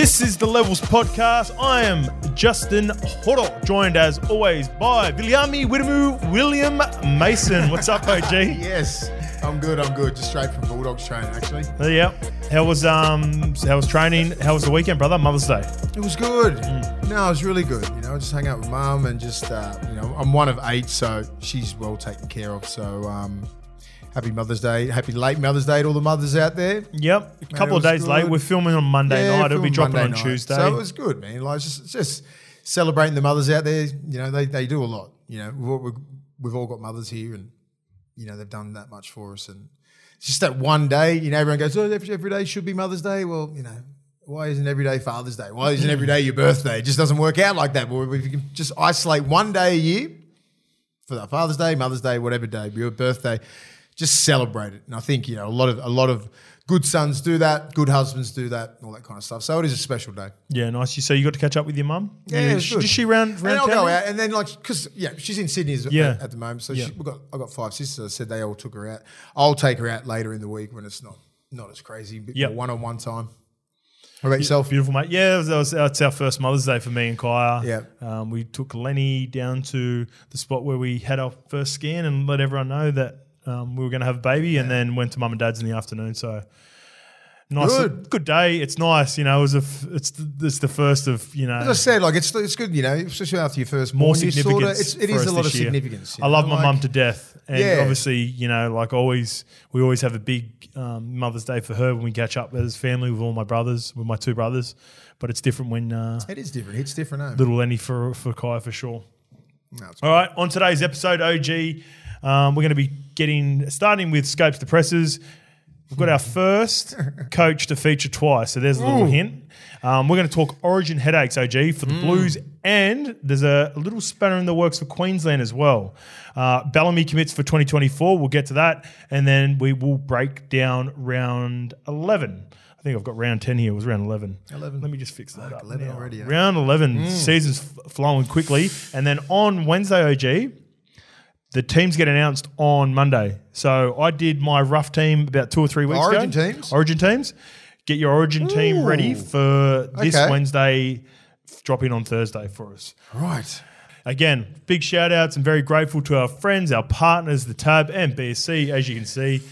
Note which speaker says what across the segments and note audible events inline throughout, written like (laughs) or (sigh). Speaker 1: Levels podcast. I am Justin Horo, joined as always by Viliami Widemu William Mason. What's up, OG?
Speaker 2: (laughs)
Speaker 1: yeah.
Speaker 2: Yes, I'm good. I'm good. Just straight from Bulldogs train, actually.
Speaker 1: How was um how was training? How was the weekend, brother? Mother's Day.
Speaker 2: It was good. No, it was really good. You know, I just hung out with mum and just uh, you know, I'm one of eight, so she's well taken care of. So um, happy Mother's Day, happy late Mother's Day to all the mothers out there.
Speaker 1: Yep. A couple of
Speaker 2: it was
Speaker 1: days late.
Speaker 2: good.
Speaker 1: We're filming on Monday
Speaker 2: Yeah,
Speaker 1: night. It'll be
Speaker 2: filmed
Speaker 1: dropping
Speaker 2: Monday
Speaker 1: on
Speaker 2: night.
Speaker 1: Tuesday.
Speaker 2: So it was good, man. Like it's just, it's just celebrating the mothers out there. You know, they, they do a lot. You know, we've, all- we've, we've all got mothers here, and you know they've done that much for us. And it's just that one day, you know, everyone goes, "Oh, every, every day should be Mother's Day." Well, you know. Why isn't every day Father's Day? Why isn't every day your birthday? It just doesn't work out like that. But if you can just isolate one day a year for that Father's Day, Mother's Day, whatever day, your birthday, just celebrate it. And I think you know a lot of a lot of good sons do that, good husbands do that, all that kind of stuff. So it is a special day.
Speaker 1: yeah, nice. You so you got to catch up with your mum?
Speaker 2: it
Speaker 1: Did
Speaker 2: was
Speaker 1: she-
Speaker 2: good.
Speaker 1: Did she round
Speaker 2: And
Speaker 1: round
Speaker 2: I'll go
Speaker 1: town?
Speaker 2: out, and then like because yeah, she's in Sydney as-
Speaker 1: Yeah.
Speaker 2: at the moment. So
Speaker 1: Yeah.
Speaker 2: she, we got I got five sisters. I said they all took her out. I'll take her out later in the week when it's not not as crazy. But
Speaker 1: Yeah.
Speaker 2: one on one time. What about yourself?
Speaker 1: Beautiful, mate. Yeah, that was, that was- that's our first Mother's Day for me and Kaya.
Speaker 2: Yeah.
Speaker 1: Um, we took Lenny down to the spot where we had our first scan and let everyone know that um, we were going to have a baby and then went to mum and dad's in the afternoon. So nice.
Speaker 2: Good.
Speaker 1: day. It's nice. You know, it was a f- it's, the, it's the first of, you know.
Speaker 2: As I said, like it's it's good, you know, especially after your first
Speaker 1: more
Speaker 2: born, you sorta-
Speaker 1: significance.
Speaker 2: it's, it
Speaker 1: for
Speaker 2: is
Speaker 1: us
Speaker 2: a lot
Speaker 1: this
Speaker 2: of
Speaker 1: year.
Speaker 2: significance. you
Speaker 1: I love
Speaker 2: know,
Speaker 1: my
Speaker 2: like-
Speaker 1: mum to death, and
Speaker 2: Yeah.
Speaker 1: obviously, you know, like always, we always have a big um, Mother's Day for her when we catch up as family with all my brothers, with my two brothers. But it's different when uh,
Speaker 2: It is different. It's different. eh?
Speaker 1: little Lenny for for Kai for sure.
Speaker 2: No, it's
Speaker 1: All right, on today's episode, OG, um, we're going to be getting starting with scopes the presses. We've got our first coach to feature twice, so there's a little hint. Um, we're going to talk origin headaches, OG, for the Blues, and there's a, a little spanner in the works for Queensland as well. Uh, Bellamy commits for 2024. We'll get to that, and then we will break down round 11. I think I've got round 10 here. It was round 11.
Speaker 2: 11.
Speaker 1: Let me just fix that up.
Speaker 2: 11
Speaker 1: now.
Speaker 2: already, eh?
Speaker 1: Round 11, season's f- flowing quickly. And then on Wednesday, OG, the teams get announced on Monday. So I did my rough team about two or three weeks
Speaker 2: Origin
Speaker 1: ago.
Speaker 2: teams?
Speaker 1: Origin teams. Get your origin team ready for this
Speaker 2: Okay.
Speaker 1: Wednesday, f- dropping on Thursday for us.
Speaker 2: Right.
Speaker 1: Again, big shout outs and very grateful to our friends, our partners, the Tab and BSC, as you can see.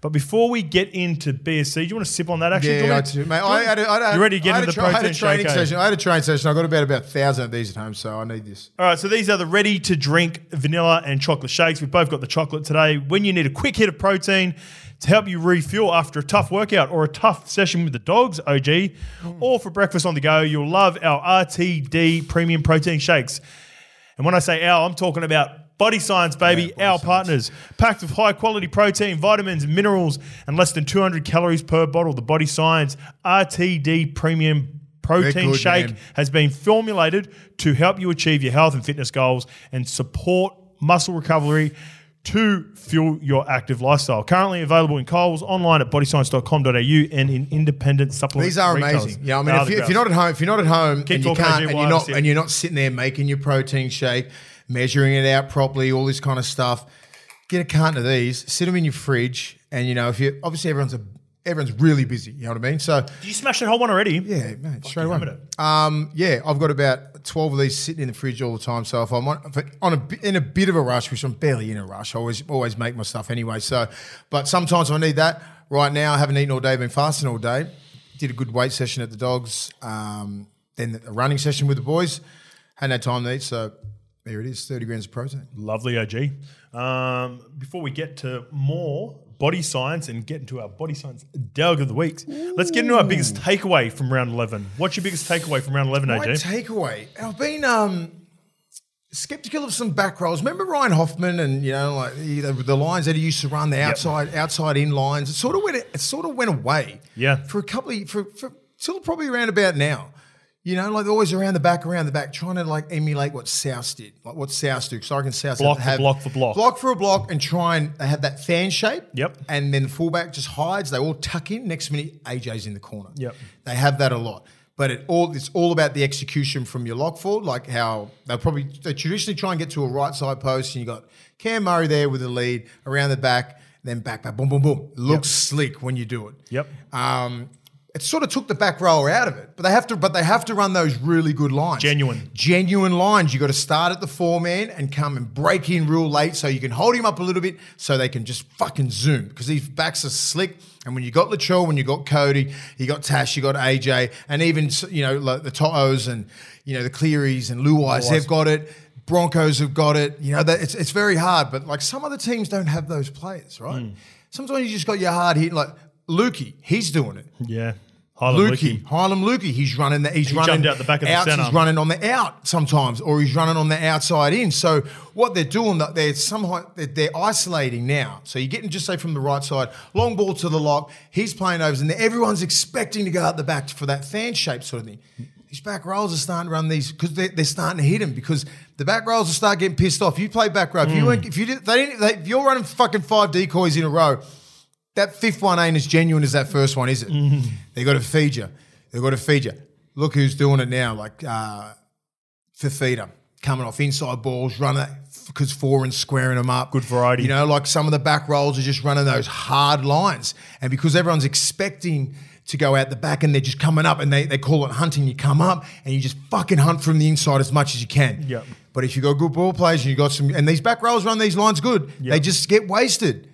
Speaker 1: But before we get into BSC, do you want to sip on that actually?
Speaker 2: Yeah,
Speaker 1: you
Speaker 2: I
Speaker 1: want-
Speaker 2: do,
Speaker 1: do
Speaker 2: mate.
Speaker 1: you want-
Speaker 2: I had a, I had a,
Speaker 1: You ready to get
Speaker 2: I had
Speaker 1: into the
Speaker 2: a tra- I had
Speaker 1: protein
Speaker 2: a training
Speaker 1: shake, eh?
Speaker 2: session. I had a training session. I got about about a thousand of these at home, so I need this.
Speaker 1: All right, so these are the ready to drink vanilla and chocolate shakes. We've both got the chocolate today. When you need a quick hit of protein to help you refuel after a tough workout or a tough session with the dogs, OG, or for breakfast on the go, you'll love our RTD premium protein shakes. And when I say our, I'm talking about Body Science, baby,
Speaker 2: Yeah, Body
Speaker 1: our
Speaker 2: Science.
Speaker 1: partners. Packed with high quality protein, vitamins, minerals, and less than 200 calories per bottle, the Body Science RTD Premium Protein
Speaker 2: good,
Speaker 1: Shake
Speaker 2: man.
Speaker 1: has been formulated to help you achieve your health and fitness goals and support muscle recovery to fuel your active lifestyle. Currently available in Coles, online at bodyscience.com.au, and in independent supplement
Speaker 2: These are
Speaker 1: retailers.
Speaker 2: amazing. Yeah, I
Speaker 1: They
Speaker 2: mean,
Speaker 1: are
Speaker 2: if,
Speaker 1: the
Speaker 2: you, if
Speaker 1: best.
Speaker 2: you're not at home, if you're not at home, and you
Speaker 1: talking as
Speaker 2: can't,
Speaker 1: your
Speaker 2: and
Speaker 1: wife
Speaker 2: you're not,
Speaker 1: said.
Speaker 2: and you're not sitting there making your protein shake, measuring it out properly, all this kind of stuff, get a carton of these, sit them in your fridge, and you know, if you obviously everyone's a, everyone's really busy. You know what I mean? So
Speaker 1: Did you smash that whole one already?
Speaker 2: yeah, mate, straight away.
Speaker 1: hammered it.
Speaker 2: Um, yeah, I've got about twelve of these sitting in the fridge all the time. So if I'm on, if on a, bi- in a bit of a rush, which I'm barely in a rush, I always always make my stuff anyway. So, but sometimes I need that. Right now, I haven't eaten all day, been fasting all day. Did a good weight session at the dogs, um, then a running session with the boys. Hadn't had time to eat, so there it is, thirty grams of protein.
Speaker 1: Lovely, OG. Um, before we get to more body science and get into our body science dog of the weeks, let's get into our biggest takeaway from round 11. What's your biggest takeaway from round 11,
Speaker 2: My
Speaker 1: OG?
Speaker 2: takeaway. I've been um, skeptical of some back rolls. Remember Ryan Hoffman and you know like the, the lines that he used to run the outside outside in lines. It sort of went it sort of went away.
Speaker 1: Yeah.
Speaker 2: For a couple of for, for till probably around about now. You know, like always around the back, around the back, trying to like emulate what South did, like what South do. Because I reckon South
Speaker 1: Block
Speaker 2: have,
Speaker 1: for block for block.
Speaker 2: block for a block, and try and they have that fan shape.
Speaker 1: Yep.
Speaker 2: And then the fullback just hides. They all tuck in. Next minute, AJ's in the corner.
Speaker 1: Yep.
Speaker 2: They have that a lot. But it all it's all about the execution from your lock forward, like how they'll probably they traditionally try and get to a right side post and you got Cam Murray there with the lead around the back, then back back boom boom boom. Looks slick when you do it.
Speaker 1: Yep.
Speaker 2: Um, it sort of took the back rower out of it. But they have to, but they have to run those really good lines,
Speaker 1: Genuine.
Speaker 2: genuine lines. You got to start at the four man and come and break in real late, so you can hold him up a little bit, so they can just fucking zoom because these backs are slick. And when you got Latrell, when you got Cody, you got Tash, you got AJ, and even you know like the Totos and you know the Clearys and Luais, they've got it. Broncos have got it. You know that it's it's very hard, but like some other teams don't have those players, right? Sometimes you just got your hard hit, like. Lukey, he's doing it.
Speaker 1: Yeah. Highland
Speaker 2: Lukey,
Speaker 1: Lukey.
Speaker 2: Harlem Lukey. He's running the he's
Speaker 1: He
Speaker 2: running
Speaker 1: jumped out the back of the
Speaker 2: outs,
Speaker 1: centre.
Speaker 2: He's running on the out sometimes, or he's running on the outside in. So what they're doing, that they're somehow they're, they're isolating now. So you're getting just say from the right side, long ball to the lock. He's playing overs, and everyone's expecting to go out the back for that fan shape sort of thing. These back rolls are starting to run these because they're, they're starting to hit him because the back rolls will start getting pissed off. You play back row. If
Speaker 1: Hmm.
Speaker 2: you weren't, if you didn't, they didn't, they, if you're running fucking five decoys in a row, that fifth one ain't as genuine as that first one, is it?
Speaker 1: Mm-hmm.
Speaker 2: They got to feed you. They got to feed you. Look who's doing it now, like uh, Fafita coming off inside balls, running because four and squaring them up.
Speaker 1: Good variety.
Speaker 2: You know, like some of the back rolls are just running those hard lines, and because everyone's expecting. To go out the back and they're just coming up and they, they call it hunting. You come up and you just fucking hunt from the inside as much as you can.
Speaker 1: Yep.
Speaker 2: But if you got good ball players and you got some, and these back rolls run these lines good, they just get wasted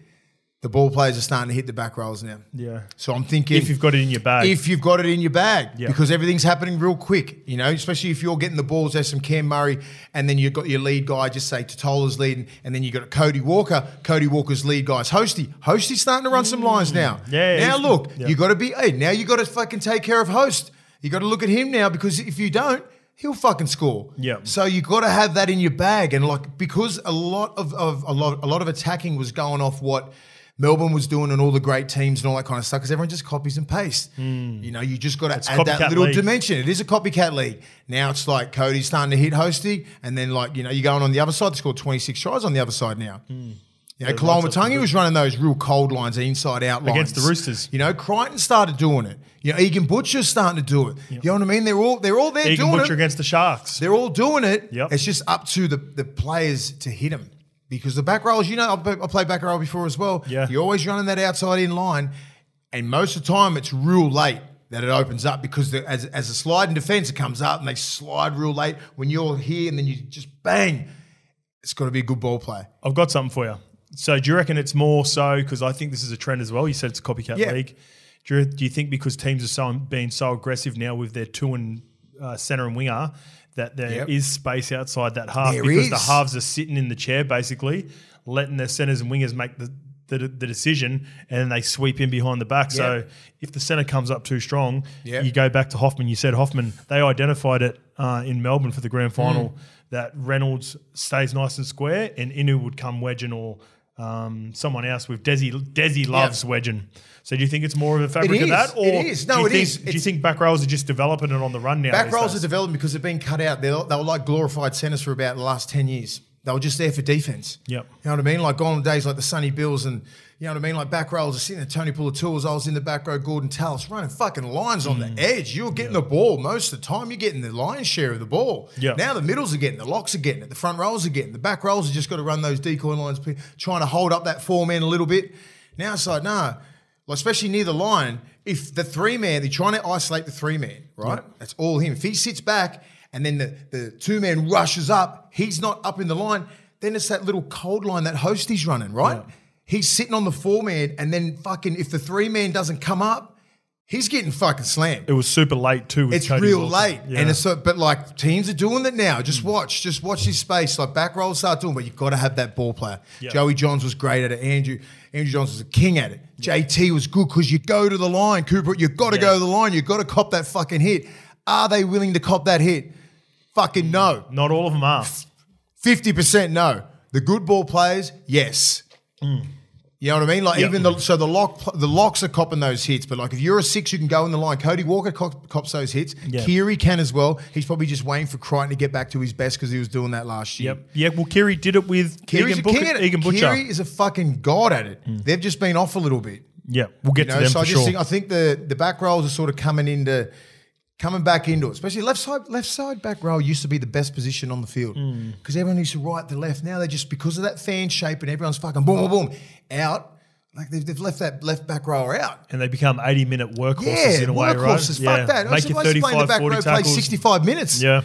Speaker 2: the ball players are starting to hit the back rolls now.
Speaker 1: Yeah.
Speaker 2: So I'm thinking
Speaker 1: If you've got it in your bag.
Speaker 2: if you've got it in your bag,
Speaker 1: Yeah.
Speaker 2: because everything's happening real quick, you know, especially if you're getting the balls, there's some Cam Murray, and then you've got your lead guy, just say Totola's leading, and then you've got Cody Walker, Cody Walker's lead guy's Hosty. Hosty's starting to run some lines now.
Speaker 1: Yeah, Mm. yeah,
Speaker 2: Now
Speaker 1: he's-
Speaker 2: look,
Speaker 1: yeah.
Speaker 2: you got to be, hey, now you got to fucking take care of Host. You got to look at him now because if you don't, he'll fucking score.
Speaker 1: Yeah.
Speaker 2: So you got to have that in your bag, and like because a lot of, of a lot a lot of attacking was going off what Melbourne was doing and all the great teams and all that kind of stuff. Because everyone just copies and pastes. You know, you just got to add
Speaker 1: Hmm. copycat
Speaker 2: that little
Speaker 1: league.
Speaker 2: dimension. It is a copycat league. Now it's like Cody's starting to hit Hosty, and then like you know you're going on the other side. They scored 26 tries on the other side now.
Speaker 1: Hmm.
Speaker 2: You know, Kalama
Speaker 1: lines up
Speaker 2: Tangi was running those real cold lines, the inside out lines
Speaker 1: Against the Roosters.
Speaker 2: You know, Crichton started doing it. You know, Egan Butcher's starting to do it. You know what I mean? They're all they're all there
Speaker 1: Egan
Speaker 2: doing
Speaker 1: Butcher
Speaker 2: it.
Speaker 1: against the Sharks.
Speaker 2: They're all doing it.
Speaker 1: Yep.
Speaker 2: It's just up to the, the players to hit them because the back rolls, you know, I've, I've played back roll before as well.
Speaker 1: Yeah.
Speaker 2: You're always running that outside in line, and most of the time it's real late that it opens up because the, as, as a slide in defense, it comes up and they slide real late when you're here and then you just bang. It's got to be a good ball player.
Speaker 1: I've got something for you. So do you reckon it's more so because I think this is a trend as well? You said it's a copycat
Speaker 2: Yeah.
Speaker 1: league. Do you, do you think because teams are so being so aggressive now with their two and uh, center and winger that there is
Speaker 2: Yep.
Speaker 1: space outside that half
Speaker 2: There
Speaker 1: because the
Speaker 2: is.
Speaker 1: halves are sitting in the chair basically, letting their centers and wingers make the the, the decision and they sweep in behind the back. So if the center comes up too strong,
Speaker 2: Yep.
Speaker 1: you go back to Hoffman. You said Hoffman. They identified it uh, in Melbourne for the grand
Speaker 2: Mm.
Speaker 1: final that Reynolds stays nice and square, and Inu would come wedging or um, someone else with Desi. Desi loves wedging. So do you think it's more of a fabric
Speaker 2: is.
Speaker 1: of that, or
Speaker 2: It is. No,
Speaker 1: do you
Speaker 2: it
Speaker 1: think,
Speaker 2: is.
Speaker 1: Do you
Speaker 2: It's-
Speaker 1: think back rows are just developing it on the run now?
Speaker 2: Back rolls are developing because they've been cut out. They're, they were like glorified centers for about the last 10 years. They were just there for defense.
Speaker 1: Yep.
Speaker 2: You know what I mean? Like gone are days like the Sunny Bills and, you know what I mean? Like back rolls are sitting there. Tony Pulatouls, I was in the back row, Gordon Tallis, running fucking lines on the edge. You're getting the ball most of the time. You're getting the lion's share of the ball.
Speaker 1: Yep.
Speaker 2: Now the middles are getting, the locks are getting it, the front rolls are getting, the back rolls have just got to run those decoy lines, p- trying to hold up that four man a little bit. Now it's like, nah, like, especially near the line, if the three man, they're trying to isolate the three man, right? That's all him. If he sits back and then the, the two man rushes up, he's not up in the line, then it's that little cold line that host he's running, right? He's sitting on the four man, and then fucking, if the three man doesn't come up, he's getting fucking slammed
Speaker 1: It was super late too. With
Speaker 2: it's
Speaker 1: Cody
Speaker 2: real
Speaker 1: Walker.
Speaker 2: late,
Speaker 1: Yeah.
Speaker 2: and it's so, but like teams are doing it now. Just watch, just watch this space. Like back rolls start doing, but you've got to have that ball player.
Speaker 1: Yeah.
Speaker 2: Joey Johns was great at it. Andrew Andrew Johns was a king at it. JT was good because you go to the line, Cooper. You got to
Speaker 1: Yeah.
Speaker 2: go to the line. You got to cop that fucking hit. Are they willing to cop that hit? Fucking no.
Speaker 1: not all of them are.
Speaker 2: Fifty percent no. The good ball players, yes. You know what I mean? Like
Speaker 1: Mm. Yeah.
Speaker 2: even the so the lock the locks are copping those hits, but like if you're a six, you can go in the line. Cody Walker cop, cops those hits.
Speaker 1: Yeah.
Speaker 2: Keary can as well. He's probably just waiting for Crichton to get back to his best because he was doing that last year.
Speaker 1: Yep. Yeah. Well, Kiri did it with Egan,
Speaker 2: Keary's a king
Speaker 1: Booker,
Speaker 2: at it.
Speaker 1: Egan Butcher. Mm.
Speaker 2: Keary is a fucking god at it. They've just been off a little bit.
Speaker 1: yeah. We'll get
Speaker 2: You
Speaker 1: to
Speaker 2: know,
Speaker 1: them
Speaker 2: so I
Speaker 1: for
Speaker 2: just
Speaker 1: sure.
Speaker 2: think I think the the back rolls are sort of coming into coming back into it. Especially left side left side back row used to be the best position on the field
Speaker 1: Mm.
Speaker 2: because everyone used to right to left. Now they just because of that fan shape and everyone's fucking boom boom boom out. Like they've, they've left that left back rower out.
Speaker 1: and they become 80 minute workhorses
Speaker 2: Yeah,
Speaker 1: in a way, right?
Speaker 2: workhorses. Fuck that.
Speaker 1: Make your
Speaker 2: Let's play in
Speaker 1: 35,
Speaker 2: the back
Speaker 1: 40
Speaker 2: row, play
Speaker 1: tackles.
Speaker 2: 65 minutes.
Speaker 1: Yeah.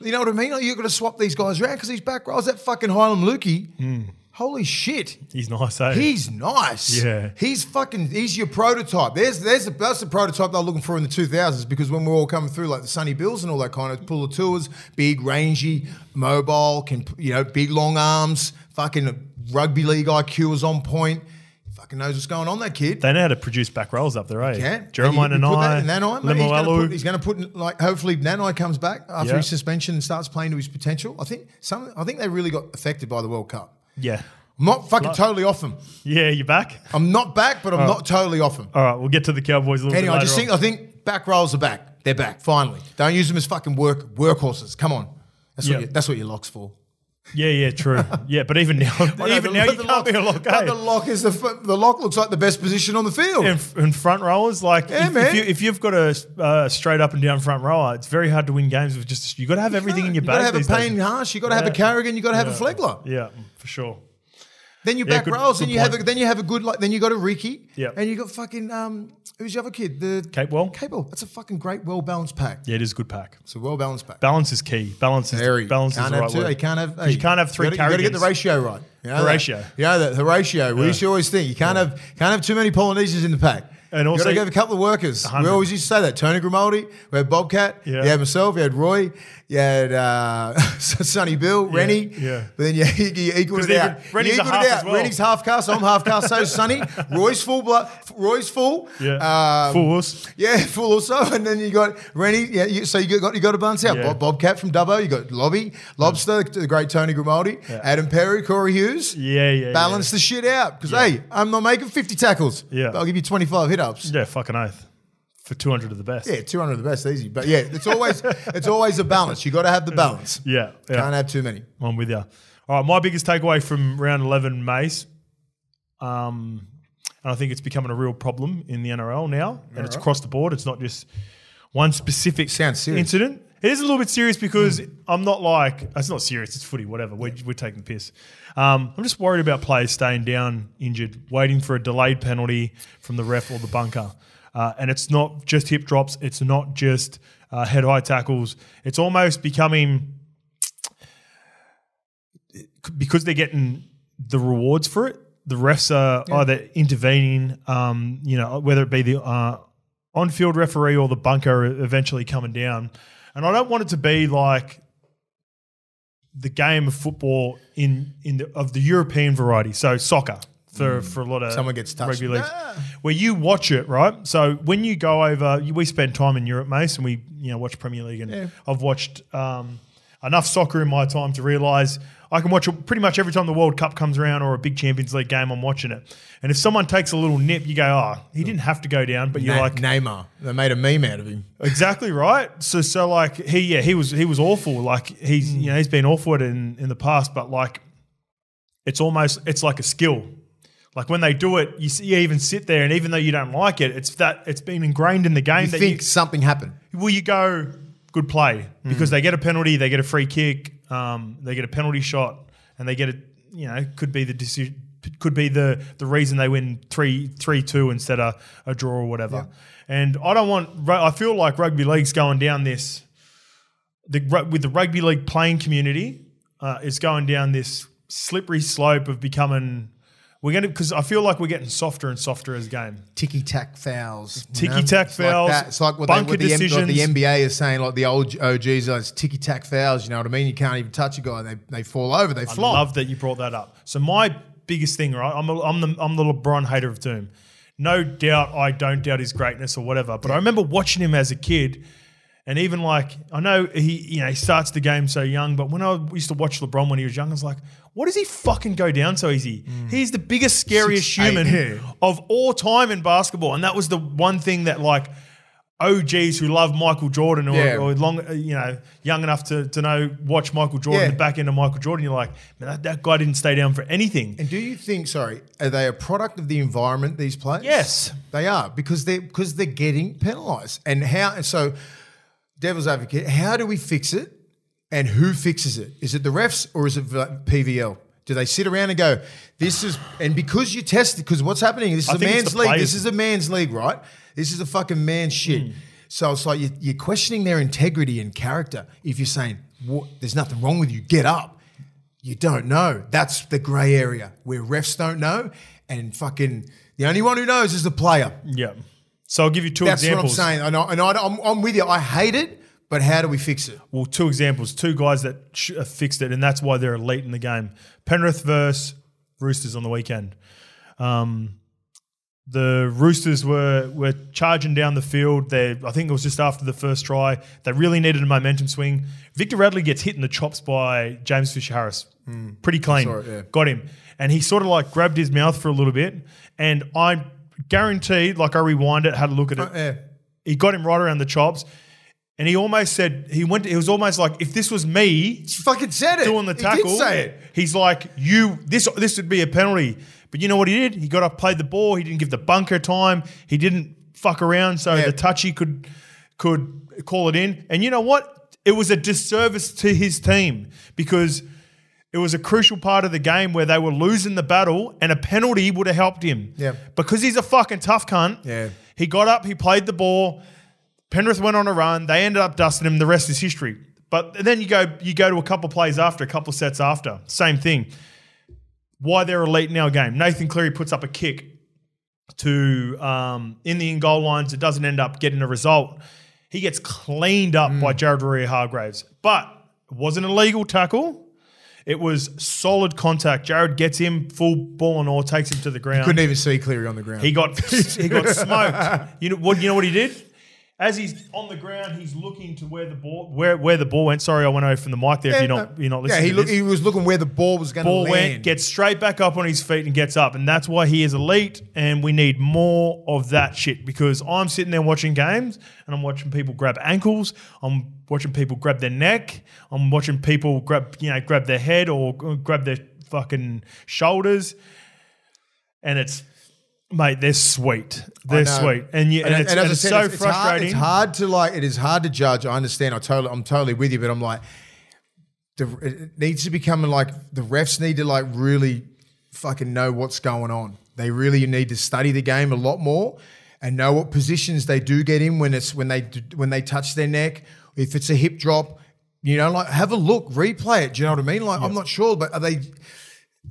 Speaker 2: You know what I mean? Like you've got to swap these guys around because these back rows, that fucking Hylam Lukey,
Speaker 1: Hmm.
Speaker 2: holy shit.
Speaker 1: He's nice, eh?
Speaker 2: He's nice.
Speaker 1: Yeah.
Speaker 2: He's fucking, he's your prototype. There's, there's the, that's the prototype they're looking for in the 2000s because when we're all coming through, like the Sunny Bills and all that kind of pull of tours, big, rangy, mobile, can, you know, big, long arms, fucking rugby league IQ is on point. Fucking knows what's going on, that kid.
Speaker 1: they know how to produce back rolls up there, eh?
Speaker 2: Yeah, And
Speaker 1: Jeremiah
Speaker 2: you- you put that
Speaker 1: Nanai,
Speaker 2: in Nanai, mate, he's gonna put-
Speaker 1: Lemuelu.
Speaker 2: He's going to put in, like hopefully Nanai comes back after
Speaker 1: Yeah.
Speaker 2: his suspension and starts playing to his potential. I think some. I think they really got affected by the World Cup.
Speaker 1: Yeah.
Speaker 2: I'm not fucking totally off them.
Speaker 1: Yeah, you back?
Speaker 2: I'm not back, but I'm not totally off them.
Speaker 1: All right, we'll get to Oh. the Cowboys a little
Speaker 2: Anyway,
Speaker 1: bit
Speaker 2: I
Speaker 1: later
Speaker 2: just
Speaker 1: on.
Speaker 2: think I think back rolls are back. They're back finally. Don't use them as fucking work workhorses. Come on, that's
Speaker 1: Yeah.
Speaker 2: what you, that's what your locks for.
Speaker 1: Yeah, yeah, true.
Speaker 2: (laughs)
Speaker 1: yeah, but even now,
Speaker 2: I know,
Speaker 1: even
Speaker 2: the-
Speaker 1: now, you
Speaker 2: the
Speaker 1: can't be a lock.
Speaker 2: But
Speaker 1: eh?
Speaker 2: the lock is the f- the lock looks like the best position on the field.
Speaker 1: and, and front rowers, like
Speaker 2: Yeah,
Speaker 1: if,
Speaker 2: man.
Speaker 1: If, you, if you've got a uh, straight up and down front rower, it's very hard to win games with just you got to have everything in your
Speaker 2: you
Speaker 1: bag.
Speaker 2: got to have
Speaker 1: these
Speaker 2: a Payne
Speaker 1: days.
Speaker 2: Harsh. You got to have a
Speaker 1: Yeah.
Speaker 2: Carrigan. You got to have a Flegler.
Speaker 1: Yeah, for sure.
Speaker 2: Then you
Speaker 1: Yeah,
Speaker 2: back
Speaker 1: good-
Speaker 2: rolls, and
Speaker 1: good
Speaker 2: you have
Speaker 1: point.
Speaker 2: a, then you have a good like. Then you got a Ricky,
Speaker 1: Yeah.
Speaker 2: and you got fucking um, who's the other kid? The
Speaker 1: Capewell?
Speaker 2: Capewell. That's a fucking great, well balanced pack.
Speaker 1: Yeah, it is a good pack.
Speaker 2: It's a well balanced pack.
Speaker 1: Balance is key. Balance is
Speaker 2: Very.
Speaker 1: balance
Speaker 2: can't
Speaker 1: is the
Speaker 2: have
Speaker 1: right
Speaker 2: two.
Speaker 1: word.
Speaker 2: You can't have.
Speaker 1: 'Cause you can't have three
Speaker 2: You gotta- you gotta get the
Speaker 1: Carrigans.
Speaker 2: ratio right. You know that?
Speaker 1: Horatio.
Speaker 2: You know that Horatio. We used to always think you can't have can't have too many Polynesians in the pack.
Speaker 1: And also-
Speaker 2: you gotta have a couple of workers. We
Speaker 1: 100.
Speaker 2: always used to say that. Tony Grimaldi, we had Bobcat,
Speaker 1: Yeah.
Speaker 2: you had myself, you had Roy, you had uh, (laughs) Sonny Bill, Rennie.
Speaker 1: yeah.
Speaker 2: But then you, (laughs) you, you equaled
Speaker 1: 'Cause
Speaker 2: it
Speaker 1: they
Speaker 2: out.
Speaker 1: could- Rennie's
Speaker 2: you
Speaker 1: a
Speaker 2: equaled
Speaker 1: half
Speaker 2: it out.
Speaker 1: as well.
Speaker 2: Rennie's half cast. I'm half cast. So
Speaker 1: (laughs)
Speaker 2: is Sonny. Roy's full. Blood, Roy's full.
Speaker 1: yeah,
Speaker 2: Um,
Speaker 1: full horse.
Speaker 2: yeah, (laughs) full or so, and then you got Rennie. Yeah, you, so you got you got a bunch out.
Speaker 1: Yeah. Mm.
Speaker 2: Bob, Bobcat from Dubbo. You got Lobby, Lobster, the great Tony Grimaldi, Adam Perry, Corey Hughes.
Speaker 1: Yeah, yeah,
Speaker 2: Balance the shit out because hey, I'm not making 50 tackles.
Speaker 1: Yeah.
Speaker 2: but I'll give you 25 hit ups.
Speaker 1: Yeah, fucking oath for two hundred of the best.
Speaker 2: Yeah, 200 of the best, easy. But yeah,
Speaker 1: (laughs)
Speaker 2: it's always it's always a balance. You got to have the balance.
Speaker 1: yeah, yeah. Uh,
Speaker 2: Can't have too many.
Speaker 1: I'm with you. All right, my biggest takeaway from round 11, Mace, um, and I think it's becoming a real problem in the NRL now, and it's across the board. It's not just one specific
Speaker 2: Sounds serious. Hmm.
Speaker 1: incident. It is a little bit serious because I'm not like, it's not serious, it's footy, whatever. We're, we're taking the piss. Um, I'm just worried about players staying down injured, waiting for a delayed penalty from the ref or the bunker. Uh, and it's not just hip drops, it's not just uh, head high tackles. It's almost becoming because they're getting the rewards for it, the refs are either intervening, um, you know, whether it be the uh, on field referee or the bunker e-, eventually coming down. And I don't want it to be like the game of football in, in the, of the European variety, so soccer. For, for a lot of
Speaker 2: Hmm. Someone gets touched.
Speaker 1: rugby leagues,
Speaker 2: Ah.
Speaker 1: where you watch it right. So when you go over, you- we spend time in Europe, Mace, and we you know watch Premier League, and I've watched um, enough soccer in my time to realise I can watch it pretty much every time the World Cup comes around or a big Champions League game. I'm watching it, and if someone takes a little nip, you go, "Oh, he didn't have to go down," but you're
Speaker 2: Na-
Speaker 1: like,
Speaker 2: Neymar. They made a meme out of him.
Speaker 1: Exactly right. So so like he yeah he was he was awful. Like he's
Speaker 2: Hmm.
Speaker 1: you know he's been awful at it in in the past, but like it's almost it's like a skill. Like when they do it, you, see, you even sit there, and even though you don't like it, it's that it's been ingrained in the game
Speaker 2: You
Speaker 1: that
Speaker 2: think something happened?
Speaker 1: you well you go good play because they get a penalty, they get a free kick, um, they get a penalty shot, and they get a you know could be the decision. Could be the the reason they win three three two instead of a draw or whatever, and I don't want. ru- I feel like rugby league's going down this the ru- with the rugby league playing community, uh, it's going down this slippery slope of becoming. We're gonna because I feel like we're getting softer and softer as a game.
Speaker 2: ticky tack fouls, you know?
Speaker 1: Ticky-tack
Speaker 2: It's like
Speaker 1: fouls,
Speaker 2: that. It's like what, they,
Speaker 1: bunker
Speaker 2: what, the, M- what the
Speaker 1: decisions.
Speaker 2: NBA is saying, like the old OGs, are, it's ticky tack fouls. You know what I mean? You can't even touch a guy; they they fall over, they flop.
Speaker 1: I love that you brought that up. So my biggest thing, right? I'm, a, I'm the I'm the LeBron hater of doom. No doubt, I don't doubt his greatness or whatever. But I remember watching him as a kid, and even like I know he you know he starts the game so young, but when I used to watch LeBron when he was young, I was like, what does he fucking go down so easy? He's the biggest, scariest
Speaker 2: Mm. Six, eight,
Speaker 1: human
Speaker 2: yeah.
Speaker 1: of all time in basketball, and that was the one thing that like. OGs who love Michael Jordan or,
Speaker 2: Yeah.
Speaker 1: or long, uh, you know, young enough to, to know watch Michael Jordan,
Speaker 2: Yeah.
Speaker 1: the back end of Michael Jordan. You're like, man, that, that guy didn't stay down for anything.
Speaker 2: And do you think? Sorry, are they a product of the environment? These players?
Speaker 1: Yes.
Speaker 2: they are because they are because they're getting penalised. And how? And so, devil's advocate, how do we fix it? And who fixes it? Is it the refs or is it the PVL? Do they sit around and go, "This is," and because you test because what's happening? This is
Speaker 1: I
Speaker 2: a
Speaker 1: think it's
Speaker 2: man's
Speaker 1: the
Speaker 2: league.
Speaker 1: players. Hmm.
Speaker 2: This is a man's league, right? This is a fucking man's shit. So it's like you, you're questioning their integrity and character if you're saying, "What? There's nothing wrong with you. Get up." You don't know. That's the grey area where refs don't know, and fucking the only one who knows is the player.
Speaker 1: Yeah. So I'll give you two
Speaker 2: That's
Speaker 1: examples.
Speaker 2: what I'm saying. And, I, and I, I'm, I'm with you. I hate it, but how do we fix it?
Speaker 1: Well, two examples, two guys that sh- uh, fixed it, and that's why they're elite in the game. Penrith versus Roosters on the weekend. Um, the Roosters were were charging down the field. They, I think it was just after the first try. They really needed a momentum swing. Victor Radley gets hit in the chops by James Fisher Harris. Pretty clean.
Speaker 2: Hmm. Sorry, yeah.
Speaker 1: Got him. And he sort of like grabbed his mouth for a little bit. And I guaranteed, like I rewind it, had a look at it
Speaker 2: Uh, Yeah.
Speaker 1: he got him right around the chops, and he almost said he went. It was almost like if this was me
Speaker 2: He fucking said it.
Speaker 1: doing the
Speaker 2: He
Speaker 1: tackle,
Speaker 2: did say it.
Speaker 1: he's like you. This this would be a penalty, but you know what he did? He got up, played the ball. He didn't give the bunker time. He didn't fuck around, so
Speaker 2: Yeah.
Speaker 1: the touchy could could call it in. And you know what? It was a disservice to his team because. It was a crucial part of the game where they were losing the battle, and a penalty would have helped him.
Speaker 2: Yeah.
Speaker 1: Because he's a fucking tough cunt.
Speaker 2: Yeah.
Speaker 1: He got up, he played the ball. Penrith went on a run. They ended up dusting him. The rest is history. But then you go you go to a couple plays after, a couple sets after. Same thing. Why they're elite in our game. Nathan Cleary puts up a kick to um, in the in goal lines. It doesn't end up getting a result. He gets cleaned up by Jared Warrior Hargraves, but it wasn't a legal tackle. It was solid contact. Jared gets him full ball and all, takes him to the ground.
Speaker 2: Couldn't even see Cleary on the ground.
Speaker 1: He got
Speaker 2: (laughs)
Speaker 1: he got smoked. You know what? You know what he did? As he's on the ground, he's looking to where the ball where where the ball went. Sorry, I went away from the mic there. if you're not you're not listening.
Speaker 2: Yeah, he,
Speaker 1: to
Speaker 2: look,
Speaker 1: this.
Speaker 2: he was looking where the ball was going to
Speaker 1: ball
Speaker 2: land.
Speaker 1: went, gets straight back up on his feet and gets up, and that's why he is elite. And we need more of that shit because I'm sitting there watching games and I'm watching people grab ankles. I'm watching people grab their neck. I'm watching people grab you know grab their head or g- grab their fucking shoulders, and it's. Mate, they're sweet. They're
Speaker 2: know.
Speaker 1: sweet, and you, and, it's, and it's so frustrating.
Speaker 2: It's hard, it's hard to like. It is hard to judge. I understand. I totally. I'm totally with you. But I'm like, the, it it needs to become like the refs need to like really fucking know what's going on. They really need to study the game a lot more and know what positions they do get in when it's when they do, when they touch their neck. If it's a hip drop, you know, like have a look, replay it. Do you know what I mean? Like I'm not sure, but are they?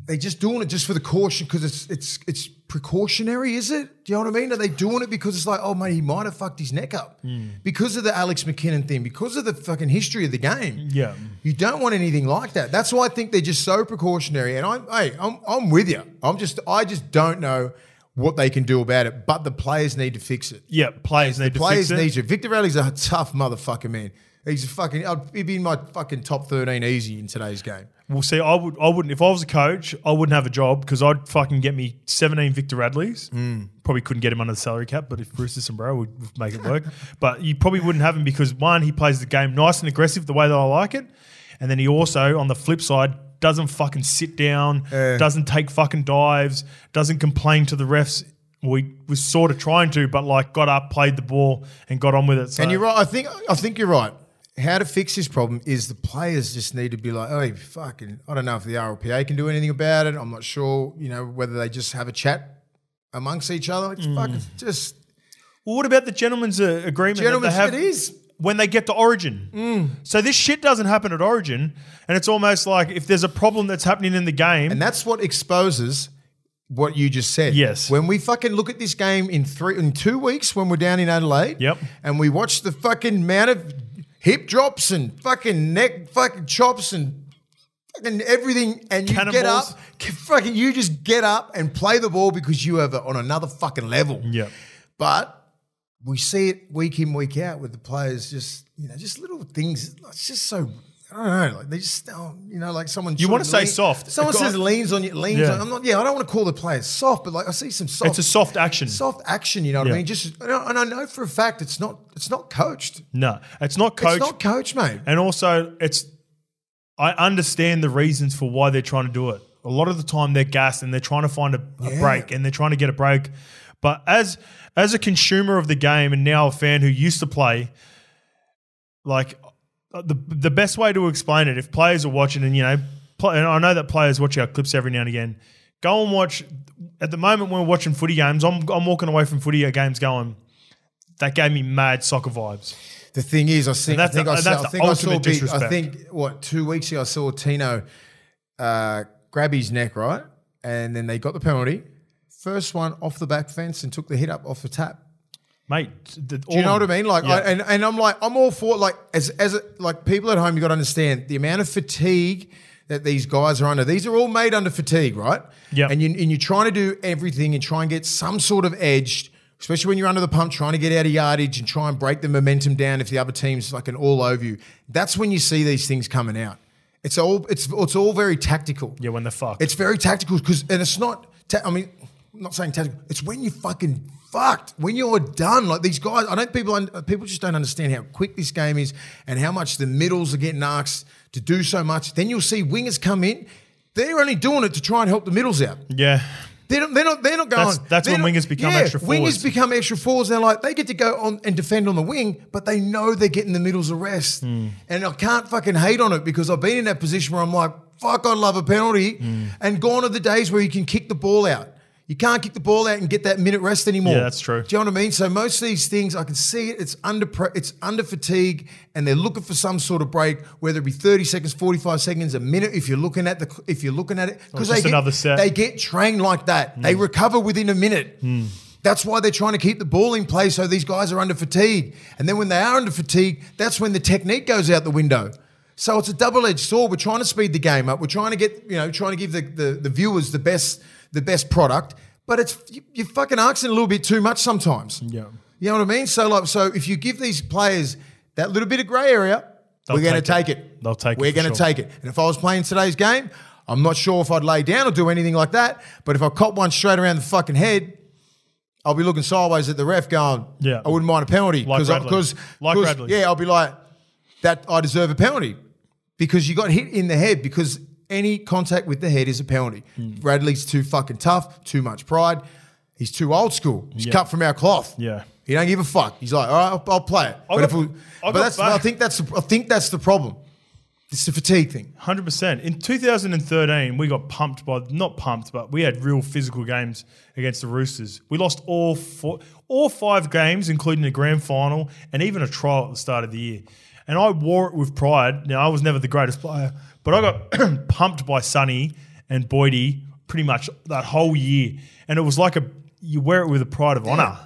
Speaker 2: they just doing it just for the caution because it's it's it's precautionary, is it? Do you know what I mean? Are they doing it because it's like, oh mate, he might have fucked his neck up because of the Alex McKinnon thing, because of the fucking history of the game.
Speaker 1: Yeah.
Speaker 2: you don't want anything like that. That's why I think they're just so precautionary. And I'm, hey, I'm, I'm with you. I'm just, I just don't know what they can do about it. But the players need to fix it.
Speaker 1: yeah, players need to
Speaker 2: Players
Speaker 1: fix it.
Speaker 2: need to. Victor Radley's a tough motherfucker, man. He's a fucking. I'd, he'd be in my fucking top thirteen easy in today's game.
Speaker 1: Well, see, I would, I wouldn't. If I was a coach, I wouldn't have a job because I'd fucking get me seventeen Victor Radleys. Probably couldn't get him under the salary cap, but if Brewster Sombrero would would make it work, (laughs) but you probably wouldn't have him because one, he plays the game nice and aggressive the way that I like it, and then he also, on the flip side, doesn't fucking sit down, doesn't take fucking dives, doesn't complain to the refs. We was sort of trying to, but like got up, played the ball, and got on with it. So
Speaker 2: And you're right. I think I think you're right. How to fix this problem is the players just need to be like, oh, fucking, I don't know if the RLPA can do anything about it. I'm not sure, you know, whether they just have a chat amongst each other.
Speaker 1: Mm.
Speaker 2: It's fucking just
Speaker 1: Well, what about the gentleman's uh, agreement? that they
Speaker 2: gentlemen.
Speaker 1: have-
Speaker 2: It is.
Speaker 1: when they get to Origin. So this shit doesn't happen at Origin, and it's almost like if there's a problem that's happening in the game,
Speaker 2: And that's what exposes what you just said.
Speaker 1: Yes.
Speaker 2: When we fucking look at this game in three in two weeks when we're down in Adelaide.
Speaker 1: Yep.
Speaker 2: And we watch the fucking amount of hip drops and fucking neck fucking chops and fucking everything and you get up
Speaker 1: Cannonballs.
Speaker 2: fucking you just get up and play the ball because you have it on another fucking level.
Speaker 1: Yep.
Speaker 2: But we see it week in, week out with the players just, you know, just little things. It's just so I don't know, like they just, oh, you know, like someone. You
Speaker 1: wanna say soft.
Speaker 2: Someone
Speaker 1: A guy-
Speaker 2: says leans on you. Leans.
Speaker 1: Yeah.
Speaker 2: On, I'm not. Yeah, I don't want to call the players soft, but like I see some soft.
Speaker 1: it's a soft action.
Speaker 2: soft action. You know what
Speaker 1: Yeah.
Speaker 2: I mean? Just and I, and I know for a fact it's not. It's not coached.
Speaker 1: no, it's not coach,
Speaker 2: It's not coached, mate.
Speaker 1: and also it's. I understand the reasons for why they're trying to do it. A lot of the time they're gassed and they're trying to find a, a break and they're trying to get a break. But as as a consumer of the game and now a fan who used to play, like uh, the the best way to explain it, if players are watching and you know play, and I know that players watch our clips every now and again. Go and watch. At the moment, when we're watching footy games, I'm, I'm walking away from footy games going, that gave me mad soccer vibes.
Speaker 2: The thing is, I think, I
Speaker 1: that's
Speaker 2: think,
Speaker 1: the-
Speaker 2: I, saw,
Speaker 1: that's
Speaker 2: I,
Speaker 1: the
Speaker 2: think I saw.
Speaker 1: ultimate
Speaker 2: Big, I
Speaker 1: disrespect.
Speaker 2: think what two weeks ago I saw Tino uh, grab his neck right, and then they got the penalty. First one off the back fence and took the hit up off the tap.
Speaker 1: Mate, the,
Speaker 2: Do you know what I mean? Like, I, and, and I'm like, I'm all for like as as a- like people at home, you got to understand the amount of fatigue that these guys are under. These are all made under fatigue, right?
Speaker 1: Yep.
Speaker 2: And you and you're trying to do everything and try and get some sort of edge, especially when you're under the pump, trying to get out of yardage and try and break the momentum down if the other team's like an all over you. That's when you see these things coming out. It's all it's it's all very tactical.
Speaker 1: yeah, when they're fucked.
Speaker 2: It's very tactical because, and it's not. Ta- I mean, I'm not saying tactical. It's when you fucking fucked. When you're done, like these guys. I don't people. un- People just don't understand how quick this game is and how much the middles are getting asked to do so much. Then you'll see wingers come in. They're only doing it to try and help the middles out.
Speaker 1: yeah.
Speaker 2: They're not. They're not, they're not going.
Speaker 1: That's- that's
Speaker 2: they're
Speaker 1: when
Speaker 2: not-
Speaker 1: wingers become extra forwards.
Speaker 2: Wingers become extra forwards. They're like they get to go on and defend on the wing, but they know they're getting the middles a rest.
Speaker 1: Hmm.
Speaker 2: And I can't fucking hate on it because I've been in that position where I'm like, fuck, I love a penalty.
Speaker 1: Hmm.
Speaker 2: And gone are the days where you can kick the ball out. You can't kick the ball out and get that minute rest anymore.
Speaker 1: Yeah, that's true.
Speaker 2: Do you know what I mean? So most of these things, I can see it. It's under pre- it's under fatigue, and they're looking for some sort of break, whether it be thirty seconds, forty five seconds, a minute. If you're looking at the, if you're looking at it, because
Speaker 1: just
Speaker 2: they get,
Speaker 1: another set.
Speaker 2: they get trained like that. They recover within a minute. That's why they're trying to keep the ball in play so these guys are under fatigue. And then when they are under fatigue, that's when the technique goes out the window. So it's a double-edged sword. We're trying to speed the game up. We're trying to get, you know, trying to give the, the, the viewers the best the best product. But it's you, you're fucking asking a little bit too much sometimes.
Speaker 1: Yeah.
Speaker 2: You know what I mean? So like so if you give these players that little bit of grey area,
Speaker 1: They'll
Speaker 2: we're gonna
Speaker 1: take it.
Speaker 2: take it.
Speaker 1: They'll take it
Speaker 2: We're
Speaker 1: for
Speaker 2: gonna
Speaker 1: sure.
Speaker 2: take take it. And if I was playing today's game, I'm not sure if I'd lay down or do anything like that. But if I cop one straight around the fucking head, I'll be looking sideways at the ref, going,
Speaker 1: Yeah.
Speaker 2: I wouldn't mind a penalty
Speaker 1: Like
Speaker 2: because
Speaker 1: Radley.
Speaker 2: because
Speaker 1: Like
Speaker 2: because-
Speaker 1: Radley.
Speaker 2: yeah, I'll be like that. I deserve a penalty because you got hit in the head because any contact with the head is a penalty.
Speaker 1: Mm.
Speaker 2: Radley's too fucking tough, too much pride. He's too old school. He's cut from our cloth.
Speaker 1: Yeah.
Speaker 2: He don't give a fuck. He's like, all right, I'll, I'll play it. but
Speaker 1: got-
Speaker 2: if we,
Speaker 1: I got
Speaker 2: but that's, I
Speaker 1: back-
Speaker 2: think that's the, I think that's the problem. It's the fatigue thing.
Speaker 1: Hundred percent. In 2013, we got pumped by not pumped, but we had real physical games against the Roosters. We lost all four, all five games, including the grand final and even a trial at the start of the year. And I wore it with pride. Now I was never the greatest player, but I got (clears throat) pumped by Sonny and Boydie pretty much that whole year, and it was like a you wear it with a pride of honor.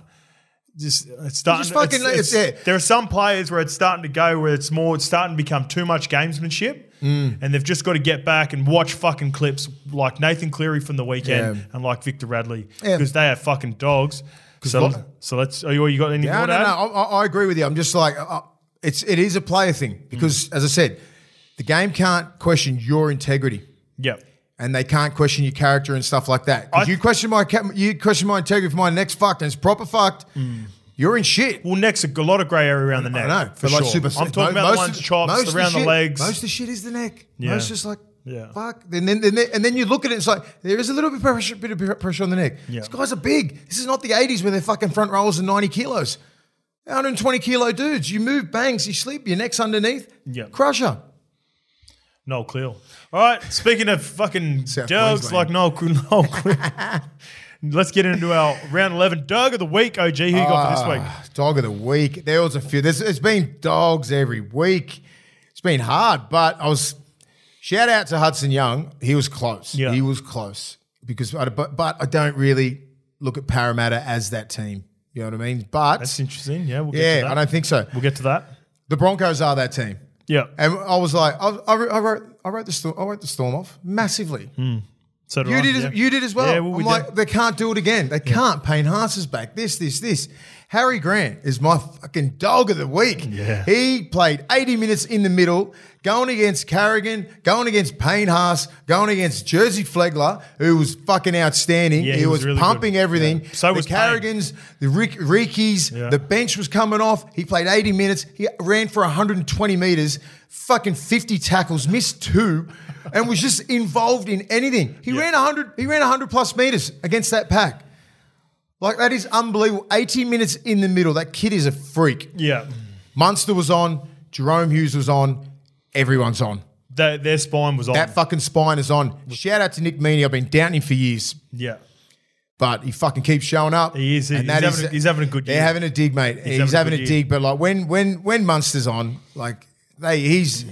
Speaker 1: Just it's starting.
Speaker 2: just fucking
Speaker 1: it's-
Speaker 2: let-
Speaker 1: it's-
Speaker 2: it's- yeah.
Speaker 1: there are some players where it's starting to go where it's more it's starting to become too much gamesmanship
Speaker 2: Hmm.
Speaker 1: and they've just got to get back and watch fucking clips like Nathan Cleary from the weekend
Speaker 2: Yeah.
Speaker 1: and like Victor Radley
Speaker 2: Yeah.
Speaker 1: because they are fucking dogs. So,
Speaker 2: lo-
Speaker 1: so let's. Oh, you you got anything
Speaker 2: Yeah,
Speaker 1: more to
Speaker 2: no, no,
Speaker 1: add?
Speaker 2: I, I I agree with you. I'm just like, uh, it's it is a player thing because,
Speaker 1: Mm.
Speaker 2: as I said, the game can't question your integrity
Speaker 1: Yep.
Speaker 2: and they can't question your character and stuff like that. 'Cause
Speaker 1: I-
Speaker 2: you question my ca- you question my integrity for my next fucked and it's proper fucked.
Speaker 1: Mm.
Speaker 2: You're in shit.
Speaker 1: Well, neck's a lot of grey area around the neck.
Speaker 2: I know
Speaker 1: for
Speaker 2: but like
Speaker 1: sure.
Speaker 2: super.
Speaker 1: I'm talking about the ones chops
Speaker 2: most of
Speaker 1: around the,
Speaker 2: shit-
Speaker 1: legs.
Speaker 2: Most of the shit is the neck.
Speaker 1: Yeah.
Speaker 2: Most just like.
Speaker 1: Yeah.
Speaker 2: Fuck. And then, then, then- and then you look at it, it's like there is a little bit of pressure, bit of pressure on the neck.
Speaker 1: Yeah.
Speaker 2: These guys are big. This is not the 80s where they're fucking front rollers and 90 kilos. 120 kilo dudes. You move, bangs, you sleep, your neck's underneath.
Speaker 1: Yeah.
Speaker 2: Crusher.
Speaker 1: Noel Cleal. All right. Speaking of fucking
Speaker 2: South
Speaker 1: dogs like
Speaker 2: Queensland.
Speaker 1: Noel, Cle- (laughs) Noel
Speaker 2: (laughs)
Speaker 1: Cleal. Let's get into our round 11 dog of the week, OG. Who you got for this week?
Speaker 2: Ah, Dog of the week. There was a few. There's, it's been dogs every week. It's been hard, but I was shout out to Hudson Young. He was close.
Speaker 1: Yeah.
Speaker 2: He was close because, I, but but I don't really look at Parramatta as that team. You know what I mean? But
Speaker 1: That's interesting. Yeah, we'll get to
Speaker 2: yeah,
Speaker 1: that.
Speaker 2: I don't think so.
Speaker 1: We'll get to that.
Speaker 2: The Broncos are that team.
Speaker 1: Yeah.
Speaker 2: And I was like, I, I, wrote- I wrote, I wrote the storm, I wrote the storm off massively.
Speaker 1: So did
Speaker 2: You
Speaker 1: I,
Speaker 2: did, as,
Speaker 1: yeah.
Speaker 2: you did as well.
Speaker 1: Yeah, well, we
Speaker 2: I'm like,
Speaker 1: did.
Speaker 2: they can't do it again. They can't. Payne Haas is back. This, this, this. Harry Grant is my fucking dog of the week.
Speaker 1: Yeah.
Speaker 2: He played 80 minutes in the middle, going against Carrigan, going against Payne Haas, going against Jersey Flegler, who was fucking outstanding.
Speaker 1: Yeah,
Speaker 2: he,
Speaker 1: he was
Speaker 2: was,
Speaker 1: really
Speaker 2: pumping
Speaker 1: good.
Speaker 2: everything.
Speaker 1: Yeah. So
Speaker 2: the
Speaker 1: was Payne.
Speaker 2: Carrigans, the Rick, Rickies,
Speaker 1: Yeah.
Speaker 2: the bench was coming off. He played 80 minutes. He ran for 120 meters, fucking 50 tackles, missed two, and was just involved in anything. He ran 100. He ran 100 plus meters against that pack. Like that is unbelievable. 80 minutes in the middle. That kid is a freak.
Speaker 1: Yeah.
Speaker 2: Munster was on. Jerome Hughes was on. Everyone's on.
Speaker 1: Their- their spine was on.
Speaker 2: That fucking spine is on. Shout out to Nick Meaney. I've been doubting him for years,
Speaker 1: yeah.
Speaker 2: but he fucking keeps showing up.
Speaker 1: He is- he's
Speaker 2: that
Speaker 1: having a- he's having a good
Speaker 2: They're
Speaker 1: year.
Speaker 2: having a dig, mate. He's,
Speaker 1: having a
Speaker 2: having,
Speaker 1: good
Speaker 2: a,
Speaker 1: year.
Speaker 2: dig. But like when when when Munster's on, like they he's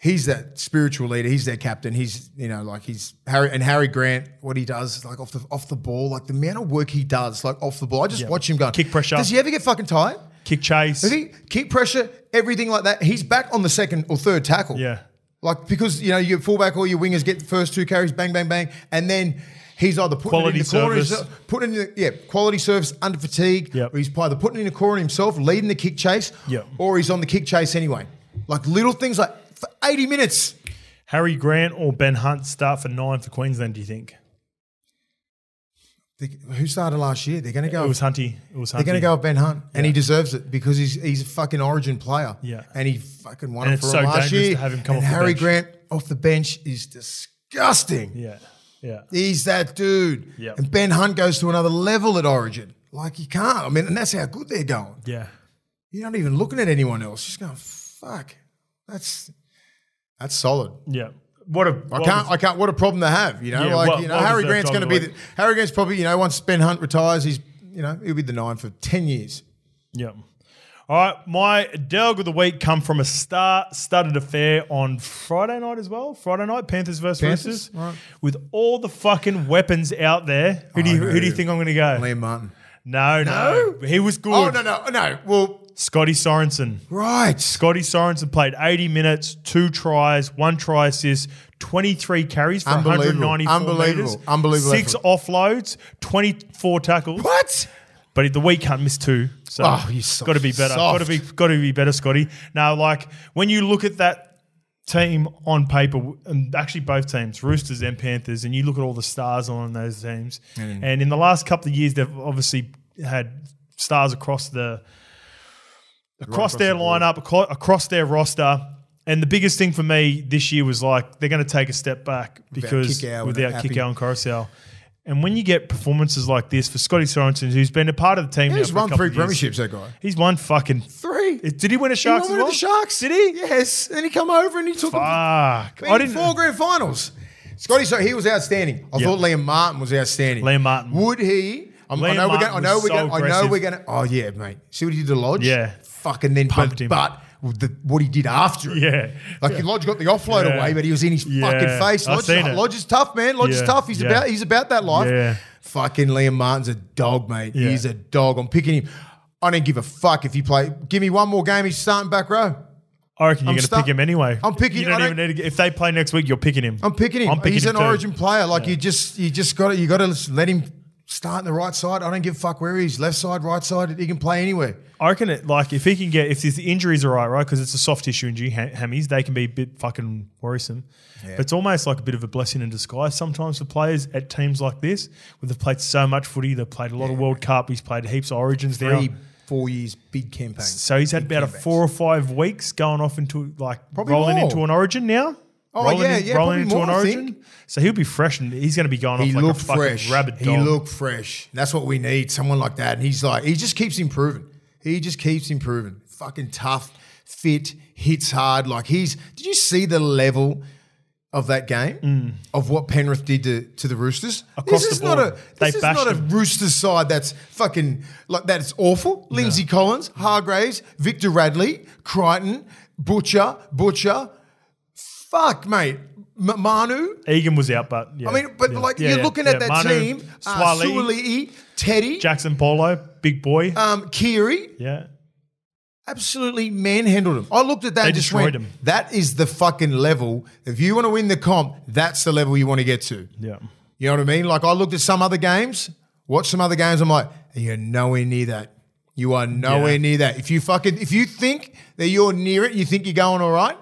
Speaker 2: he's that spiritual leader. He's their captain. He's you know like he's Harry and Harry Grant. What he does like off the off the ball, like the amount of work he does, like off the ball. I just watch him go
Speaker 1: Kick pressure.
Speaker 2: Does he ever get fucking tired?
Speaker 1: Kick chase.
Speaker 2: Does he kick pressure? Everything like that. He's back on the second or third tackle.
Speaker 1: Yeah.
Speaker 2: Like because you know your fullback or your wingers get the first two carries, bang, bang, bang, and then he's either putting
Speaker 1: Quality
Speaker 2: it in the corner,
Speaker 1: service.
Speaker 2: himself, putting in the, yeah quality service under fatigue,
Speaker 1: Yep.
Speaker 2: or he's either putting in the corner himself, leading the kick chase,
Speaker 1: Yep.
Speaker 2: or he's on the kick chase anyway. Like little things like for eighty minutes.
Speaker 1: Harry Grant or Ben Hunt start for nine for Queensland, do you think?
Speaker 2: They- Who started last year? They're going to go.
Speaker 1: It was Hunty. It was Hunty.
Speaker 2: they're going to go with Ben Hunt, and he deserves it because he's he's a fucking Origin player.
Speaker 1: Yeah.
Speaker 2: and he fucking won
Speaker 1: And
Speaker 2: it
Speaker 1: it's
Speaker 2: for
Speaker 1: so
Speaker 2: him last
Speaker 1: dangerous
Speaker 2: year.
Speaker 1: to have him come
Speaker 2: and
Speaker 1: off the
Speaker 2: Harry
Speaker 1: bench.
Speaker 2: Grant off the bench is disgusting.
Speaker 1: Yeah. Yeah.
Speaker 2: He's that dude.
Speaker 1: Yep.
Speaker 2: And Ben Hunt goes to another level at Origin. Like you can't. I mean, and that's how good they're going.
Speaker 1: Yeah.
Speaker 2: You're not even looking at anyone else. Just going, fuck. That's that's solid.
Speaker 1: Yeah. What a.
Speaker 2: I can't. I can't. What a problem to have. You know,
Speaker 1: Yeah,
Speaker 2: like
Speaker 1: well-
Speaker 2: you know,
Speaker 1: well
Speaker 2: Harry
Speaker 1: deserved
Speaker 2: Grant's
Speaker 1: time
Speaker 2: going to
Speaker 1: of
Speaker 2: be
Speaker 1: the
Speaker 2: the, Harry Grant's probably you know once Ben Hunt retires, he's you know he'll be the nine for ten years.
Speaker 1: Yeah. All right, my dog of the week come from a star-studded affair on Friday night as well. Friday night, Panthers versus
Speaker 2: Panthers,
Speaker 1: Roosters,
Speaker 2: right.
Speaker 1: with all the fucking weapons out there. Who do you,
Speaker 2: I know
Speaker 1: who do you
Speaker 2: you.
Speaker 1: think I'm going to go?
Speaker 2: Liam Martin.
Speaker 1: No, no, he was good.
Speaker 2: Oh no no no. Well,
Speaker 1: Scotty Sorensen.
Speaker 2: right.
Speaker 1: Scotty Sorensen played 80 minutes, two tries, one try assist, 23 carries for
Speaker 2: Unbelievable.
Speaker 1: 194
Speaker 2: Unbelievable.
Speaker 1: meters,
Speaker 2: Unbelievable
Speaker 1: six
Speaker 2: effort.
Speaker 1: offloads, 24 tackles.
Speaker 2: What?
Speaker 1: But the week can't miss two. So
Speaker 2: Oh, you're so
Speaker 1: got to be better.
Speaker 2: soft.
Speaker 1: Got to be got to be better, Scotty. Now, like when you look at that team on paper, and actually both teams, Roosters and Panthers, and you look at all the stars on those teams,
Speaker 2: Mm.
Speaker 1: and in the last couple of years, they've obviously had stars across the across
Speaker 2: across
Speaker 1: their
Speaker 2: the board.
Speaker 1: lineup, across, across their roster. And the biggest thing for me this year was like they're going to take a step back because
Speaker 2: Kickow and
Speaker 1: without
Speaker 2: Appy.
Speaker 1: kick out and Coruscant. And when you get performances like this for Scotty Sorensen, who's been a part of the team, now
Speaker 2: He's
Speaker 1: for a
Speaker 2: won
Speaker 1: couple
Speaker 2: three
Speaker 1: of years,
Speaker 2: premierships. That guy.
Speaker 1: He's won fucking.
Speaker 2: Three.
Speaker 1: Did he win a Sharks?
Speaker 2: he
Speaker 1: as
Speaker 2: won with
Speaker 1: well?
Speaker 2: the Sharks.
Speaker 1: Did he?
Speaker 2: Yes. And he come over and he took
Speaker 1: Fuck.
Speaker 2: them I did four grand finals. Scotty, so he was outstanding. I
Speaker 1: Yeah.
Speaker 2: thought Liam Martin was outstanding.
Speaker 1: Liam Martin.
Speaker 2: Would he? I'm, I
Speaker 1: Liam
Speaker 2: know we're going. I
Speaker 1: Martin
Speaker 2: know
Speaker 1: was
Speaker 2: we're
Speaker 1: so
Speaker 2: going. I know
Speaker 1: aggressive.
Speaker 2: we're going. to Oh yeah, mate. See what he did to Lodge.
Speaker 1: Yeah.
Speaker 2: Fucking then
Speaker 1: Pumped
Speaker 2: but,
Speaker 1: him.
Speaker 2: but the, what he did after.
Speaker 1: (laughs)
Speaker 2: it.
Speaker 1: Yeah.
Speaker 2: Like Lodge got the offload
Speaker 1: Yeah.
Speaker 2: away, but he was in his
Speaker 1: Yeah.
Speaker 2: fucking face.
Speaker 1: I've
Speaker 2: Lodge,
Speaker 1: seen it.
Speaker 2: Lodge is tough, man. Lodge is
Speaker 1: Yeah.
Speaker 2: tough. He's
Speaker 1: Yeah.
Speaker 2: about. He's about that life.
Speaker 1: Yeah.
Speaker 2: Fucking Liam Martin's a dog, mate.
Speaker 1: Yeah.
Speaker 2: He's a dog. I'm picking him. I don't give a fuck if he play. Give me one more game. He's starting back row.
Speaker 1: I reckon you're going to
Speaker 2: stuck.
Speaker 1: pick him anyway.
Speaker 2: I'm picking-
Speaker 1: You
Speaker 2: I
Speaker 1: don't
Speaker 2: don't-
Speaker 1: even need to. Get, if they play next week, you're picking him.
Speaker 2: I'm picking him.
Speaker 1: I'm picking
Speaker 2: He's
Speaker 1: him
Speaker 2: an
Speaker 1: too.
Speaker 2: Origin player. Like you just you just got to you got to let him start on the right side. I don't give a fuck where he is. Left side, right side. He can play anywhere.
Speaker 1: I reckon it like if he can get if his injuries are right, right, because it's a soft tissue injury, ha- hammies, they can be a bit fucking worrisome. But it's almost like a bit of a blessing in disguise sometimes for players at teams like this, where they've played so much footy, they've played a lot of World Cup, he's played heaps of Origins
Speaker 2: Three,
Speaker 1: now.
Speaker 2: four years, big campaign.
Speaker 1: So he's had
Speaker 2: Big
Speaker 1: about a
Speaker 2: comebacks.
Speaker 1: four or five weeks going off into like
Speaker 2: Probably
Speaker 1: rolling
Speaker 2: more.
Speaker 1: into an Origin now.
Speaker 2: Oh,
Speaker 1: rolling
Speaker 2: yeah,
Speaker 1: in-
Speaker 2: yeah,
Speaker 1: rolling
Speaker 2: probably
Speaker 1: into
Speaker 2: more,
Speaker 1: an
Speaker 2: I
Speaker 1: Origin. So he'll be fresh and he's going to be going
Speaker 2: He
Speaker 1: off like a
Speaker 2: looked
Speaker 1: fucking
Speaker 2: fresh.
Speaker 1: rabid
Speaker 2: He
Speaker 1: dog.
Speaker 2: looked fresh. That's what we need. Someone like that. And he's like he just keeps improving. He just keeps improving. Fucking tough, fit, hits hard. Like he's. Did you see the level? Of that game, of what Penrith did to, to the Roosters,
Speaker 1: Mm. Across
Speaker 2: this
Speaker 1: the
Speaker 2: is
Speaker 1: board.
Speaker 2: not a
Speaker 1: They
Speaker 2: this is
Speaker 1: bashed
Speaker 2: not a
Speaker 1: them.
Speaker 2: Roosters side that's fucking like that. It's awful. Lindsay Collins, Hargraves, Victor Radley, Crichton, Butcher, Butcher. Fuck, mate, M- Manu.
Speaker 1: Egan was out, but yeah.
Speaker 2: I mean, but
Speaker 1: Yeah.
Speaker 2: like
Speaker 1: Yeah,
Speaker 2: you're
Speaker 1: yeah,
Speaker 2: looking
Speaker 1: yeah.
Speaker 2: at that
Speaker 1: Manu,
Speaker 2: team, uh,
Speaker 1: Suaalii,
Speaker 2: Suaalii, Teddy,
Speaker 1: Jackson Polo, big boy.
Speaker 2: um, Kiri,
Speaker 1: yeah.
Speaker 2: absolutely manhandled them. I looked at that
Speaker 1: They
Speaker 2: and just went,
Speaker 1: destroyed 'em.
Speaker 2: that is the fucking level. If you want to win the comp, that's the level you want to get to.
Speaker 1: Yeah.
Speaker 2: You know what I mean? Like I looked at some other games, watched some other games. I'm like, you're nowhere near that. You are nowhere
Speaker 1: Yeah.
Speaker 2: near that. If you fucking if you think that you're near it, you think you're going all right.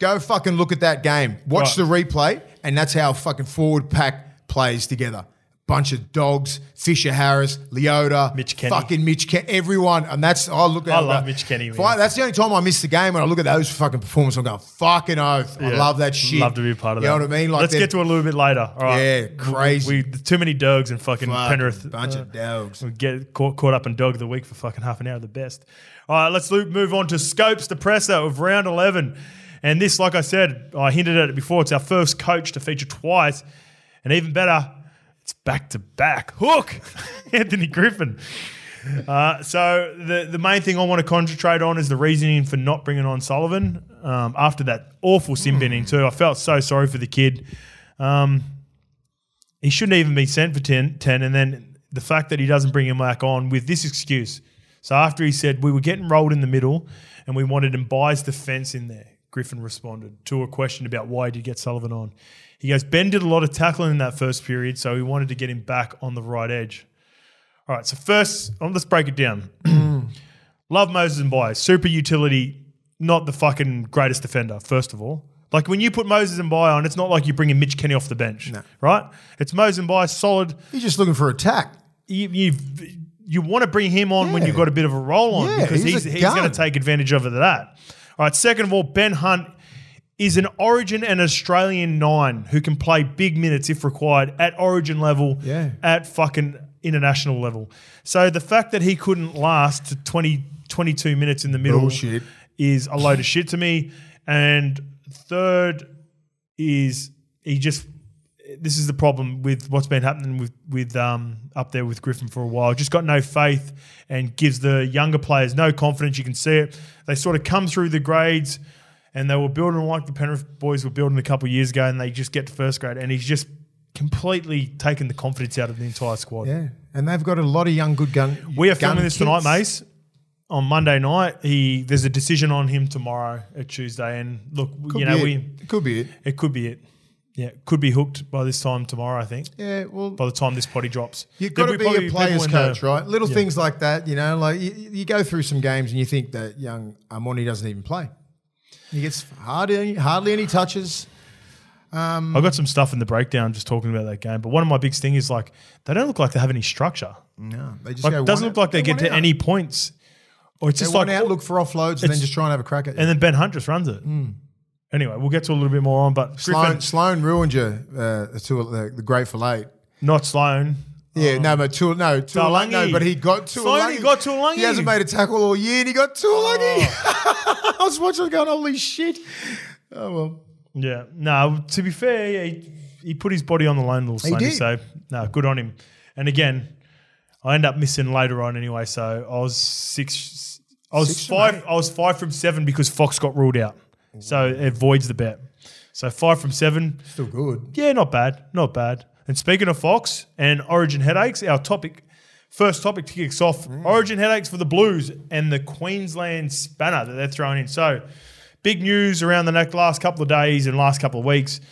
Speaker 2: Go fucking look at that game. Watch the replay, and that's how fucking forward pack plays together. Bunch of dogs, Fisher Harris, Leota,
Speaker 1: Mitch Kenny.
Speaker 2: fucking Mitch Kenny, everyone, and that's I look at.
Speaker 1: I
Speaker 2: it,
Speaker 1: love
Speaker 2: go-
Speaker 1: Mitch Kenny,
Speaker 2: If
Speaker 1: man.
Speaker 2: I- that's the only time I miss the game when I look at those fucking performances. I'm going fucking oath. I
Speaker 1: Yeah.
Speaker 2: love that shit.
Speaker 1: Love to be a part of
Speaker 2: you
Speaker 1: that.
Speaker 2: know what I mean? Like
Speaker 1: let's
Speaker 2: they're-
Speaker 1: get to it a little bit later. All right.
Speaker 2: Yeah,
Speaker 1: We-
Speaker 2: crazy.
Speaker 1: We, too many dogs and fucking
Speaker 2: Fucking
Speaker 1: Penrith.
Speaker 2: bunch
Speaker 1: uh,
Speaker 2: of dogs.
Speaker 1: we get caught, caught up in dog of the week for fucking half an hour. The best. All right, let's lo- move on to Scopes Depressor of round eleven. And this, like I said, I hinted at it before, it's our first coach to feature twice. And even better, it's back to back. Hook, (laughs) Anthony Griffin. Uh, so the the main thing I want to concentrate on is the reasoning for not bringing on Sullivan um, after that awful sin binning too. I felt so sorry for the kid. Um, he shouldn't even be sent for 10, 10 and then the fact that he doesn't bring him back on with this excuse. So after he said we were getting rolled in the middle and we wanted Mbai's defence in there, Griffin responded to a question about why did he get Sullivan on. He goes, Ben did a lot of tackling in that first period, so he wanted to get him back on the right edge. All right, so first, um, let's break it down. Love Moses and Bias. Super utility, not the fucking greatest defender, first of all. Like when you put Moses and Bias on, it's not like you're bringing Mitch Kenny off the bench,
Speaker 2: No.
Speaker 1: right? It's Moses and Bias, solid.
Speaker 2: He's just looking for attack.
Speaker 1: You, you, you want to bring him on when
Speaker 2: Yeah.
Speaker 1: you've got a bit of a roll on
Speaker 2: Yeah,
Speaker 1: because
Speaker 2: he's
Speaker 1: he's,
Speaker 2: a
Speaker 1: he's
Speaker 2: gun.
Speaker 1: going to take advantage of that. All right, second of all, Ben Hunt is an Origin and Australian nine who can play big minutes if required at Origin level,
Speaker 2: Yeah.
Speaker 1: at fucking international level. So the fact that he couldn't last to 20, 22 minutes in the middle
Speaker 2: Bullshit.
Speaker 1: is a load of shit to me. And third is he just. This is the problem with what's been happening with with um, up there with Griffin for a while. Just got no faith and gives the younger players no confidence. You can see it. They sort of come through the grades, and they were building like the Penrith boys were building a couple of years ago, and they just get to first grade, and he's just completely taken the confidence out of the entire squad.
Speaker 2: Yeah, and they've got a lot of young good gun.
Speaker 1: We are
Speaker 2: gun
Speaker 1: filming this
Speaker 2: kids.
Speaker 1: tonight, Mace. On Monday night, he there's a decision on him tomorrow at Tuesday, and look,
Speaker 2: Could
Speaker 1: you know
Speaker 2: be
Speaker 1: we
Speaker 2: it. could be it.
Speaker 1: it could be it. Yeah, could be hooked by this time tomorrow. I think
Speaker 2: Yeah, well,
Speaker 1: by the time this potty drops,
Speaker 2: You've
Speaker 1: Then
Speaker 2: got to
Speaker 1: we
Speaker 2: be
Speaker 1: probably-
Speaker 2: a player's
Speaker 1: people in
Speaker 2: coach,
Speaker 1: the-
Speaker 2: right? Little
Speaker 1: yeah.
Speaker 2: things like that, you know, like you, you go through some games and you think that young Armoni doesn't even play. He gets hardly any, hardly any touches.
Speaker 1: I got some stuff in the breakdown just talking about that game, but one of my big thing is like they don't look like they have any structure.
Speaker 2: No, they just
Speaker 1: Like
Speaker 2: go.
Speaker 1: it doesn't
Speaker 2: one
Speaker 1: look like they,
Speaker 2: out-
Speaker 1: get
Speaker 2: one
Speaker 1: to
Speaker 2: out.
Speaker 1: any points, or it's
Speaker 2: They
Speaker 1: just
Speaker 2: one
Speaker 1: like
Speaker 2: out, look Hmm. for offloads, and then
Speaker 1: it's-
Speaker 2: just try and have a crack at you.
Speaker 1: and then Ben Hunt just runs it. Anyway, we'll get to a little bit more on, but
Speaker 2: Sloan,
Speaker 1: Griffin,
Speaker 2: Sloan ruined you uh, to the, the Grateful Eight.
Speaker 1: not Sloan.
Speaker 2: Yeah, no, but Tua, no, Tua, no,
Speaker 1: Talangi.
Speaker 2: but he got Tua.
Speaker 1: Sloan, he Oh. got Talangi.
Speaker 2: He hasn't made a tackle all year, and he got Tua
Speaker 1: Oh.
Speaker 2: (laughs) I was watching, it going, holy shit! Oh well,
Speaker 1: Yeah. No, to be fair, yeah, he, he put his body on the line little Slaney,
Speaker 2: did.
Speaker 1: so no, good on him. And again, I end up missing later on anyway, so I was six I was
Speaker 2: Six from
Speaker 1: five
Speaker 2: eight.
Speaker 1: I was five from seven because Fox got ruled out. So it voids the bet. So five from seven.
Speaker 2: still good.
Speaker 1: Yeah, not bad. Not bad. And speaking of Fox and Origin headaches, our topic, first topic to kicks off Origin headaches for the Blues and the Queensland spanner that they're throwing in. So, big news around the neck last couple of days and last couple of weeks.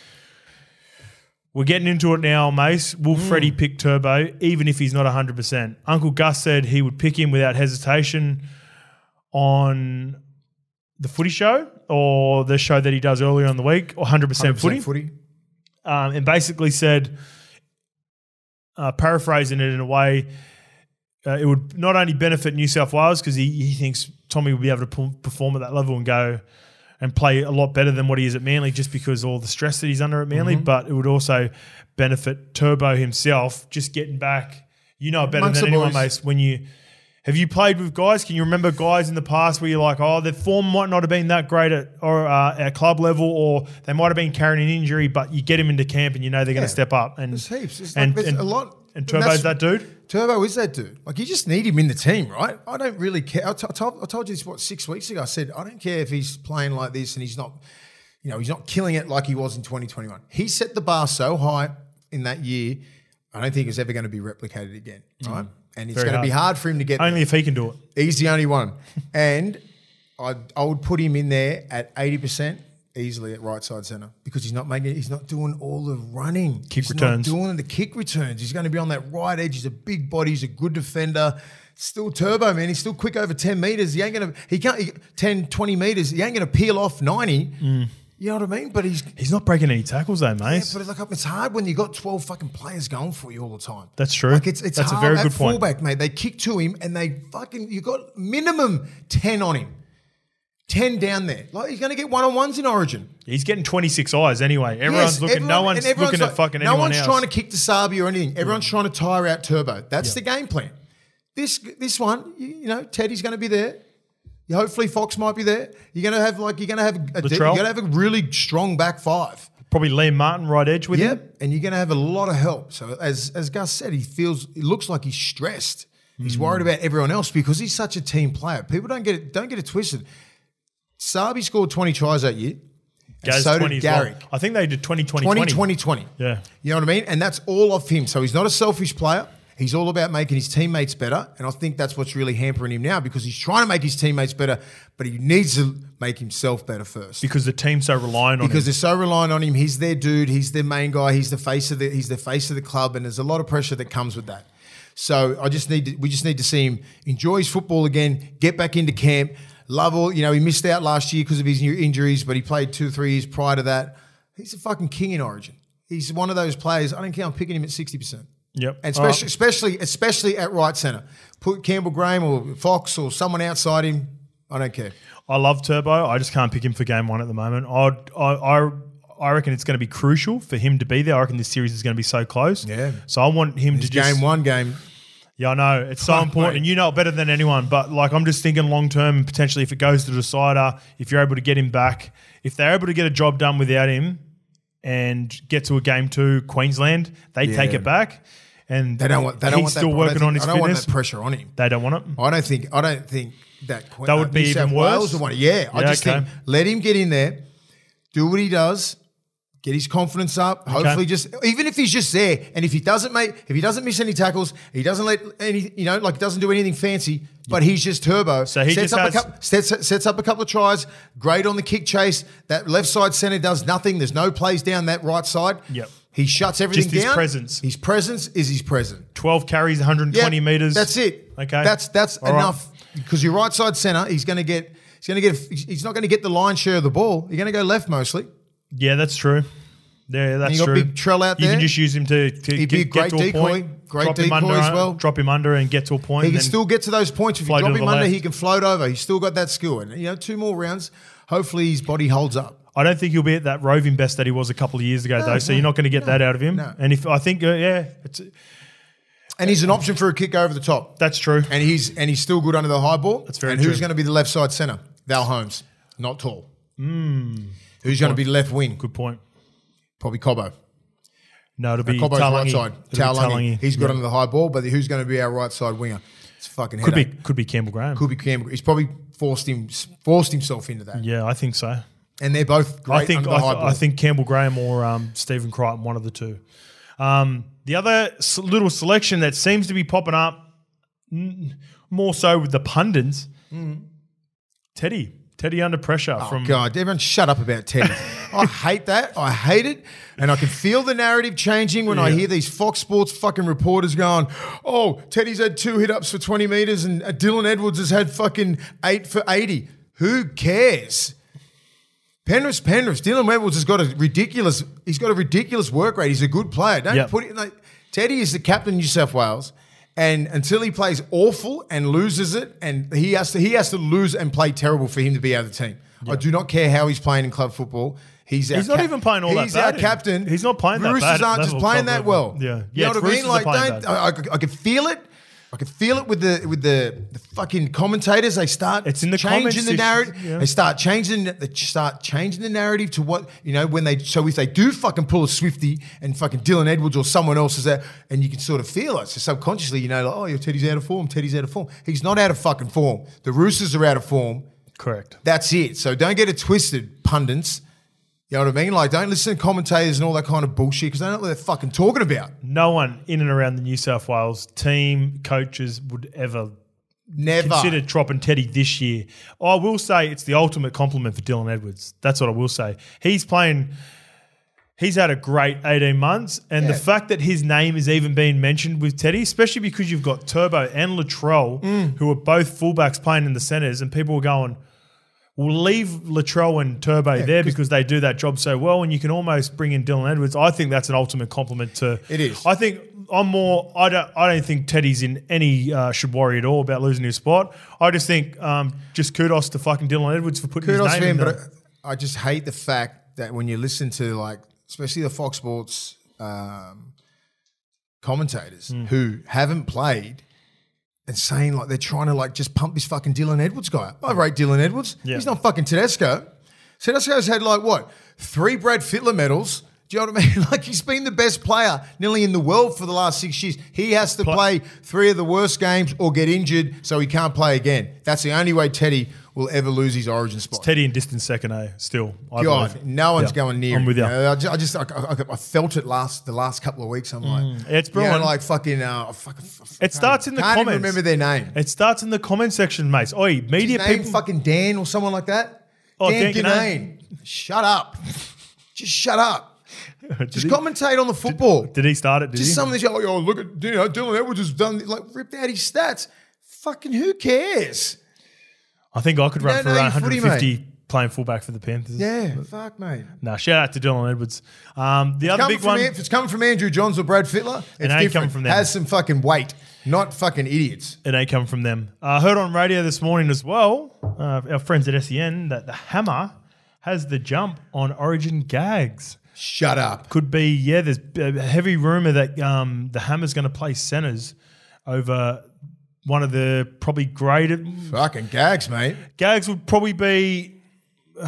Speaker 1: We're getting into it now, Mace. Will Freddie pick Turbo, even if he's not 100%? Uncle Gus said he would pick him without hesitation on the footy show or the show that he does earlier on the week, or 100% footy
Speaker 2: footy.
Speaker 1: um, and basically said, uh, paraphrasing it in a way, uh, it would not only benefit New South Wales because he, he thinks Tommy will be able to p- perform at that level and go and play a lot better than what he is at Manly just because all the stress that he's under at Manly,
Speaker 2: Mm-hmm.
Speaker 1: but it would also benefit Turbo himself just getting back. You know it better
Speaker 2: Amongst
Speaker 1: than
Speaker 2: the
Speaker 1: anyone,
Speaker 2: boys.
Speaker 1: mate. When you have you played with guys? Can you remember guys in the past where you're like, oh, their form might not have been that great at or uh, at club level, or they might have been carrying an injury, but you get them into camp and you know they're going
Speaker 2: Yeah.
Speaker 1: to step up. And
Speaker 2: There's heaps. It's
Speaker 1: and,
Speaker 2: like, there's
Speaker 1: and-
Speaker 2: a lot.
Speaker 1: And
Speaker 2: that's-
Speaker 1: Turbo's that dude.
Speaker 2: Turbo is that dude. Like you just need him in the team, right? I don't really care. I to- I told, I told you this what six weeks ago. I said I don't care if he's playing like this and he's not, you know, he's not killing it like he was in 2021. He set the bar so high in that year. I don't think it's ever going to be replicated again, right? And it's
Speaker 1: Very
Speaker 2: going to be hard for him to get. there.
Speaker 1: Only if he can do it.
Speaker 2: He's the only one. And I I would put him in there at 80% easily at right side center because he's not making he's not doing all the running.
Speaker 1: Kick
Speaker 2: he's
Speaker 1: returns.
Speaker 2: Not doing the kick returns. He's going to be on that right edge. He's a big body, he's a good defender. Still turbo, man. He's still quick over 10 meters. He ain't going to he can't he, 10 20 meters. He ain't going to peel off 90.
Speaker 1: Mm.
Speaker 2: You know what I mean? But he's
Speaker 1: He's not breaking any tackles though, mate.
Speaker 2: yeah, but it's like it's hard when you got twelve fucking players going for you all the time.
Speaker 1: That's true.
Speaker 2: Like it's it's
Speaker 1: That's a
Speaker 2: hard.
Speaker 1: very
Speaker 2: that
Speaker 1: good point.
Speaker 2: fullback, mate. They kick to him and they fucking you got minimum ten on him. Ten down there. Like he's gonna get one on ones in Origin.
Speaker 1: He's getting 26 eyes anyway. Everyone's
Speaker 2: Yes,
Speaker 1: looking. no
Speaker 2: everyone-
Speaker 1: one's
Speaker 2: and everyone's
Speaker 1: looking
Speaker 2: like-
Speaker 1: at fucking
Speaker 2: No
Speaker 1: anyone
Speaker 2: one's
Speaker 1: else. Mm.
Speaker 2: trying to kick to Sabi or anything. Everyone's trying to tire out Turbo. That's the game plan. This this one, you, you know, Teddy's gonna be there. Hopefully, Fox might be there. You're gonna have like you're gonna have a de-
Speaker 1: Latrell?
Speaker 2: you're gonna have a really strong back five.
Speaker 1: Probably Liam Martin right edge with him.
Speaker 2: Yep, and you're going to have a lot of help. So as as Gus said, he feels it looks like he's stressed. He's worried about everyone else because he's such a team player. People don't get it don't get it twisted. Sabi scored 20 tries that year. And
Speaker 1: Gaz
Speaker 2: so
Speaker 1: 20 as
Speaker 2: did
Speaker 1: well.
Speaker 2: Garrick.
Speaker 1: I think they did 20 20
Speaker 2: 20
Speaker 1: 20.
Speaker 2: 20 20.
Speaker 1: Yeah.
Speaker 2: You know what I mean? And that's all of him. So he's not a selfish player. He's all about making his teammates better. And I think that's what's really hampering him now because he's trying to make his teammates better, but he needs to make himself better first.
Speaker 1: Because the team's so reliant on
Speaker 2: because
Speaker 1: him.
Speaker 2: they're so reliant on him. He's their dude. He's their main guy. He's the face of the he's the face of the club, and there's a lot of pressure that comes with that. So I just need to, we just need to see him enjoy his football again, get back into camp, love all. You know, he missed out last year because of his new injuries, but he played two three years prior to that. He's a fucking king in Origin. He's one of those players. I don't care. I'm picking him at sixty percent.
Speaker 1: Yep.
Speaker 2: And
Speaker 1: All right.
Speaker 2: especially, especially, especially at right centre, put Campbell Graham or Fox or someone outside him. I don't care.
Speaker 1: I love Turbo. I just can't pick him for game one at the moment. I'd, I, I, I reckon it's going to be crucial for him to be there. I reckon this series is going to be so close.
Speaker 2: Yeah.
Speaker 1: So I want him to just.
Speaker 2: game one, game
Speaker 1: Yeah, I know. It's so important.
Speaker 2: (laughs) mate.
Speaker 1: And you know it better than anyone. But like, I'm just thinking long term and potentially if it goes to the decider, if you're able to get him back, if they're able to get a job done without him and get to a game two, Queensland, they take
Speaker 2: Yeah.
Speaker 1: it back. And
Speaker 2: They don't want. They don't
Speaker 1: he's
Speaker 2: want
Speaker 1: still
Speaker 2: that, I
Speaker 1: working
Speaker 2: don't
Speaker 1: on his
Speaker 2: think- I don't
Speaker 1: fitness.
Speaker 2: want that pressure on him.
Speaker 1: they don't want it.
Speaker 2: I don't think. I don't think that. Qu-
Speaker 1: That would
Speaker 2: uh,
Speaker 1: be
Speaker 2: New
Speaker 1: even
Speaker 2: South
Speaker 1: worse.
Speaker 2: Wales would want it. Yeah, I
Speaker 1: Yeah,
Speaker 2: just
Speaker 1: okay.
Speaker 2: think let him get in there, do what he does, get his confidence up. Hopefully, just even if he's just there, and if he doesn't make, if he doesn't miss any tackles, he doesn't let any, you know, like doesn't do anything fancy. But he's just turbo.
Speaker 1: So he
Speaker 2: sets
Speaker 1: just
Speaker 2: up
Speaker 1: has-
Speaker 2: a couple, sets, sets up a couple of tries. Great on the kick chase. That left side center does nothing. There's no plays down that right side.
Speaker 1: Yep.
Speaker 2: He shuts everything
Speaker 1: Just his
Speaker 2: down.
Speaker 1: presence.
Speaker 2: His presence is his present.
Speaker 1: 12 carries, 120
Speaker 2: Yeah,
Speaker 1: meters.
Speaker 2: That's it.
Speaker 1: Okay.
Speaker 2: That's that's
Speaker 1: All right.
Speaker 2: enough because your right side center, he's going to get he's going to get he's not going to get the lion's share of the ball. You're going to go left mostly.
Speaker 1: Yeah, that's true. Yeah, that's
Speaker 2: you got
Speaker 1: true.
Speaker 2: Big Trell out
Speaker 1: You
Speaker 2: there.
Speaker 1: can just use him to, to
Speaker 2: He'd
Speaker 1: get,
Speaker 2: be a
Speaker 1: get
Speaker 2: great
Speaker 1: to a
Speaker 2: decoy,
Speaker 1: point.
Speaker 2: great
Speaker 1: drop him
Speaker 2: decoy
Speaker 1: under,
Speaker 2: as well.
Speaker 1: Drop him under and get to a point.
Speaker 2: He can
Speaker 1: and then-
Speaker 2: still get to those points if you
Speaker 1: float
Speaker 2: drop
Speaker 1: to the
Speaker 2: him under.
Speaker 1: left.
Speaker 2: He can float over. He's still got that skill, and you know two more rounds. Hopefully his body holds up.
Speaker 1: I don't think he'll be at that roving best that he was a couple of years ago, though. So
Speaker 2: no,
Speaker 1: you're not going to get that out of him.
Speaker 2: no.
Speaker 1: And if I think, uh, yeah, it's,
Speaker 2: And he's an option for a kick over the top.
Speaker 1: that's true.
Speaker 2: And he's and he's still good under the high ball. That's
Speaker 1: very
Speaker 2: And who's
Speaker 1: true.
Speaker 2: going to be the left side center? Val Holmes, not tall.
Speaker 1: Hmm.
Speaker 2: Who's going to be left wing?
Speaker 1: Good point.
Speaker 2: Probably Cobbo.
Speaker 1: No, it'll be
Speaker 2: Cobbo's right
Speaker 1: Talangi.
Speaker 2: side.
Speaker 1: It'll be
Speaker 2: Talangi.
Speaker 1: Talangi.
Speaker 2: He's got under the high ball, but who's going to be our right side winger? It's a fucking
Speaker 1: could be
Speaker 2: headache.
Speaker 1: could be Campbell Graham.
Speaker 2: Could be Campbell. He's probably forced him forced himself into that.
Speaker 1: Yeah, I think so.
Speaker 2: And they're both great
Speaker 1: Mm. I think
Speaker 2: under
Speaker 1: I,
Speaker 2: the high
Speaker 1: th-
Speaker 2: ball.
Speaker 1: I think Campbell Graham or um, Stephen Crichton, one of the two. Um, the other s- little selection that seems to be popping up mm, more so with the pundits, Teddy, Teddy under pressure from
Speaker 2: Mm. Oh, God, everyone shut up
Speaker 1: (laughs)
Speaker 2: about Teddy. I hate that. I hate it. And I can feel the narrative changing when I
Speaker 1: Yeah.
Speaker 2: hear these Fox Sports fucking reporters going, oh, Teddy's had two hit ups for 20 meters and uh, Dylan Edwards has had fucking eight for 80. Who cares? Penrith's Penrith. Dylan Edwards has got a ridiculous, he's got a ridiculous work rate. He's a good player. Don't
Speaker 1: Yep.
Speaker 2: put it like Teddy is the captain of New South Wales. And until he plays awful and loses it, and he has to he has to lose and play terrible for him to be out of the team. I do not care how he's playing in club football. He's our
Speaker 1: He's not even playing all that
Speaker 2: He's
Speaker 1: bad
Speaker 2: our
Speaker 1: in-
Speaker 2: captain.
Speaker 1: he's not playing that
Speaker 2: Roosters
Speaker 1: bad at
Speaker 2: aren't just
Speaker 1: level,
Speaker 2: playing
Speaker 1: club
Speaker 2: that
Speaker 1: level.
Speaker 2: well.
Speaker 1: Yeah.
Speaker 2: you
Speaker 1: Yeah,
Speaker 2: know
Speaker 1: it's
Speaker 2: what I
Speaker 1: Roosters
Speaker 2: mean.
Speaker 1: are
Speaker 2: Like,
Speaker 1: playing
Speaker 2: don't
Speaker 1: bad.
Speaker 2: I, I, could- I could feel it. I could feel it with the with the, the fucking commentators. They start
Speaker 1: It's in the comments
Speaker 2: changing the
Speaker 1: section,
Speaker 2: narrative.
Speaker 1: yeah.
Speaker 2: They start changing. They start changing the narrative to what you know when they. So if they do fucking pull a Swifty and fucking Dylan Edwards or someone else is there, and you can sort of feel it. So subconsciously, you know, like, oh, your Teddy's out of form. Teddy's out of form. He's not out of fucking form. The Roosters are out of form.
Speaker 1: correct.
Speaker 2: That's it. So don't get it twisted, pundits. You know what I mean? Like, don't listen to commentators and all that kind of bullshit because they don't know what they're fucking talking about.
Speaker 1: No one in and around the New South Wales team coaches would ever
Speaker 2: Never.
Speaker 1: consider Trop and Teddy this year. I will say it's the ultimate compliment for Dylan Edwards. That's what I will say. He's playing. He's had a great 18 months, and the
Speaker 2: Yeah.
Speaker 1: fact that his name is even being mentioned with Teddy, especially because you've got Turbo and Latrell,
Speaker 2: Mm.
Speaker 1: who are both fullbacks playing in the centres, and people are going, we'll leave Latrell and Turbo there because they do that job so well, and you can almost bring in Dylan Edwards. I think that's an ultimate compliment to.
Speaker 2: It is.
Speaker 1: I think I'm more. I don't. I don't think Teddy's in any uh, should worry at all about losing his spot. I just think um, just kudos to fucking Dylan Edwards for putting
Speaker 2: kudos
Speaker 1: his name
Speaker 2: to him,
Speaker 1: in
Speaker 2: but
Speaker 1: the-
Speaker 2: I, I just hate the fact that when you listen to like, especially the Fox Sports um, commentators who haven't played and saying like they're trying to like just pump this fucking Dylan Edwards guy up. I rate Dylan Edwards.
Speaker 1: Yeah.
Speaker 2: He's not fucking Tedesco. Tedesco's had like what three Brad Fittler medals. Do you know what I mean? (laughs) Like he's been the best player nearly in the world for the last six years. He has to play three of the worst games or get injured, so he can't play again. That's the only way Teddy will ever lose his origin spot.
Speaker 1: Teddy in distance second A still. I
Speaker 2: God,
Speaker 1: believe.
Speaker 2: no one's
Speaker 1: Yeah.
Speaker 2: going near.
Speaker 1: I'm
Speaker 2: him,
Speaker 1: with you.
Speaker 2: know? I ju- I just, I, I- I felt it last the last couple of weeks. I'm like,
Speaker 1: Mm. It's
Speaker 2: you know,
Speaker 1: brilliant.
Speaker 2: like fucking, uh, I fucking,
Speaker 1: It starts in the
Speaker 2: can't
Speaker 1: comments.
Speaker 2: Even remember their name.
Speaker 1: It starts in the comment section, mates. Oi, media
Speaker 2: name
Speaker 1: people. (laughs)
Speaker 2: fucking Dan or someone like that.
Speaker 1: Oh,
Speaker 2: Dan
Speaker 1: Dan
Speaker 2: Ganane. Shut up. (laughs) Just shut up. Just commentate on the football.
Speaker 1: Did he start it? Did
Speaker 2: Just
Speaker 1: he?
Speaker 2: some of these, oh, yo, look at you know, Dylan Edwards has done, like, ripped out his stats. Fucking who cares?
Speaker 1: I think I could run
Speaker 2: don't
Speaker 1: for
Speaker 2: know
Speaker 1: around
Speaker 2: your footy,
Speaker 1: 150 playing fullback for the Panthers.
Speaker 2: Yeah, fuck, mate.
Speaker 1: Nah, shout out to Dylan Edwards. Um, the other
Speaker 2: Come
Speaker 1: big
Speaker 2: from
Speaker 1: one.
Speaker 2: An- if it's coming from Andrew Johns or Brad Fittler, it's
Speaker 1: ain't coming
Speaker 2: different.
Speaker 1: from them.
Speaker 2: Has some fucking weight, not fucking idiots.
Speaker 1: It ain't coming from them. I heard on radio this morning as well, uh, our friends at SEN, that the Hammer has the jump on Origin gags.
Speaker 2: Shut up.
Speaker 1: Could be, yeah, there's a heavy rumor that um, the Hammer's going to play centers over one of the probably graded.
Speaker 2: Fucking gags, mate.
Speaker 1: Gags would probably be. (sighs)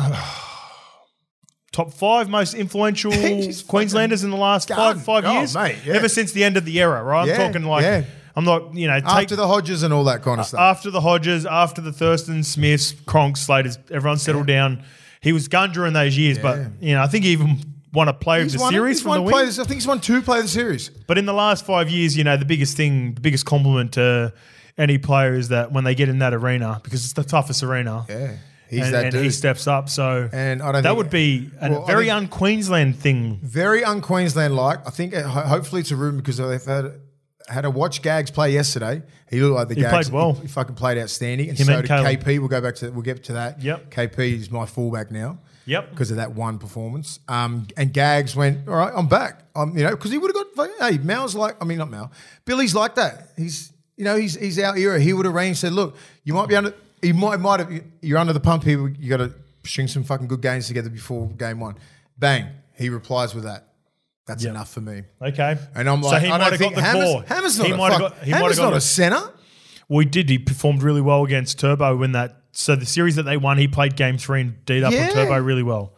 Speaker 1: Top five most influential
Speaker 2: (laughs) He's fucking
Speaker 1: Queenslanders in the last
Speaker 2: done.
Speaker 1: five five
Speaker 2: Oh,
Speaker 1: years,
Speaker 2: mate, yeah.
Speaker 1: ever since the end of the era, right?
Speaker 2: Yeah,
Speaker 1: I'm talking like
Speaker 2: yeah.
Speaker 1: I'm not, you know, take, Uh,
Speaker 2: After the Hodges and all that kind of stuff.
Speaker 1: after the Hodges, after the Thurston Smiths, Cronk, Slaters, everyone settled down. He was gun during those years,
Speaker 2: Yeah.
Speaker 1: but you know, I think he even won a player
Speaker 2: He's
Speaker 1: of the
Speaker 2: won-
Speaker 1: series
Speaker 2: he's
Speaker 1: from
Speaker 2: won
Speaker 1: the wing.
Speaker 2: play- I think he's won two play of the series.
Speaker 1: But in the last five years, you know, the biggest thing, the biggest compliment to any player is that when they get in that arena, because it's the toughest arena.
Speaker 2: Yeah, he's
Speaker 1: and,
Speaker 2: that
Speaker 1: and
Speaker 2: dude.
Speaker 1: he steps up. So
Speaker 2: And I don't
Speaker 1: that
Speaker 2: think-
Speaker 1: would be a
Speaker 2: Well, I
Speaker 1: very
Speaker 2: think-
Speaker 1: un Queensland thing.
Speaker 2: Very un Queensland like. I think uh, ho- hopefully it's a room because they've had had a watch Gags play yesterday. He looked like the Gags.
Speaker 1: played well.
Speaker 2: He, he fucking played outstanding. And
Speaker 1: Him
Speaker 2: so
Speaker 1: and
Speaker 2: did
Speaker 1: Caleb.
Speaker 2: KP. We'll go back to we'll get to that.
Speaker 1: Yep.
Speaker 2: KP is my fullback now.
Speaker 1: Yep.
Speaker 2: Because of that one performance. Um, and Gags went all right. I'm back. I'm you know because he would have got hey Mal's like I mean not Mal Billy's like that. He's you know he's he's our era. He would have arranged said look you might be under you might might have you're under the pump here. You got to string some fucking good games together before game one. Bang. He replies with that. That's enough for me.
Speaker 1: Okay,
Speaker 2: And I'm like,
Speaker 1: so he
Speaker 2: I
Speaker 1: might have
Speaker 2: don't
Speaker 1: got
Speaker 2: think
Speaker 1: the
Speaker 2: Hammer's,
Speaker 1: core.
Speaker 2: Hammer's not
Speaker 1: he
Speaker 2: a
Speaker 1: might have
Speaker 2: fuck-
Speaker 1: got. He might have
Speaker 2: Hammer's
Speaker 1: got
Speaker 2: not
Speaker 1: the-
Speaker 2: a centre.
Speaker 1: Well, he did. He performed really well against Turbo when that. So the series that they won, he played game three and beat up
Speaker 2: Yeah.
Speaker 1: on Turbo really well.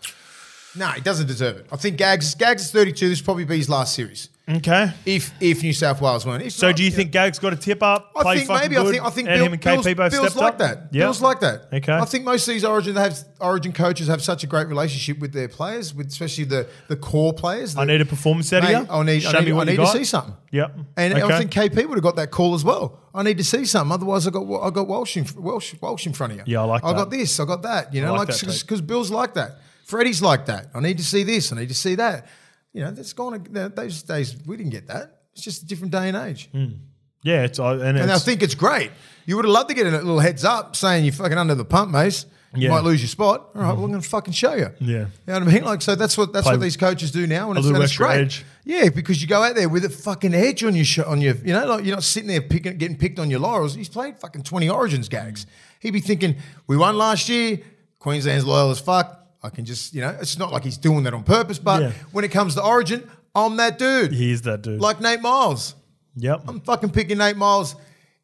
Speaker 2: No, he doesn't deserve it. I think Gags Gags is 32. This will probably be his last series.
Speaker 1: Okay.
Speaker 2: If if New South Wales won. If
Speaker 1: So
Speaker 2: not,
Speaker 1: do you
Speaker 2: know,
Speaker 1: think Gag's got a tip up?
Speaker 2: I
Speaker 1: played
Speaker 2: think
Speaker 1: fucking
Speaker 2: maybe I
Speaker 1: good,
Speaker 2: think I think
Speaker 1: and
Speaker 2: Bill,
Speaker 1: him and KP
Speaker 2: Bill's,
Speaker 1: both
Speaker 2: Bill's
Speaker 1: stepped
Speaker 2: like
Speaker 1: up?
Speaker 2: that.
Speaker 1: Yeah.
Speaker 2: Bill's like that.
Speaker 1: Okay.
Speaker 2: I think most of these Origin they have Origin coaches have such a great relationship with their players, with especially the the core players.
Speaker 1: I need a performance out of you.
Speaker 2: I need,
Speaker 1: Show
Speaker 2: I need,
Speaker 1: me
Speaker 2: I
Speaker 1: what
Speaker 2: need
Speaker 1: you
Speaker 2: to
Speaker 1: got.
Speaker 2: see something.
Speaker 1: Yep.
Speaker 2: And
Speaker 1: Okay.
Speaker 2: I think KP would have got that call as well. I need to see something. Otherwise, I got I got Welsh in, Welsh, Welsh in front of you.
Speaker 1: Yeah, I like
Speaker 2: I
Speaker 1: that.
Speaker 2: got this. I got that. You know,
Speaker 1: like
Speaker 2: like
Speaker 1: that,
Speaker 2: because
Speaker 1: Pete.
Speaker 2: Bill's like that. Freddie's like that. I need to see this. I need to see that. You know, that's gone. that- Those days we didn't get that. It's just a different day and age.
Speaker 1: Yeah, it's uh, and,
Speaker 2: And I
Speaker 1: it's,
Speaker 2: think it's great. You would have loved to get a little heads up saying you're fucking under the pump, mate. You
Speaker 1: Yeah. Mm-hmm.
Speaker 2: might lose your spot. All right, well, I'm going to fucking show you.
Speaker 1: Yeah.
Speaker 2: You know what I mean? Like, so that's what that's
Speaker 1: Play
Speaker 2: what these coaches do now, and it's,
Speaker 1: little
Speaker 2: and it's
Speaker 1: extra
Speaker 2: great.
Speaker 1: edge.
Speaker 2: Yeah, because you go out there with a fucking edge on your sho- on your, you know, like you're not sitting there picking, getting picked on your laurels. He's played fucking 20 Origins gags. He'd be thinking, we won last year. Queensland's loyal as fuck. I can just, you know, it's not like he's doing that on purpose, but
Speaker 1: Yeah.
Speaker 2: when it comes to Origin, I'm that dude.
Speaker 1: he is that dude.
Speaker 2: Like Nate Miles.
Speaker 1: yep.
Speaker 2: I'm fucking picking Nate Miles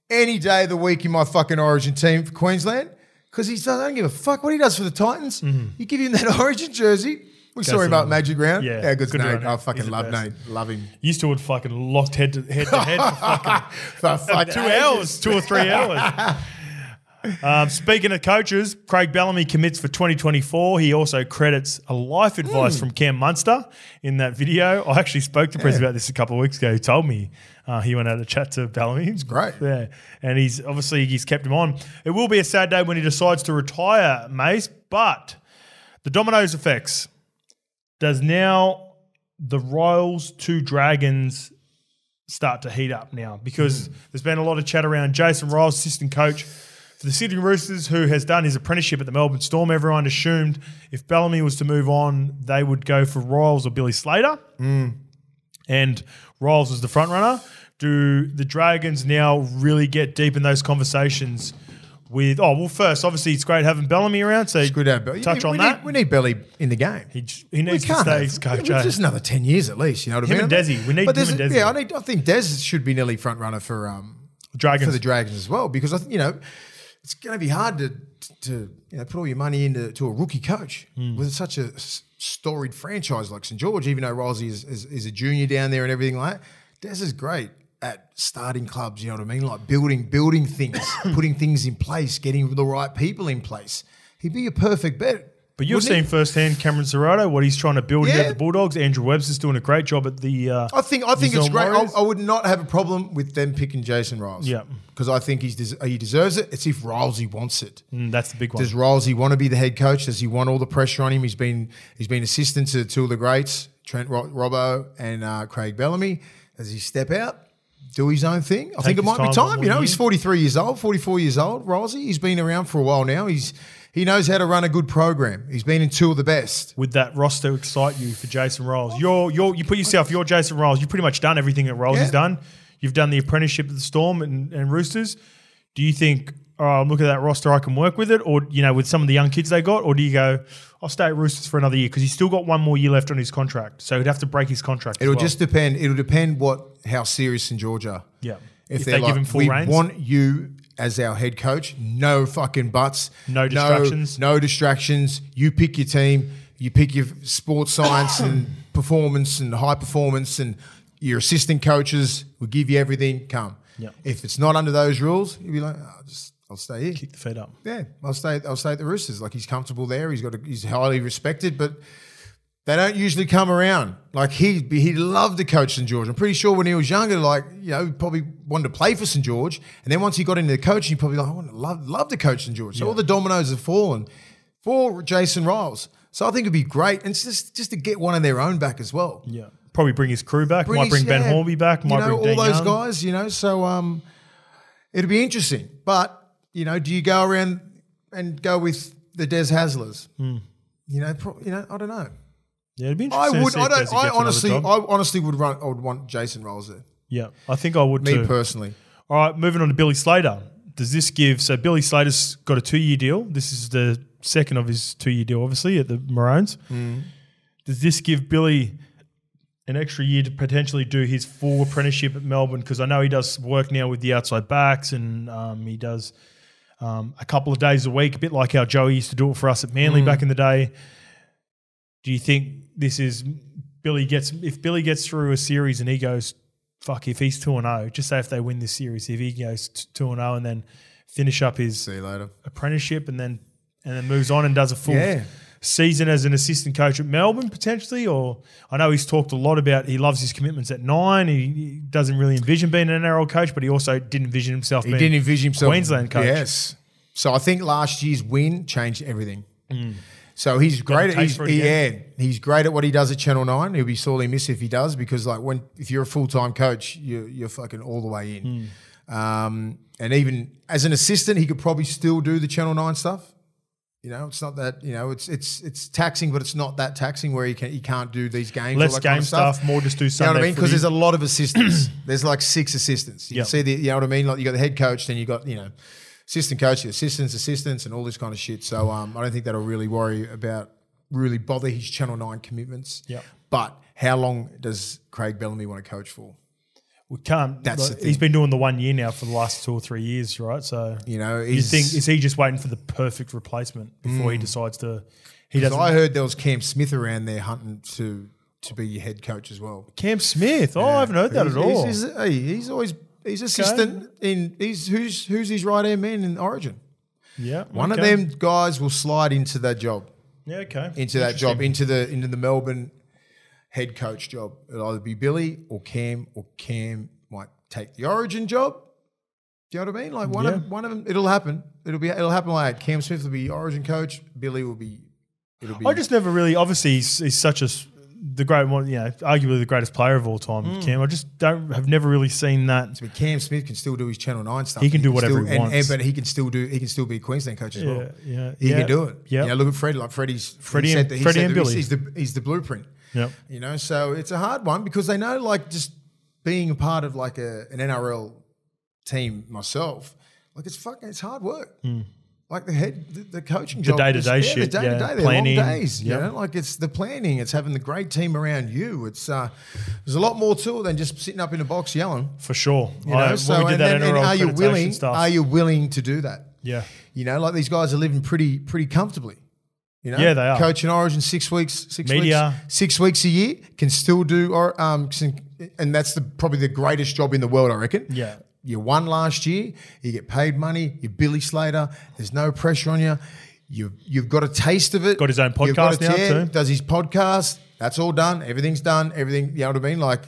Speaker 2: any day of the week in my fucking Origin team for Queensland because he doesn't I don't give a fuck what he does for the Titans.
Speaker 1: Mm-hmm.
Speaker 2: You give him that (laughs) Origin jersey. We saw
Speaker 1: Goes
Speaker 2: him out
Speaker 1: on.
Speaker 2: at Magic Round.
Speaker 1: Yeah,
Speaker 2: how good's
Speaker 1: good
Speaker 2: Nate?
Speaker 1: on him.
Speaker 2: I fucking
Speaker 1: He's the
Speaker 2: love
Speaker 1: best.
Speaker 2: Nate. Love him.
Speaker 1: Used to have fucking locked head to
Speaker 2: (laughs)
Speaker 1: head to head for fucking
Speaker 2: For fucking
Speaker 1: two
Speaker 2: ages.
Speaker 1: hours, two or three
Speaker 2: (laughs)
Speaker 1: hours. Um, speaking of coaches, Craig Bellamy commits for 2024. He also credits a life advice
Speaker 2: Hmm.
Speaker 1: from Cam Munster in that video. I actually spoke to Prez about this a couple of weeks ago. He told me uh, he went out to chat to Bellamy. It's
Speaker 2: great.
Speaker 1: Yeah. And he's obviously he's kept him on. It will be a sad day when he decides to retire, Mace, but the dominoes effects. Does now the Royals to Dragons start to heat up now because
Speaker 2: Hmm.
Speaker 1: there's been a lot of chat around Jason Riles, assistant coach for the Sydney Roosters, who has done his apprenticeship at the Melbourne Storm. Everyone assumed if Bellamy was to move on, they would go for Riles or Billy Slater.
Speaker 2: Hmm.
Speaker 1: And Riles was the front runner. Do the Dragons now really get deep in those conversations? With oh well, first obviously it's great having Bellamy around. So
Speaker 2: It's good to have Belly.
Speaker 1: Touch
Speaker 2: we
Speaker 1: on
Speaker 2: need,
Speaker 1: that.
Speaker 2: We need Belly in the game.
Speaker 1: he, j- he
Speaker 2: we
Speaker 1: needs to
Speaker 2: can't
Speaker 1: stay
Speaker 2: have,
Speaker 1: as coach. eh?
Speaker 2: Just another ten years at least. You know what I
Speaker 1: Him
Speaker 2: mean?
Speaker 1: and Desi. We need
Speaker 2: But
Speaker 1: him and
Speaker 2: there's-
Speaker 1: Desi.
Speaker 2: Yeah, I need. I think Des should be nearly front runner for um
Speaker 1: Dragons.
Speaker 2: for the Dragons as well because I think you know it's going to be hard to to you know put all your money into to a rookie coach
Speaker 1: Hmm.
Speaker 2: with such a s- storied franchise like St George. Even though Rosie is, is is a junior down there and everything like that, Des is great at starting clubs. You know what I mean? Like building
Speaker 1: (laughs)
Speaker 2: building things, putting things in place, getting the right people in place. He'd be a perfect bet.
Speaker 1: But you've
Speaker 2: wouldn't he?
Speaker 1: seen firsthand Cameron Serrato, what he's trying to build here
Speaker 2: Yeah.
Speaker 1: at the Bulldogs. Andrew Webster's doing a great job at the. Uh,
Speaker 2: I think I think it's
Speaker 1: Zealand
Speaker 2: great. I,
Speaker 1: Warriors.
Speaker 2: I would not have a problem with them picking Jason Riles.
Speaker 1: Yeah.
Speaker 2: because I think he's des- he deserves it. It's if Rilesy wants it.
Speaker 1: mm, that's the big one.
Speaker 2: Does Rolesy want to be the head coach? Does he want all the pressure on him? He's been he's been assistant to two of the greats, Trent Ro- Robbo and uh, Craig Bellamy. Does he step out, do his own thing? I think
Speaker 1: his
Speaker 2: it might be
Speaker 1: time, one
Speaker 2: time.
Speaker 1: more
Speaker 2: You know, he's
Speaker 1: year.
Speaker 2: 43 years old, 44 years old. Rolesy, he's been around for a while now. He's he knows how to run a good program. He's been in two of the best.
Speaker 1: Would that roster excite you for Jason Rolls? You're, you're, you put yourself, you're Jason Rolls. You've pretty much done everything that Rolls
Speaker 2: Yeah.
Speaker 1: has done. You've done the apprenticeship at the Storm and, and Roosters. Do you think, all right, I'm looking at that roster, I can work with it? Or, you know, with some of the young kids they got? Or do you go, I'll stay at Roosters for another year? Because he's still got one more year left on his contract. So he'd have to break his contract. as
Speaker 2: It'll
Speaker 1: well.
Speaker 2: just depend. It'll depend what how serious St George are.
Speaker 1: Yeah.
Speaker 2: If,
Speaker 1: If
Speaker 2: they're
Speaker 1: they give
Speaker 2: like,
Speaker 1: him full
Speaker 2: we
Speaker 1: reins."
Speaker 2: want you as our head coach. No fucking buts.
Speaker 1: No distractions.
Speaker 2: No, distractions. You pick your team. You pick your sports science and (coughs) performance and high performance and your assistant coaches. will give you everything. Come.
Speaker 1: Yeah.
Speaker 2: If it's not under those rules, you'll be like, oh, just I'll stay here.
Speaker 1: keep the feet up.
Speaker 2: Yeah, I'll stay. I'll stay at the Roosters. Like he's comfortable there. He's got. A, he's highly respected, but they don't usually come around. Like he he loved to coach St George. I'm pretty sure when he was younger, like you know, he probably wanted to play for St George, and then once he got into the coaching, he probably like I want to love love to coach St George. So all the dominoes have fallen for Jason Riles. So I think it'd be great, and it's just just to get one of their own back as well.
Speaker 1: Yeah. Probably bring his crew back. might
Speaker 2: British,
Speaker 1: bring Ben
Speaker 2: yeah.
Speaker 1: Hornby back. Might
Speaker 2: you know,
Speaker 1: bring Dan
Speaker 2: all those
Speaker 1: Young.
Speaker 2: guys. You know, so um, it'll be interesting. But you know, do you go around and go with the Des Haslers? You know, pro- you know, I don't know.
Speaker 1: Yeah, it'd be
Speaker 2: I
Speaker 1: interesting. to Hmm. see if Desi
Speaker 2: would. I don't.
Speaker 1: gets
Speaker 2: I
Speaker 1: another
Speaker 2: honestly. I
Speaker 1: job.
Speaker 2: honestly would run. I would want Jason Rolls there.
Speaker 1: yeah, I think I would
Speaker 2: Me
Speaker 1: too.
Speaker 2: personally.
Speaker 1: All right, moving on to Billy Slater. Does this give so Billy Slater's got a two year deal? This is the second of his two year deal, obviously, at the Maroons. Does this give Billy an extra year to potentially do his full apprenticeship at Melbourne? Because I know he does work now with the outside backs and um, he does um, a couple of days a week, a bit like how Joey used to do it for us at Manly back in the day. Do you think this is Billy gets if Billy gets through a series and he goes fuck if he's 2 and 0 just say if they win this series if he goes t- 2 and 0 and then finish up his
Speaker 2: See you later.
Speaker 1: apprenticeship and then and then moves on and does a full
Speaker 2: Yeah.
Speaker 1: season as an assistant coach at Melbourne potentially or I know he's talked a lot about he loves his commitments at 9 he, he doesn't really envision being an NRL coach but he also didn't envision himself
Speaker 2: He
Speaker 1: being
Speaker 2: didn't envision himself
Speaker 1: Queensland coach
Speaker 2: Yes. So I think last year's win changed everything. So he's great at
Speaker 1: Mm. taste
Speaker 2: he's,
Speaker 1: for it
Speaker 2: he- yeah, he's great at what he does at Channel Nine. He'll be sorely missed if he does because like when if you're a full time coach, you're you're fucking all the way in.
Speaker 1: Mm.
Speaker 2: Um, and even as an assistant, he could probably still do the Channel Nine stuff. You know, it's not that you know it's it's it's taxing, but it's not that taxing where he can he can't do these games.
Speaker 1: less
Speaker 2: all that
Speaker 1: game
Speaker 2: kind of
Speaker 1: stuff, more just do
Speaker 2: you know
Speaker 1: Sunday
Speaker 2: what I mean? Because
Speaker 1: footy.
Speaker 2: there's a lot
Speaker 1: (clears throat)
Speaker 2: of assistants. there's like six assistants. You
Speaker 1: Yep.
Speaker 2: can see the, you know what I mean? Like you got the head coach, then you got you know, assistant coach, assistants, assistants, and all this kind of shit. So um, I don't think that'll really worry about really bother his Channel Nine commitments.
Speaker 1: Yep.
Speaker 2: But how long does Craig Bellamy want to coach for?
Speaker 1: we can't
Speaker 2: That's the
Speaker 1: he's
Speaker 2: thing.
Speaker 1: been doing the one year now for the last two or three years right so
Speaker 2: You know,
Speaker 1: you
Speaker 2: he's-
Speaker 1: think is he just waiting for the perfect replacement before he decides to he
Speaker 2: So
Speaker 1: doesn't
Speaker 2: I heard there was Cam Smith around there hunting to to be your head coach as well.
Speaker 1: Cam Smith. Oh, I haven't heard that
Speaker 2: He's-
Speaker 1: at all.
Speaker 2: He's, he's, hey, he's always he's assistant in he's who's who's his right hand man in Origin.
Speaker 1: yeah,
Speaker 2: One
Speaker 1: okay.
Speaker 2: of them guys will slide into that job.
Speaker 1: Yeah, okay.
Speaker 2: into that job, into the into the Melbourne head coach job. It'll either be Billy or Cam, or Cam might take the Origin job. Do you know what I mean? Like one
Speaker 1: Yeah.
Speaker 2: of one of them, it'll happen. It'll be it'll happen like that. Cam Smith will be Origin coach. Billy will be. It'll be.
Speaker 1: I just never really. Obviously, he's, he's such a s- the great one. You know, arguably the greatest player of all time,
Speaker 2: Hmm.
Speaker 1: Cam. I just don't have never really seen that.
Speaker 2: I mean, Cam Smith can still do his Channel Nine stuff.
Speaker 1: He can do whatever
Speaker 2: still,
Speaker 1: he
Speaker 2: and-
Speaker 1: wants.
Speaker 2: and- but he can still do. He can still be a Queensland coach as well.
Speaker 1: yeah,
Speaker 2: He
Speaker 1: yeah.
Speaker 2: can do it.
Speaker 1: Yeah.
Speaker 2: Yeah. Look at Freddie. Like Freddie's.
Speaker 1: Freddie
Speaker 2: he
Speaker 1: and-
Speaker 2: that- he
Speaker 1: Freddie
Speaker 2: said
Speaker 1: and
Speaker 2: that
Speaker 1: Billy.
Speaker 2: He's the he's the blueprint.
Speaker 1: Yep.
Speaker 2: You know, so it's a hard one because they know like just being a part of like a, an NRL team myself, like it's fucking it's hard work. like the head, the, the coaching job,
Speaker 1: Hmm. day-to-day
Speaker 2: is-
Speaker 1: shit,
Speaker 2: the day to
Speaker 1: yeah,
Speaker 2: day, they're
Speaker 1: planning,
Speaker 2: long days. You
Speaker 1: yep.
Speaker 2: know, like it's the planning, it's having the great team around you. It's uh, there's a lot more to it than just sitting up in a box yelling.
Speaker 1: for sure.
Speaker 2: You know,
Speaker 1: I, when
Speaker 2: so
Speaker 1: Oh, we
Speaker 2: and
Speaker 1: did that
Speaker 2: then and
Speaker 1: NRL
Speaker 2: are you
Speaker 1: accreditation
Speaker 2: willing?
Speaker 1: stuff.
Speaker 2: Are you willing to do that?
Speaker 1: yeah.
Speaker 2: You know, like these guys are living pretty pretty comfortably. You know,
Speaker 1: Yeah, they are.
Speaker 2: Coach in Origin six weeks, six
Speaker 1: Media.
Speaker 2: weeks, six weeks a year can still do, or um, can- and that's the probably the greatest job in the world, I reckon.
Speaker 1: Yeah.
Speaker 2: you won last year, you get paid money, you're Billy Slater. There's no pressure on you. You've you've got a taste of it.
Speaker 1: Got his own
Speaker 2: You've got
Speaker 1: podcast
Speaker 2: a
Speaker 1: now
Speaker 2: tear,
Speaker 1: too.
Speaker 2: Does his podcast? That's all done. Everything's done. Everything. You know what I mean? Like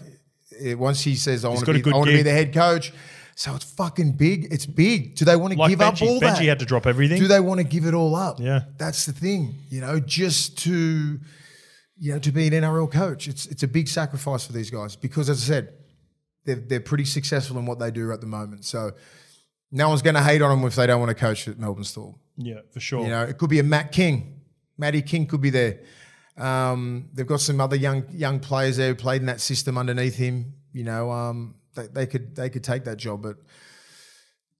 Speaker 2: it, once he says, "I want
Speaker 1: got a
Speaker 2: to be,
Speaker 1: good
Speaker 2: I want to be
Speaker 1: gig.
Speaker 2: the head coach." So it's fucking big. It's big. Do they want to
Speaker 1: Like
Speaker 2: give up
Speaker 1: Benji,
Speaker 2: all
Speaker 1: Benji
Speaker 2: that?
Speaker 1: had to drop everything.
Speaker 2: Do they want to give it all up?
Speaker 1: Yeah.
Speaker 2: that's the thing. You know, just to you know to be an NRL coach, it's it's a big sacrifice for these guys because, as I said, they're they're pretty successful in what they do at the moment. So no one's going to hate on them if they don't want to coach at Melbourne Storm.
Speaker 1: yeah, for sure.
Speaker 2: You know, it could be a Matt King, Matty King could be there. Um, they've got some other young young players there who played in that system underneath him. You know, um, they, they could they could take that job, but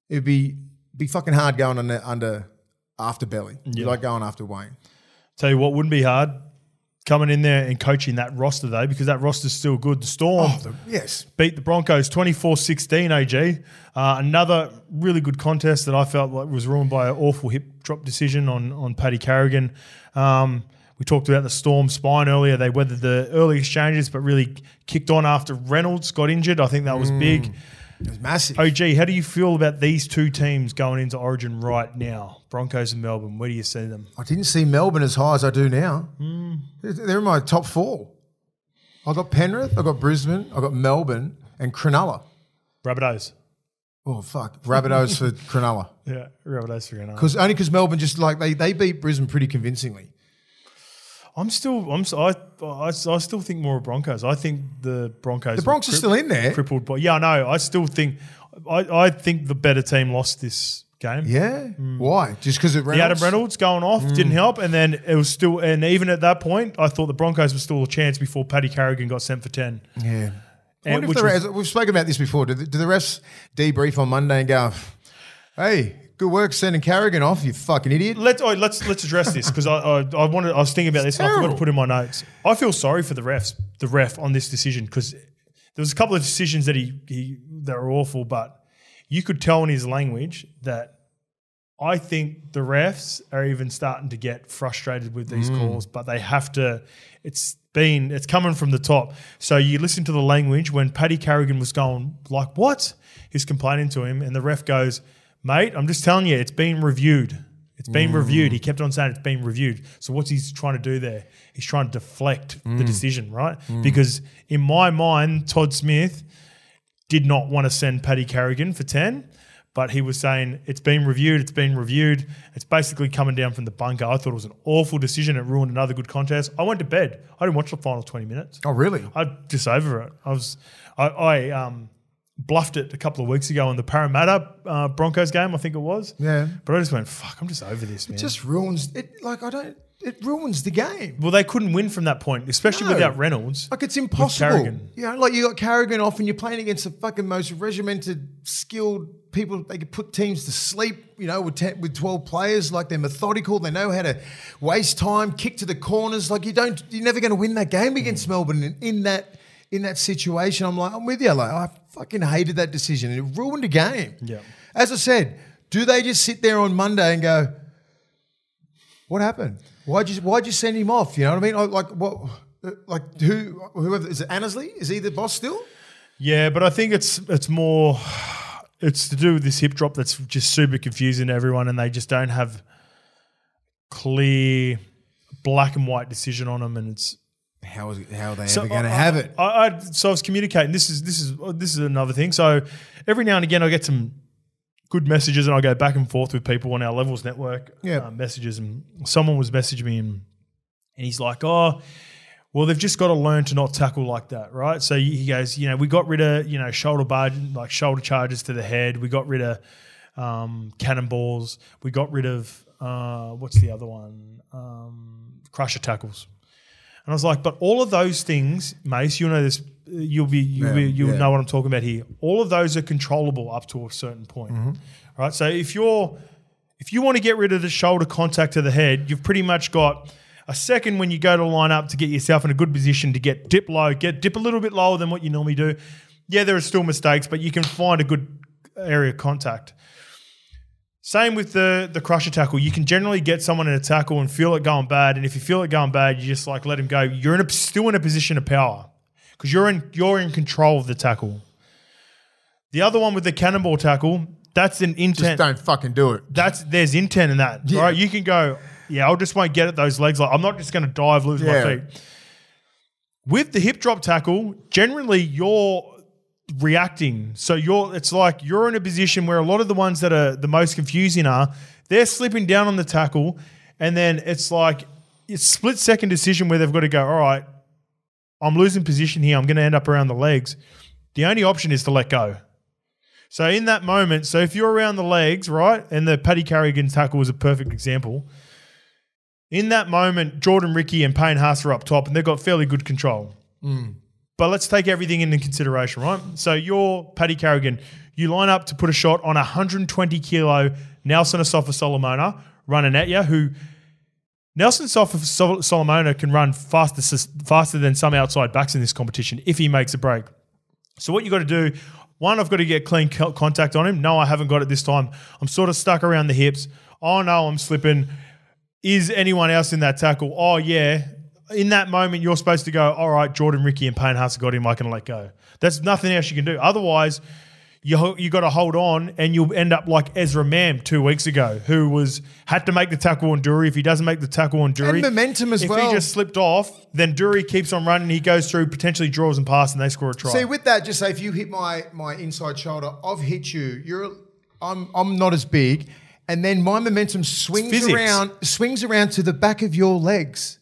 Speaker 2: it'd be be fucking hard going under under after Belly. You like going after Wayne.
Speaker 1: Tell you what wouldn't be hard coming in there and coaching that roster though, because that roster's still good. The Storm
Speaker 2: Oh, Yes,
Speaker 1: beat the Broncos 24-16 AG. Uh, another really good contest that I felt like was ruined by an awful hip drop decision on on Paddy Carrigan. Um, we talked about the Storm spine earlier. They weathered the early exchanges, but really kicked on after Reynolds got injured. I think that was big.
Speaker 2: it was massive.
Speaker 1: OG, how do you feel about these two teams going into Origin right now? Broncos and Melbourne. Where do you see them?
Speaker 2: I didn't see Melbourne as high as I do now. They're- They're in my top four. I got Penrith, I got Brisbane, I got Melbourne, and Cronulla.
Speaker 1: Rabbitohs.
Speaker 2: Oh fuck, Rabbitohs for (laughs) Cronulla.
Speaker 1: Yeah, Rabbitohs for now.
Speaker 2: Because only because Melbourne just like they, they beat Brisbane pretty convincingly.
Speaker 1: I'm still I'm si I, I still think more of Broncos. I think the Broncos.
Speaker 2: The Bronx are
Speaker 1: cri-
Speaker 2: still in there.
Speaker 1: crippled by. Yeah, I know. I still think I, I think the better team lost this game.
Speaker 2: Yeah. Mm. Why? Just because it
Speaker 1: Hmm. The Adam
Speaker 2: Reynolds?
Speaker 1: Reynolds going off didn't help, and then it was still, and even at that point, I thought the Broncos were still a chance before Paddy Carrigan got sent for ten.
Speaker 2: Yeah. I
Speaker 1: And
Speaker 2: wonder if
Speaker 1: which
Speaker 2: the
Speaker 1: was-
Speaker 2: refs, we've spoken about this before. Do the, do the refs debrief on Monday and go, "Hey, good work sending Carrigan off, you fucking idiot"?
Speaker 1: Let's oh, let's let's address this because I, I I wanted I was thinking about this and I forgot
Speaker 2: terrible.
Speaker 1: to put in my notes. I feel sorry for the refs, the ref on this decision because there was a couple of decisions that he he that were awful, but you could tell in his language that I think the refs are even starting to get frustrated with these calls, but they have to. It's been it's coming from the top. So you listen to the language when Paddy Carrigan was going like, "What?" He's complaining to him, and the ref goes, "Mate, I'm just telling you, it's been reviewed. It's been reviewed." He kept on saying it's been reviewed. So what's he trying to do there? He's trying to deflect the decision, right? Because in my mind, Todd Smith did not want to send Paddy Carrigan for 10, but he was saying it's been reviewed, it's been reviewed. It's basically coming down from the bunker. I thought it was an awful decision. It ruined another good contest. I went to bed. I didn't watch the final 20 minutes.
Speaker 2: Oh, really?
Speaker 1: I just over it. I was I, I um bluffed it a couple of weeks ago in the Parramatta uh, Broncos game, I think it was.
Speaker 2: Yeah.
Speaker 1: But I just went, fuck, I'm just over this, man.
Speaker 2: Just ruins it. Like I don't. It ruins the game.
Speaker 1: well, they couldn't win from that point, especially
Speaker 2: No.
Speaker 1: without Reynolds.
Speaker 2: Like it's impossible.
Speaker 1: Carrigan.
Speaker 2: You know, like you got Carrigan off, and you're playing against the fucking most regimented, skilled people. They could put teams to sleep. You know, with 10, with twelve players, like they're methodical. They know how to waste time, kick to the corners. Like you don't, you're never going to win that game against Melbourne in, in that in that situation. I'm like, I'm with you. Like I fucking hated that decision, and it ruined a game.
Speaker 1: Yeah.
Speaker 2: As I said, do they just sit there on Monday and go, what happened? Why'd you why'd you send him off? You know what I mean? I- Like what? Like who? Whoever is it? Annesley? Is he the boss still?
Speaker 1: Yeah, but I think it's it's more it's to do with this hip drop that's just super confusing to everyone, and they just don't have clear black and white decision on them, and it's
Speaker 2: How is how are they
Speaker 1: so
Speaker 2: ever going to
Speaker 1: I-
Speaker 2: have it?
Speaker 1: I, I so I was communicating. This is this is this is another thing. So every now and again, I get some good messages, and I go back and forth with people on our levels network.
Speaker 2: Yeah.
Speaker 1: uh, messages, and someone was messaging me, and, and he's like, "Oh, well, they've just got to learn to not tackle like that, right?" So he goes, "You know, we got rid of you know shoulder barge, like shoulder charges to the head. We got rid of um, cannonballs. We got rid of uh, what's the other one? Um, crusher tackles." And I was like, but all of those things, Mace, you'll know this. You'll be, you'll, be,
Speaker 2: Yeah,
Speaker 1: you'll
Speaker 2: yeah.
Speaker 1: know what I'm
Speaker 2: Mm-hmm.
Speaker 1: talking about here. All of those are controllable up to a certain point, right? So if you're if you want to get rid of the shoulder contact to the head, you've pretty much got a second when you go to line up to get yourself in a good position to get dip low, get dip a little bit lower than what you normally do. Yeah, there are still mistakes, but you can find a good area of contact. Same with the the crusher tackle. You can generally get someone in a tackle and feel it going bad, and if you feel it going bad, you just like let him go. You're in a, still in a position of power because you're in you're in control of the tackle. The other one with the cannonball tackle, that's an
Speaker 2: Just
Speaker 1: intent.
Speaker 2: don't fucking do it.
Speaker 1: That's there's intent in that,
Speaker 2: Yeah.
Speaker 1: right? You can go, yeah, I just won't get at those legs. Like I'm not just going to dive, lose
Speaker 2: Yeah.
Speaker 1: my feet. With the hip drop tackle, generally you're reacting. So you're it's like you're in a position where a lot of the ones that are the most confusing are they're slipping down on the tackle, and then it's like it's split second decision where they've got to go, all right, I'm losing position here. I'm going to end up around the legs. The only option is to let go. So in that moment, so if you're around the legs, right, and the Paddy Carrigan tackle was a perfect example. In that moment, Jordan Ricky and Payne Haas are up top, and they've got fairly good control. But let's take everything into consideration, right? So you're Paddy Carrigan. You line up to put a shot on 120 kilo Nelson Asafa Solomona running at you, who Nelson Sof- Sol- Solomona can run faster, faster than some outside backs in this competition if he makes a break. So what you got to do, one, I've got to get clean co- contact on him. No, I haven't got it this time. I'm sort of stuck around the hips. Oh no, I'm slipping. Is anyone else in that tackle? Oh yeah. In that moment, you're supposed to go. All right, Jordan, Ricky, and Payne Haas have got him. I can let go. That's nothing else you can do. Otherwise, you ho- you got to hold on, and you'll end up like Ezra Mam two weeks ago, who was had to make the tackle on Dury. If he doesn't make the tackle on Dury,
Speaker 2: And momentum as
Speaker 1: if
Speaker 2: well.
Speaker 1: he just slipped off, then Dury keeps on running. He goes through potentially draws and pass, and they score a try.
Speaker 2: See, with that, just say if you hit my my inside shoulder, I've hit you. You're I'm I'm not as big, and then my momentum swings
Speaker 1: physics.
Speaker 2: around swings around to the back of your legs.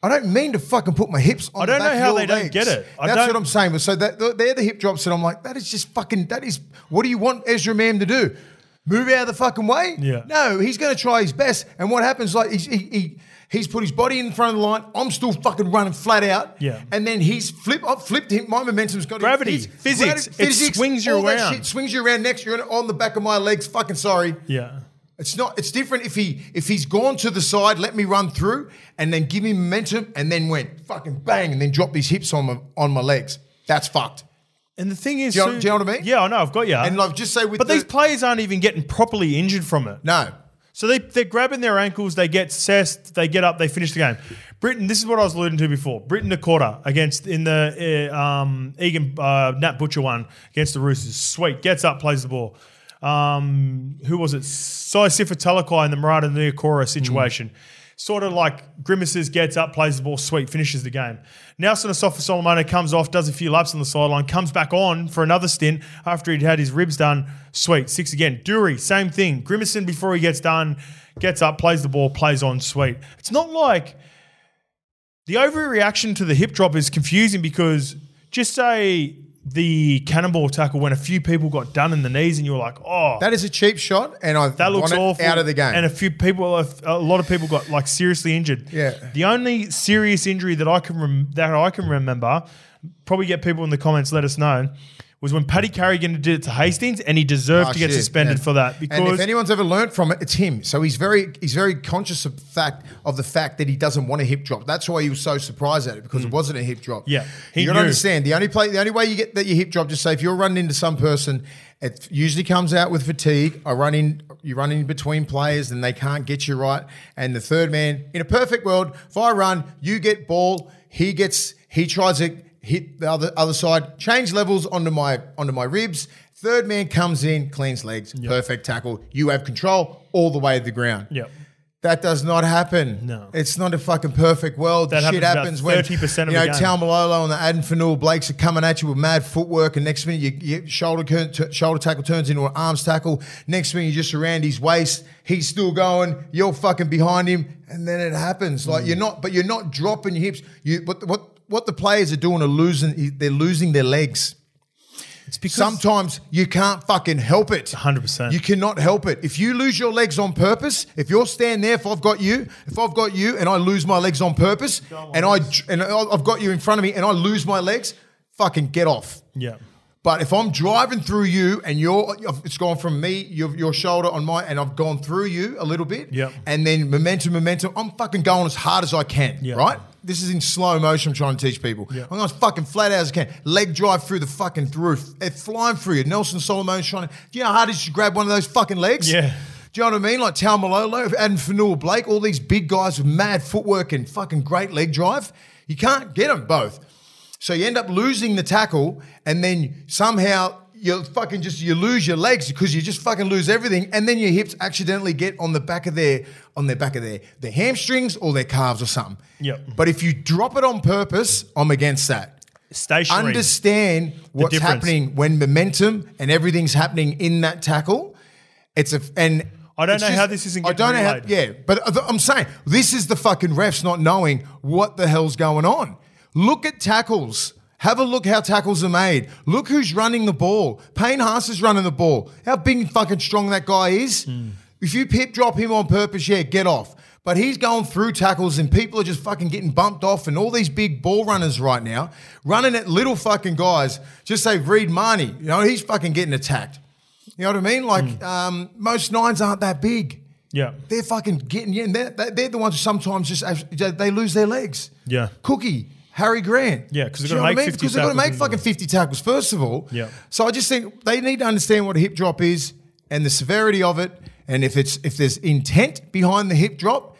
Speaker 2: I don't mean to fucking put my hips on.
Speaker 1: I don't
Speaker 2: the
Speaker 1: know
Speaker 2: back of
Speaker 1: how
Speaker 2: your
Speaker 1: they don't
Speaker 2: legs.
Speaker 1: get it. I
Speaker 2: That's
Speaker 1: don't-
Speaker 2: what I'm saying. So that, th- they're the hip drops that I'm like, that is just fucking. That is what do you want Ezra Mam to do? Move out of the fucking way?
Speaker 1: Yeah.
Speaker 2: No, he's going to try his best. And what happens? Like he's, he, he he's put his body in front of the line. I'm still fucking running flat out.
Speaker 1: Yeah.
Speaker 2: And then he's flip. I've flipped him. My momentum's got
Speaker 1: Gravity,
Speaker 2: his
Speaker 1: physics, it swings you
Speaker 2: all that
Speaker 1: around.
Speaker 2: shit swings you around. Next, you're on the back of my legs. Fucking sorry.
Speaker 1: Yeah.
Speaker 2: It's not. It's different if he if he's gone to the side. Let me run through and then give me momentum and then went fucking bang and then dropped his hips on my on my legs. That's fucked.
Speaker 1: And the thing is,
Speaker 2: Do you-
Speaker 1: Sue-
Speaker 2: do you know what I mean?
Speaker 1: Yeah, I know. I've got you.
Speaker 2: And like just say with
Speaker 1: but
Speaker 2: the,
Speaker 1: these players aren't even getting properly injured from it.
Speaker 2: no.
Speaker 1: So they, they're grabbing their ankles, they get cessed, they get up, they finish the game. Britain, this is what I was alluding to before. Britain, the quarter against in the uh, um, Egan uh, Nat Butcher one against the Roosters. Sweet, gets up, plays the ball. Um, who was it? Sai Sifatalakai in the Murata Niokora situation. Sort of like grimaces, gets up, plays the ball, sweet, finishes the game. Nelson Asafa Solomona comes off, does a few laps on the sideline, comes back on for another stint after he'd had his ribs done. Sweet, six again. Dury, same thing. Grimacing before he gets done, gets up, plays the ball, plays on, sweet. It's not like the overreaction to the hip drop is confusing because just say the cannonball tackle when a few people got done in the knees and you were like, oh,
Speaker 2: That is a cheap shot, and I
Speaker 1: that looks
Speaker 2: want it
Speaker 1: awful.
Speaker 2: out of the game.
Speaker 1: And a few people, a f- a lot of people got like seriously injured.
Speaker 2: Yeah.
Speaker 1: The only serious injury that I can rem- that I can remember, probably get people in the comments let us know, was when Paddy Carrigan did it to Hastings, and he deserved
Speaker 2: Oh,
Speaker 1: to get
Speaker 2: shit,
Speaker 1: suspended
Speaker 2: yeah.
Speaker 1: for that
Speaker 2: and
Speaker 1: because
Speaker 2: if anyone's ever learned from it, it's him. So he's very he's very conscious of fact of the fact that he doesn't want a hip drop. That's why he was so surprised at it because it wasn't a hip drop.
Speaker 1: Mm. Yeah, he
Speaker 2: you got
Speaker 1: knew.
Speaker 2: to understand the only play the only way you get that your hip drop. Just say if you're running into some person, it usually comes out with fatigue. I run in. You run in between players, and they can't get you right. And the third man, in a perfect world, if I run, you get ball. He gets. He tries to hit the other other side. Change levels onto my onto my ribs. Third man comes in, cleans legs, perfect tackle. You have control all the way to the ground.
Speaker 1: Yep.
Speaker 2: That does not happen.
Speaker 1: No.
Speaker 2: It's not a fucking perfect world.
Speaker 1: That
Speaker 2: Shit
Speaker 1: happens
Speaker 2: happens
Speaker 1: about
Speaker 2: when
Speaker 1: 30% of
Speaker 2: you know
Speaker 1: the game.
Speaker 2: Talmalolo and the Adam Fanul Blakes are coming at you with mad footwork, and next minute your, your shoulder cur- t- shoulder tackle turns into an arms tackle. Next minute you're just around his waist. He's still going. You're fucking behind him, and then it happens. Like
Speaker 1: Mm.
Speaker 2: you're not, but you're not dropping your hips. You what what what the players are doing are losing. They're losing their legs.
Speaker 1: it's because
Speaker 2: Sometimes you can't fucking help it.
Speaker 1: 100%.
Speaker 2: You cannot help it. If you lose your legs on purpose, if you're standing there, if I've got you, if I've got you, and I lose my legs on purpose, and I and I- I've got you in front of me, and I lose my legs, fucking get off.
Speaker 1: yeah.
Speaker 2: But if I'm driving through you and you're, it's gone from me, your, your shoulder on mine, and I've gone through you a little bit,
Speaker 1: Yep.
Speaker 2: and then momentum, momentum, I'm fucking going as hard as I can,
Speaker 1: Yeah.
Speaker 2: right? This is in slow motion I'm trying to teach people.
Speaker 1: Yeah.
Speaker 2: I'm going as fucking flat out as I can. Leg drive through the fucking roof. It's flying through you. Nelson Solomon's trying to, do you know how hard it is to grab one of those fucking legs?
Speaker 1: Yeah.
Speaker 2: Do you know what I mean? Like Tal Malolo, Adam Fanua Blake, all these big guys with mad footwork and fucking great leg drive. You can't get them both. So you end up losing the tackle, and then somehow you fucking just you lose your legs because you just fucking lose everything, and then your hips accidentally get on the back of their on their back of their their hamstrings or their calves or something.
Speaker 1: Yep.
Speaker 2: But if you drop it on purpose, I'm against that.
Speaker 1: Stationary.
Speaker 2: Understand what's
Speaker 1: difference.
Speaker 2: happening when momentum and everything's happening in that tackle. It's a and
Speaker 1: I don't
Speaker 2: it's
Speaker 1: know how this isn't
Speaker 2: I don't
Speaker 1: getting
Speaker 2: know how.
Speaker 1: relayed.
Speaker 2: Yeah, but I- I'm saying this is the fucking refs not knowing what the hell's going on. Look at tackles. Have a look how tackles are made. Look who's running the ball. Payne Haas is running the ball. How big and fucking strong that guy is. If you pip drop him on purpose, yeah, get off. But he's going through tackles and people are just fucking getting bumped off and all these big ball runners right now running at little fucking guys. Just say Reed Marnie, you know, he's fucking getting attacked. You know what I mean? Like um, most nines aren't that big.
Speaker 1: yeah.
Speaker 2: They're fucking getting in. They're, they're they're the ones who sometimes just act- they they lose their legs.
Speaker 1: Yeah.
Speaker 2: Cookie, Harry Grant.
Speaker 1: Yeah, 'cause they've
Speaker 2: Do
Speaker 1: gotta
Speaker 2: you know what I
Speaker 1: make
Speaker 2: mean?
Speaker 1: 50
Speaker 2: Because they've got to
Speaker 1: tackles
Speaker 2: make
Speaker 1: and-
Speaker 2: fucking 50 tackles, first of all.
Speaker 1: Yeah.
Speaker 2: So I just think they need to understand what a hip drop is and the severity of it. And if it's if there's intent behind the hip drop,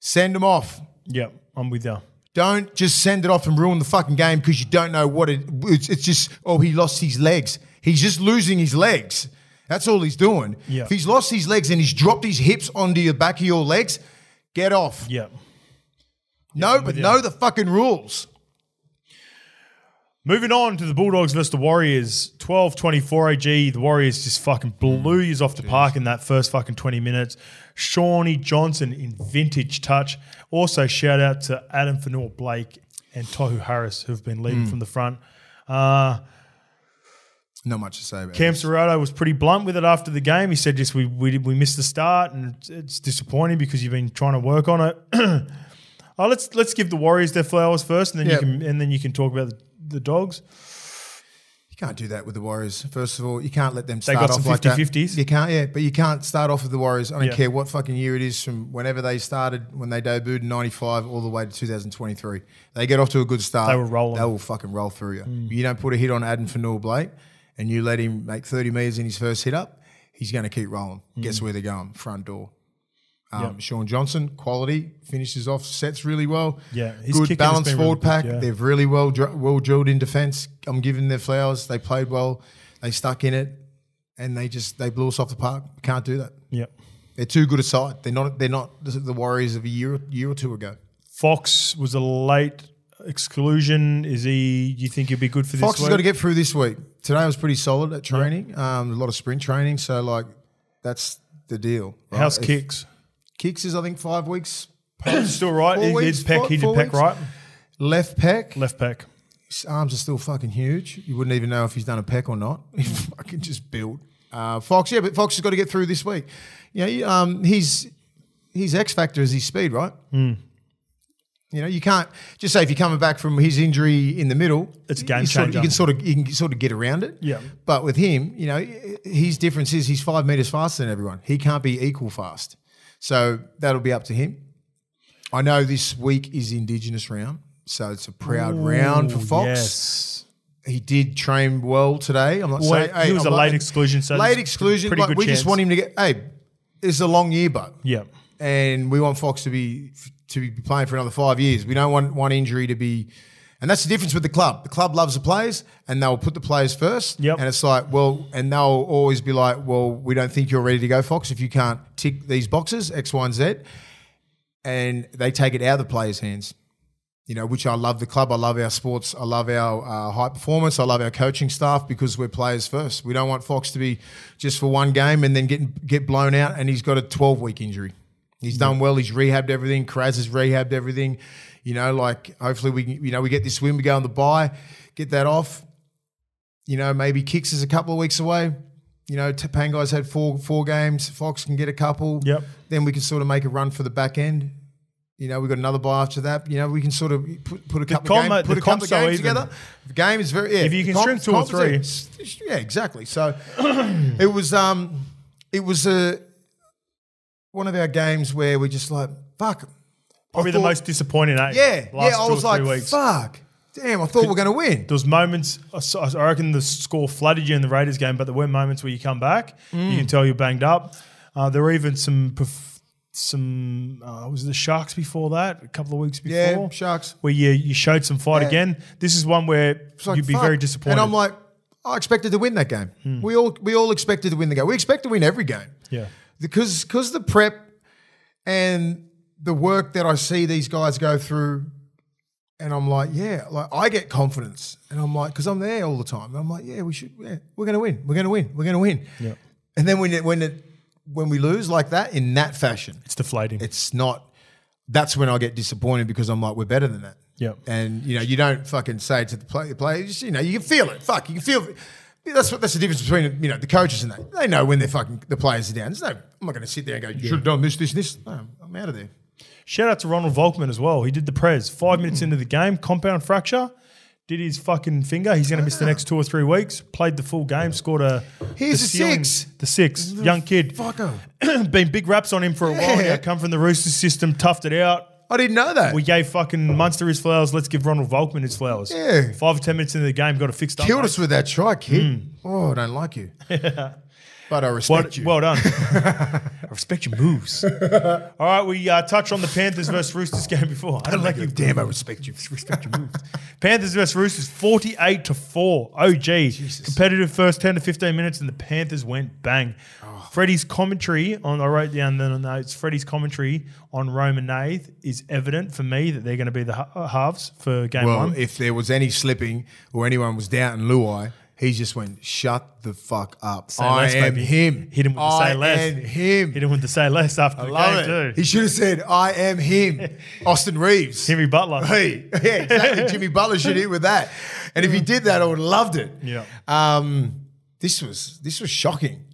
Speaker 2: send them off.
Speaker 1: Yeah. I'm with you.
Speaker 2: Don't just send it off and ruin the fucking game because you don't know what it. It's, it's just oh he lost his legs. He's just losing his legs. That's all he's doing.
Speaker 1: Yeah.
Speaker 2: If he's lost his legs and he's dropped his hips onto your back of your legs, get off.
Speaker 1: Yeah.
Speaker 2: No, but
Speaker 1: you.
Speaker 2: know the fucking rules.
Speaker 1: Moving on to the Bulldogs versus the Warriors. 12 24 AG. The Warriors just fucking blew you off the park in that first fucking 20 minutes. Shawnee Johnson in vintage touch. Also, shout out to Adam Fanua Blake and Tohu Harris, who've been leading from the front. Uh,
Speaker 2: Not much to say about
Speaker 1: Cam Serrato was pretty blunt with it after the game. He said, "Just we we, did, we missed the start, and it's, it's disappointing because you've been trying to work on it." (clears throat) oh, let's let's give the Warriors their flowers first, and then
Speaker 2: Yeah.
Speaker 1: you can and then you can talk about the, the dogs.
Speaker 2: You can't do that with the Warriors. First of all, you can't let them start
Speaker 1: got
Speaker 2: off
Speaker 1: some
Speaker 2: like that.
Speaker 1: 50-50s.
Speaker 2: You can't, yeah, but you can't start off with the Warriors. I don't
Speaker 1: Yeah.
Speaker 2: care what fucking year it is from whenever they started, when they debuted in '95, all the way to 2023. They get off to a good start.
Speaker 1: They were rolling. Mm.
Speaker 2: They will fucking roll through you. You don't put a hit on Adam Fanul Blake, and you let him make 30 meters in his first hit up. He's going to keep rolling.
Speaker 1: Mm.
Speaker 2: Guess where they're going? Front door. Um, Sean Johnson, quality finishes off sets really well.
Speaker 1: Yeah, his kicking has
Speaker 2: good balance
Speaker 1: been
Speaker 2: forward
Speaker 1: really
Speaker 2: pack.
Speaker 1: good, yeah.
Speaker 2: They've really well dr- well drilled in defence. I'm giving them their flowers. They played well. They stuck in it, and they just they blew us off the park. Can't do that.
Speaker 1: Yep.
Speaker 2: They're too good a side. They're not. They're not the Warriors of a year year or two ago.
Speaker 1: Fox was a late exclusion. Is he? Do you think he'll be good for this?
Speaker 2: Fox has
Speaker 1: week?
Speaker 2: got to get through this week. Today was pretty solid at training. Um, a lot of sprint training. So like, that's the deal. right?
Speaker 1: house
Speaker 2: If-
Speaker 1: kicks.
Speaker 2: Kicks is I think five weeks.
Speaker 1: Still right.
Speaker 2: four
Speaker 1: He
Speaker 2: weeks,
Speaker 1: did peck.
Speaker 2: four-
Speaker 1: He did
Speaker 2: four
Speaker 1: peck
Speaker 2: weeks.
Speaker 1: right.
Speaker 2: Left pec.
Speaker 1: Left peck.
Speaker 2: His arms are still fucking huge. You wouldn't even know if he's done a peck or not. (laughs) He's fucking just built. Uh, Fox, yeah, but Fox has got to get through this week. You know, um, he's his X factor is his speed, right?
Speaker 1: Hmm.
Speaker 2: You know, you can't just say if you're coming back from his injury in the middle,
Speaker 1: It's a game
Speaker 2: you sort of-
Speaker 1: changer.
Speaker 2: you can sort of you can sort of get around it.
Speaker 1: Yeah.
Speaker 2: But with him, you know, his difference is he's five meters faster than everyone. He can't be equal fast, so that'll be up to him. I know this week is Indigenous round, so it's a proud round for
Speaker 1: Ooh,
Speaker 2: Fox.
Speaker 1: Yes.
Speaker 2: He did train well today. I'm not
Speaker 1: Well,
Speaker 2: saying hey,
Speaker 1: he was
Speaker 2: I'm
Speaker 1: a
Speaker 2: not-
Speaker 1: late exclusion. So
Speaker 2: late
Speaker 1: there's a
Speaker 2: exclusion.
Speaker 1: Pretty
Speaker 2: Like,
Speaker 1: good
Speaker 2: we
Speaker 1: chance.
Speaker 2: just want him to get. Hey, it's a long year, but
Speaker 1: Yeah.
Speaker 2: and we want Fox to be to be playing for another five years. We don't want one injury to be, and that's the difference with the club. The club loves the players, and they'll put the players first.
Speaker 1: Yep.
Speaker 2: And it's like, well, and they'll always be like, well, we don't think you're ready to go, Fox, if you can't tick these boxes X, Y, and Z, and they take it out of the players' hands. You know, which I love the club. I love our sports. I love our uh, high performance. I love our coaching staff because we're players first. We don't want Fox to be just for one game and then get get blown out. And he's got a twelve week injury. He's done well. He's rehabbed everything. Kraz has rehabbed everything. You know, like hopefully we can- you know we get this win. We go on the bye, get that off. You know, maybe kicks is a couple of weeks away. You know, Topangai's had four four games. Fox can get a couple.
Speaker 1: Yep.
Speaker 2: Then we can sort of make a run for the back end. You know, we've got another buy after that. You know, we can sort of put, put a couple
Speaker 1: comp-
Speaker 2: of games,
Speaker 1: the
Speaker 2: put a couple
Speaker 1: comp's
Speaker 2: of
Speaker 1: so
Speaker 2: games
Speaker 1: even.
Speaker 2: together. The game is very yeah.
Speaker 1: If you
Speaker 2: the
Speaker 1: can string two or
Speaker 2: comp's
Speaker 1: three.
Speaker 2: it. yeah, exactly. So (clears throat) it was um, it was a one of our games where we just like fuck.
Speaker 1: Probably the
Speaker 2: thought-
Speaker 1: most disappointing. Eh?
Speaker 2: yeah
Speaker 1: Last
Speaker 2: yeah. I
Speaker 1: two
Speaker 2: was
Speaker 1: or
Speaker 2: like
Speaker 1: three weeks.
Speaker 2: fuck. Damn, I thought we we're going to win.
Speaker 1: There was moments. I s- I reckon the score flooded you in the Raiders game, but there were moments where you come back.
Speaker 2: Mm.
Speaker 1: You can tell you're banged up. Uh, there were even some perf- some uh, was it the Sharks before that a couple of weeks before.
Speaker 2: Yeah, Sharks.
Speaker 1: Where you, you showed some fight
Speaker 2: Yeah.
Speaker 1: again. This is one where
Speaker 2: It's like,
Speaker 1: you'd be
Speaker 2: fuck.
Speaker 1: very disappointed. Hmm.
Speaker 2: And I'm like, I expected to win that game. We all we all expected to win the game. We expect to win every game
Speaker 1: yeah,
Speaker 2: because because the prep and the work that I see these guys go through, and I'm like, yeah, like I get confidence, and I'm like, because I'm there all the time, and I'm like, yeah, we should, yeah, we're gonna win, we're gonna win, we're gonna win.
Speaker 1: Yeah.
Speaker 2: And then when it, when it when we lose like that in that fashion,
Speaker 1: it's deflating.
Speaker 2: it's not. That's when I get disappointed because I'm like, we're better than that.
Speaker 1: Yeah.
Speaker 2: And you know, you don't fucking say it to the play, player. Just you know, you can feel it. Fuck, you can feel. That's what. That's the difference between you know the coaches and that. They know when they're fucking the players are down. There's no. I'm not going to sit there and go. You should have done this, this, this. No, I'm out of there.
Speaker 1: Shout out to Ronald Volkman as well. He did the prez five minutes into the game, compound fracture. Did his fucking finger. He's going to miss the next two or three weeks. Played the full game, scored a.
Speaker 2: Here's
Speaker 1: the
Speaker 2: a
Speaker 1: ceiling-
Speaker 2: six.
Speaker 1: The six. Young kid.
Speaker 2: Fucker.
Speaker 1: (clears throat) Been big raps on him for a while
Speaker 2: Yeah.
Speaker 1: now. Come from the Roosters system, toughed it out.
Speaker 2: I didn't know that.
Speaker 1: We gave fucking Munster his flowers. Let's give Ronald Volkman his flowers.
Speaker 2: Yeah.
Speaker 1: Five or ten minutes into the game, got it fixed up.
Speaker 2: killed
Speaker 1: mate.
Speaker 2: us with that try, kid. Oh, I don't
Speaker 1: (laughs)
Speaker 2: like you. But I
Speaker 1: Well,
Speaker 2: respect you.
Speaker 1: well
Speaker 2: (laughs)
Speaker 1: done. I respect your moves. All right, we uh, touched on the Panthers versus Roosters game before. I don't like you. (laughs)
Speaker 2: damn, I respect you.
Speaker 1: respect your moves. (laughs) Panthers versus Roosters, 48 to 4. OG. Competitive first 10 to 15 minutes, and the Panthers went bang.
Speaker 2: Oh.
Speaker 1: Freddie's commentary on, I wrote down the notes, Freddie's commentary on Roman Nath is evident for me that they're going to be the ha- uh, halves for game
Speaker 2: Well,
Speaker 1: one.
Speaker 2: if there was any slipping or anyone was down in Luai, he just went, shut the fuck up. I
Speaker 1: less,
Speaker 2: am
Speaker 1: baby.
Speaker 2: him.
Speaker 1: Hit him with the
Speaker 2: I
Speaker 1: say less.
Speaker 2: am him.
Speaker 1: He didn't want to say less after
Speaker 2: I
Speaker 1: the
Speaker 2: love
Speaker 1: game,
Speaker 2: it.
Speaker 1: too.
Speaker 2: He should have said, I am him.
Speaker 1: (laughs)
Speaker 2: Austin Reeves.
Speaker 1: Henry Butler.
Speaker 2: Hey, (laughs) yeah,
Speaker 1: (laughs)
Speaker 2: exactly. Jimmy Butler should hit with that. And if he did that, I would have loved it.
Speaker 1: Yeah.
Speaker 2: Um, this was this was shocking.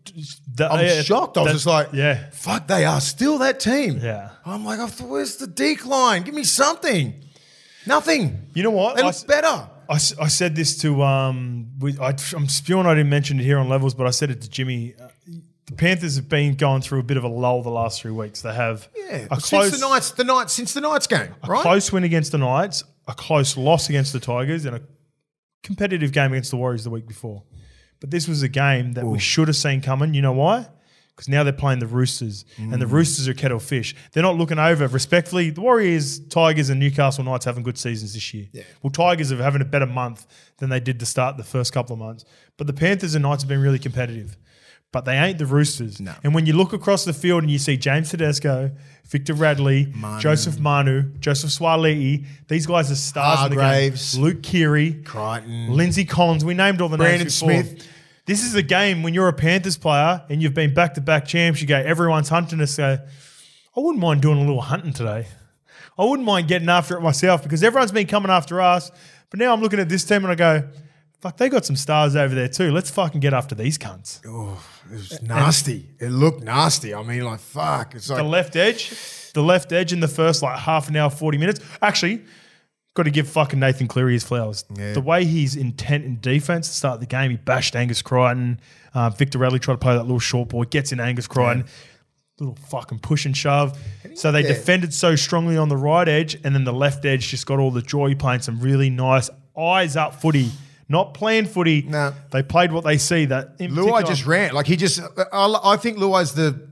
Speaker 1: The-
Speaker 2: I was
Speaker 1: Oh, yeah,
Speaker 2: shocked. I was
Speaker 1: that-
Speaker 2: just like,
Speaker 1: yeah.
Speaker 2: fuck, they are still that team.
Speaker 1: Yeah.
Speaker 2: I'm like, I thought, where's the decline? Give me something. Nothing.
Speaker 1: You know what?
Speaker 2: They
Speaker 1: I
Speaker 2: look
Speaker 1: s-
Speaker 2: better.
Speaker 1: I, s- I said this to um we, I, I'm spewing I didn't mention it here on levels, but I said it to Jimmy. Uh, the Panthers have been going through a bit of a lull the last three weeks. They have
Speaker 2: Yeah.
Speaker 1: a
Speaker 2: Since
Speaker 1: close
Speaker 2: the nights, the night since the nights game, right?
Speaker 1: close win against the Knights, a close loss against the Tigers, and a competitive game against the Warriors the week before. But this was a game that we should have seen coming. You know why? Because now they're playing the Roosters, and the Roosters are kettle fish. They're not looking over. Respectfully, the Warriors, Tigers, and Newcastle Knights having good seasons this year. Well, Tigers are having a better month than they did to start the first couple of months. But the Panthers and Knights have been really competitive. But they ain't the Roosters.
Speaker 2: No.
Speaker 1: And when you look across the field and you see James Tedesco, Victor Radley, Joseph Manu, Joseph Swalei, these guys are stars
Speaker 2: Hargraves.
Speaker 1: in the game. Luke Keary,
Speaker 2: Crichton.
Speaker 1: Lindsay Collins. We named all the
Speaker 2: Mm. Brandon
Speaker 1: names before.
Speaker 2: Smith.
Speaker 1: This is a game when you're a Panthers player and you've been back to back champs. You go, everyone's hunting us. Go, I wouldn't mind doing a little hunting today. I wouldn't mind getting after it myself because everyone's been coming after us. But now I'm looking at this team and I go, fuck, they got some stars over there too. Let's fucking get after these cunts.
Speaker 2: It was nasty. It looked nasty. I mean, like fuck. It's like
Speaker 1: the left edge, the left edge in the first like half an hour, 40 minutes. Actually, got to give fucking Nathan Cleary his flowers. The way he's intent in defense to start the game, he bashed Angus Crichton. Uh, Victor Radley tried to play that little short ball, gets in Angus Crichton. Little fucking push and shove. So they
Speaker 2: Yeah.
Speaker 1: defended so strongly on the right edge, and then the left edge just got all the joy playing some really nice eyes up footy, not planned footy.
Speaker 2: No.
Speaker 1: They played what they see. That in
Speaker 2: Luai
Speaker 1: particular-
Speaker 2: just ran. Like he just. I, I think Luai's the.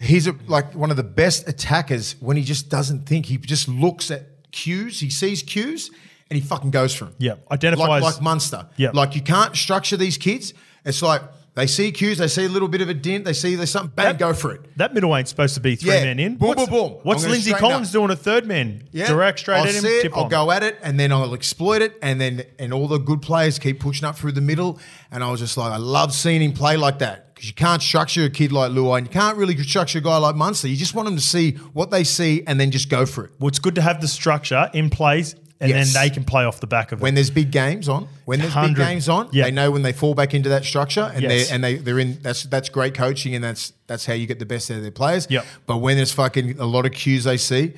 Speaker 2: He's a, like one of the best attackers when he just doesn't think. He just looks at cues. He sees cues, and he fucking goes for them.
Speaker 1: yeah identifies
Speaker 2: like, like Munster.
Speaker 1: Yeah.
Speaker 2: Like you can't structure these kids. It's like they see cues, they see a little bit of a dent, they see there's something, bang,
Speaker 1: That-
Speaker 2: go for it.
Speaker 1: That middle ain't supposed to be three
Speaker 2: Yeah.
Speaker 1: men in.
Speaker 2: Boom,
Speaker 1: what's,
Speaker 2: boom, boom.
Speaker 1: What's
Speaker 2: I'm gonna
Speaker 1: Lindsay
Speaker 2: straighten
Speaker 1: Collins
Speaker 2: up.
Speaker 1: doing at third man?
Speaker 2: Yeah.
Speaker 1: Direct straight
Speaker 2: I'll
Speaker 1: at him.
Speaker 2: see it,
Speaker 1: tip
Speaker 2: I'll
Speaker 1: on.
Speaker 2: go at it, and then I'll exploit it, and then and all the good players keep pushing up through the middle. And I was just like, I love seeing him play like that because you can't structure a kid like Luai, and you can't really structure a guy like Munster. You just want them to see what they see and then just go for it.
Speaker 1: Well, it's good to have the structure in place, and
Speaker 2: Yes.
Speaker 1: then they can play off the back of it.
Speaker 2: When there's big games on, when there's big
Speaker 1: 100.
Speaker 2: games on,
Speaker 1: Yeah.
Speaker 2: they know when they fall back into that structure, and
Speaker 1: Yes.
Speaker 2: they and they they're in. That's that's great coaching, and that's that's how you get the best out of their players.
Speaker 1: Yep.
Speaker 2: But when there's fucking a lot of cues they see,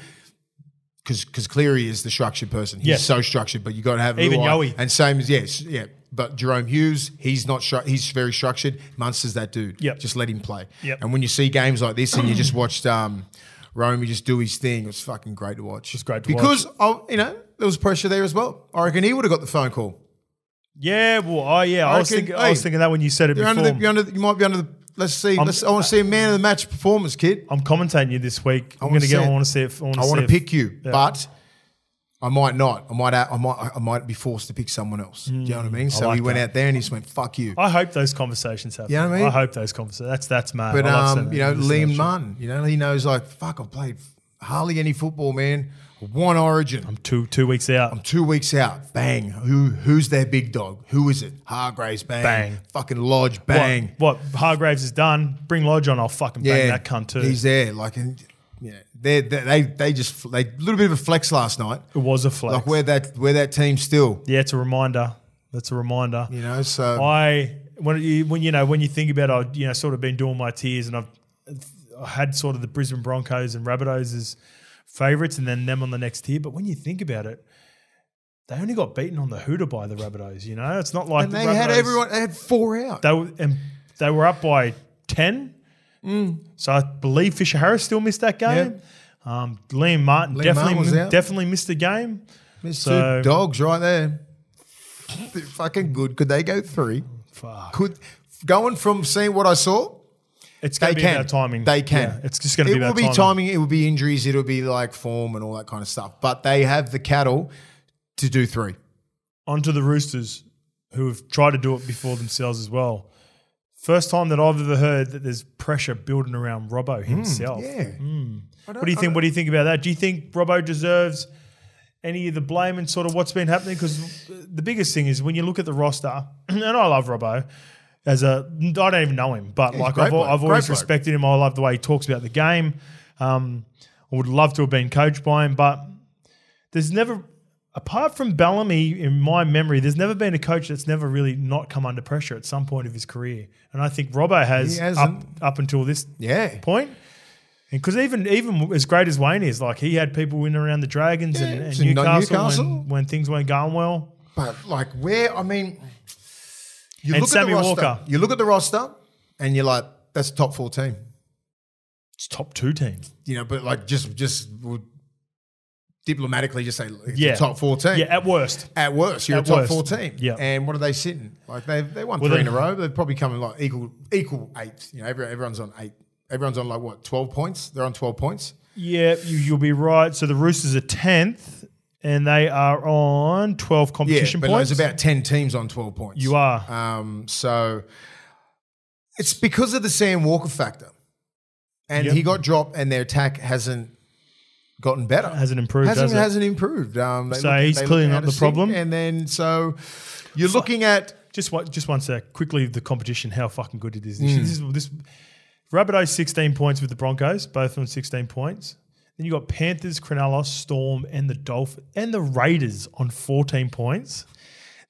Speaker 2: because Cleary is the structured person. He's
Speaker 1: Yeah.
Speaker 2: so structured, but you got to have
Speaker 1: Even
Speaker 2: Luai.
Speaker 1: Yowie.
Speaker 2: and same as yes, yeah. But Jerome Hughes, he's not stru- he's very structured. Munster's that dude.
Speaker 1: Yep.
Speaker 2: just let him play.
Speaker 1: Yep.
Speaker 2: And when you see games like this, and you just watched um, Rome, just do his thing. It was fucking great to watch. It's
Speaker 1: great to
Speaker 2: because I, you know there was pressure there as well. I reckon he would have got the phone call.
Speaker 1: Yeah, well, I yeah, I, was
Speaker 2: reckon-
Speaker 1: thinking, I was
Speaker 2: hey,
Speaker 1: thinking that when you said it
Speaker 2: You're
Speaker 1: before.
Speaker 2: under the, you're under the, you might be under the. Let's see. let's, I want to see a man of the match performance, kid.
Speaker 1: I'm commentating you this week. I'm going
Speaker 2: wanna
Speaker 1: to go.
Speaker 2: see
Speaker 1: I
Speaker 2: it.
Speaker 1: want to see if I want
Speaker 2: I want
Speaker 1: to
Speaker 2: to pick you, but I might not. I might. I might. I might be forced to pick someone else. Do you know what I mean? So
Speaker 1: Mm, like
Speaker 2: he went
Speaker 1: that.
Speaker 2: out there and he just went, "Fuck you."
Speaker 1: I hope those conversations happen.
Speaker 2: You know what I mean?
Speaker 1: hope those conversations. That's that's mad.
Speaker 2: But
Speaker 1: I love
Speaker 2: um,
Speaker 1: seeing
Speaker 2: you know,
Speaker 1: that. Listen to that
Speaker 2: Liam
Speaker 1: shit.
Speaker 2: Munn. You know, he knows like, "Fuck, I've played hardly any football, man. One Origin."
Speaker 1: two two weeks out.
Speaker 2: Two weeks out, bang. Who who's their big dog? Who is it? Hargraves, bang.
Speaker 1: Bang.
Speaker 2: Fucking Lodge, bang.
Speaker 1: What, what Hargraves has done, bring Lodge on. I'll fucking bang that cunt too.
Speaker 2: He's there, like, and yeah, they they they just they a little bit of a flex last night.
Speaker 1: it was a flex.
Speaker 2: Like where that where that team still,
Speaker 1: yeah, it's a reminder. That's a reminder.
Speaker 2: you know.
Speaker 1: Oh,
Speaker 2: So
Speaker 1: I when you when you know when you think about I've you know sort of been doing my tiers and I've I had sort of the Brisbane Broncos and Rabbitohs as favourites and then them on the next tier. But when you think about it, they only got beaten on the Hooter by the Rabbitohs. You know, it's not like
Speaker 2: and
Speaker 1: the
Speaker 2: they had
Speaker 1: Rabbitohs-
Speaker 2: everyone. They had four out.
Speaker 1: They were and they were up by ten.
Speaker 2: Mm.
Speaker 1: So I believe Fisher Harris still missed that game. Um, Liam Martin
Speaker 2: Liam
Speaker 1: definitely
Speaker 2: Martin was out.
Speaker 1: definitely missed the game.
Speaker 2: Missed
Speaker 1: so-
Speaker 2: two dogs right there. They're fucking good. Could they go three?
Speaker 1: Fuck.
Speaker 2: Could going from seeing what I saw,
Speaker 1: It's going
Speaker 2: they
Speaker 1: to be
Speaker 2: can.
Speaker 1: about timing.
Speaker 2: They can.
Speaker 1: Yeah, it's just going to be
Speaker 2: It will
Speaker 1: about
Speaker 2: be timing.
Speaker 1: timing.
Speaker 2: It will be injuries. It'll be like form and all that kind of stuff. But they have the cattle to do three.
Speaker 1: onto the Roosters, who have tried to do it before themselves as well. First time that I've ever heard that there's pressure building around Robbo himself.
Speaker 2: Yeah.
Speaker 1: Oh, mm. What do you think? What do you think about that? Do you think Robbo deserves any of the blame and sort of what's been happening? Because the biggest thing is when you look at the roster, (clears throat) and I love Robbo as a I don't even know him, but like
Speaker 2: great
Speaker 1: I've, al-
Speaker 2: bloke,
Speaker 1: I've always
Speaker 2: great bloke.
Speaker 1: respected him. I love the way he talks about the game. Um, I would love to have been coached by him, but there's never. Apart from Bellamy, in my memory, there's never been a coach that's never really not come under pressure at some point of his career, and I think Robbo has
Speaker 2: He
Speaker 1: up,
Speaker 2: hasn't.
Speaker 1: up until this
Speaker 2: Yeah.
Speaker 1: point. Because even even as great as Wayne is, like he had people in and around the Dragons and,
Speaker 2: Yeah,
Speaker 1: and
Speaker 2: so not
Speaker 1: Newcastle,
Speaker 2: Newcastle.
Speaker 1: When, when things weren't going well.
Speaker 2: But like where I mean, you
Speaker 1: And
Speaker 2: look
Speaker 1: Sammy
Speaker 2: at the roster.
Speaker 1: Walker.
Speaker 2: You look at the roster, and you're like, that's a top four team.
Speaker 1: It's top two team.
Speaker 2: You know, but like just just would diplomatically just say it's
Speaker 1: Yeah.
Speaker 2: a top four team.
Speaker 1: Yeah, at worst.
Speaker 2: At worst, you're
Speaker 1: At
Speaker 2: a top
Speaker 1: worst.
Speaker 2: four team.
Speaker 1: Yeah.
Speaker 2: And what are they sitting? Like they they won
Speaker 1: Well,
Speaker 2: three in
Speaker 1: they-
Speaker 2: a row. They've probably come in like equal equal eighth. You know, every, everyone's on eight. Everyone's on like what twelve points. They're on twelve points.
Speaker 1: Yeah, you, you'll be right. So the Roosters are tenth, and they are on twelve
Speaker 2: Yeah,
Speaker 1: competition
Speaker 2: but like,
Speaker 1: points.
Speaker 2: there's about ten teams on twelve points.
Speaker 1: you are.
Speaker 2: Um, so it's because of the Sam Walker factor. And
Speaker 1: Yep.
Speaker 2: he got dropped, and their attack hasn't gotten better.
Speaker 1: Hasn't improved,
Speaker 2: Hasn't,
Speaker 1: has it?
Speaker 2: hasn't improved. Um, they
Speaker 1: So
Speaker 2: look-
Speaker 1: he's
Speaker 2: they look
Speaker 1: cleaning
Speaker 2: out
Speaker 1: up
Speaker 2: of
Speaker 1: the problem?
Speaker 2: sync, And then so you're looking at
Speaker 1: just one, just one sec. Quickly, the competition. How fucking good it is.
Speaker 2: Hmm.
Speaker 1: This, year. this is this. Rabbitohs sixteen points with the Broncos, both of them sixteen points. Then you got Panthers, Cronulla, Storm, and the Dolphin and the Raiders on fourteen points.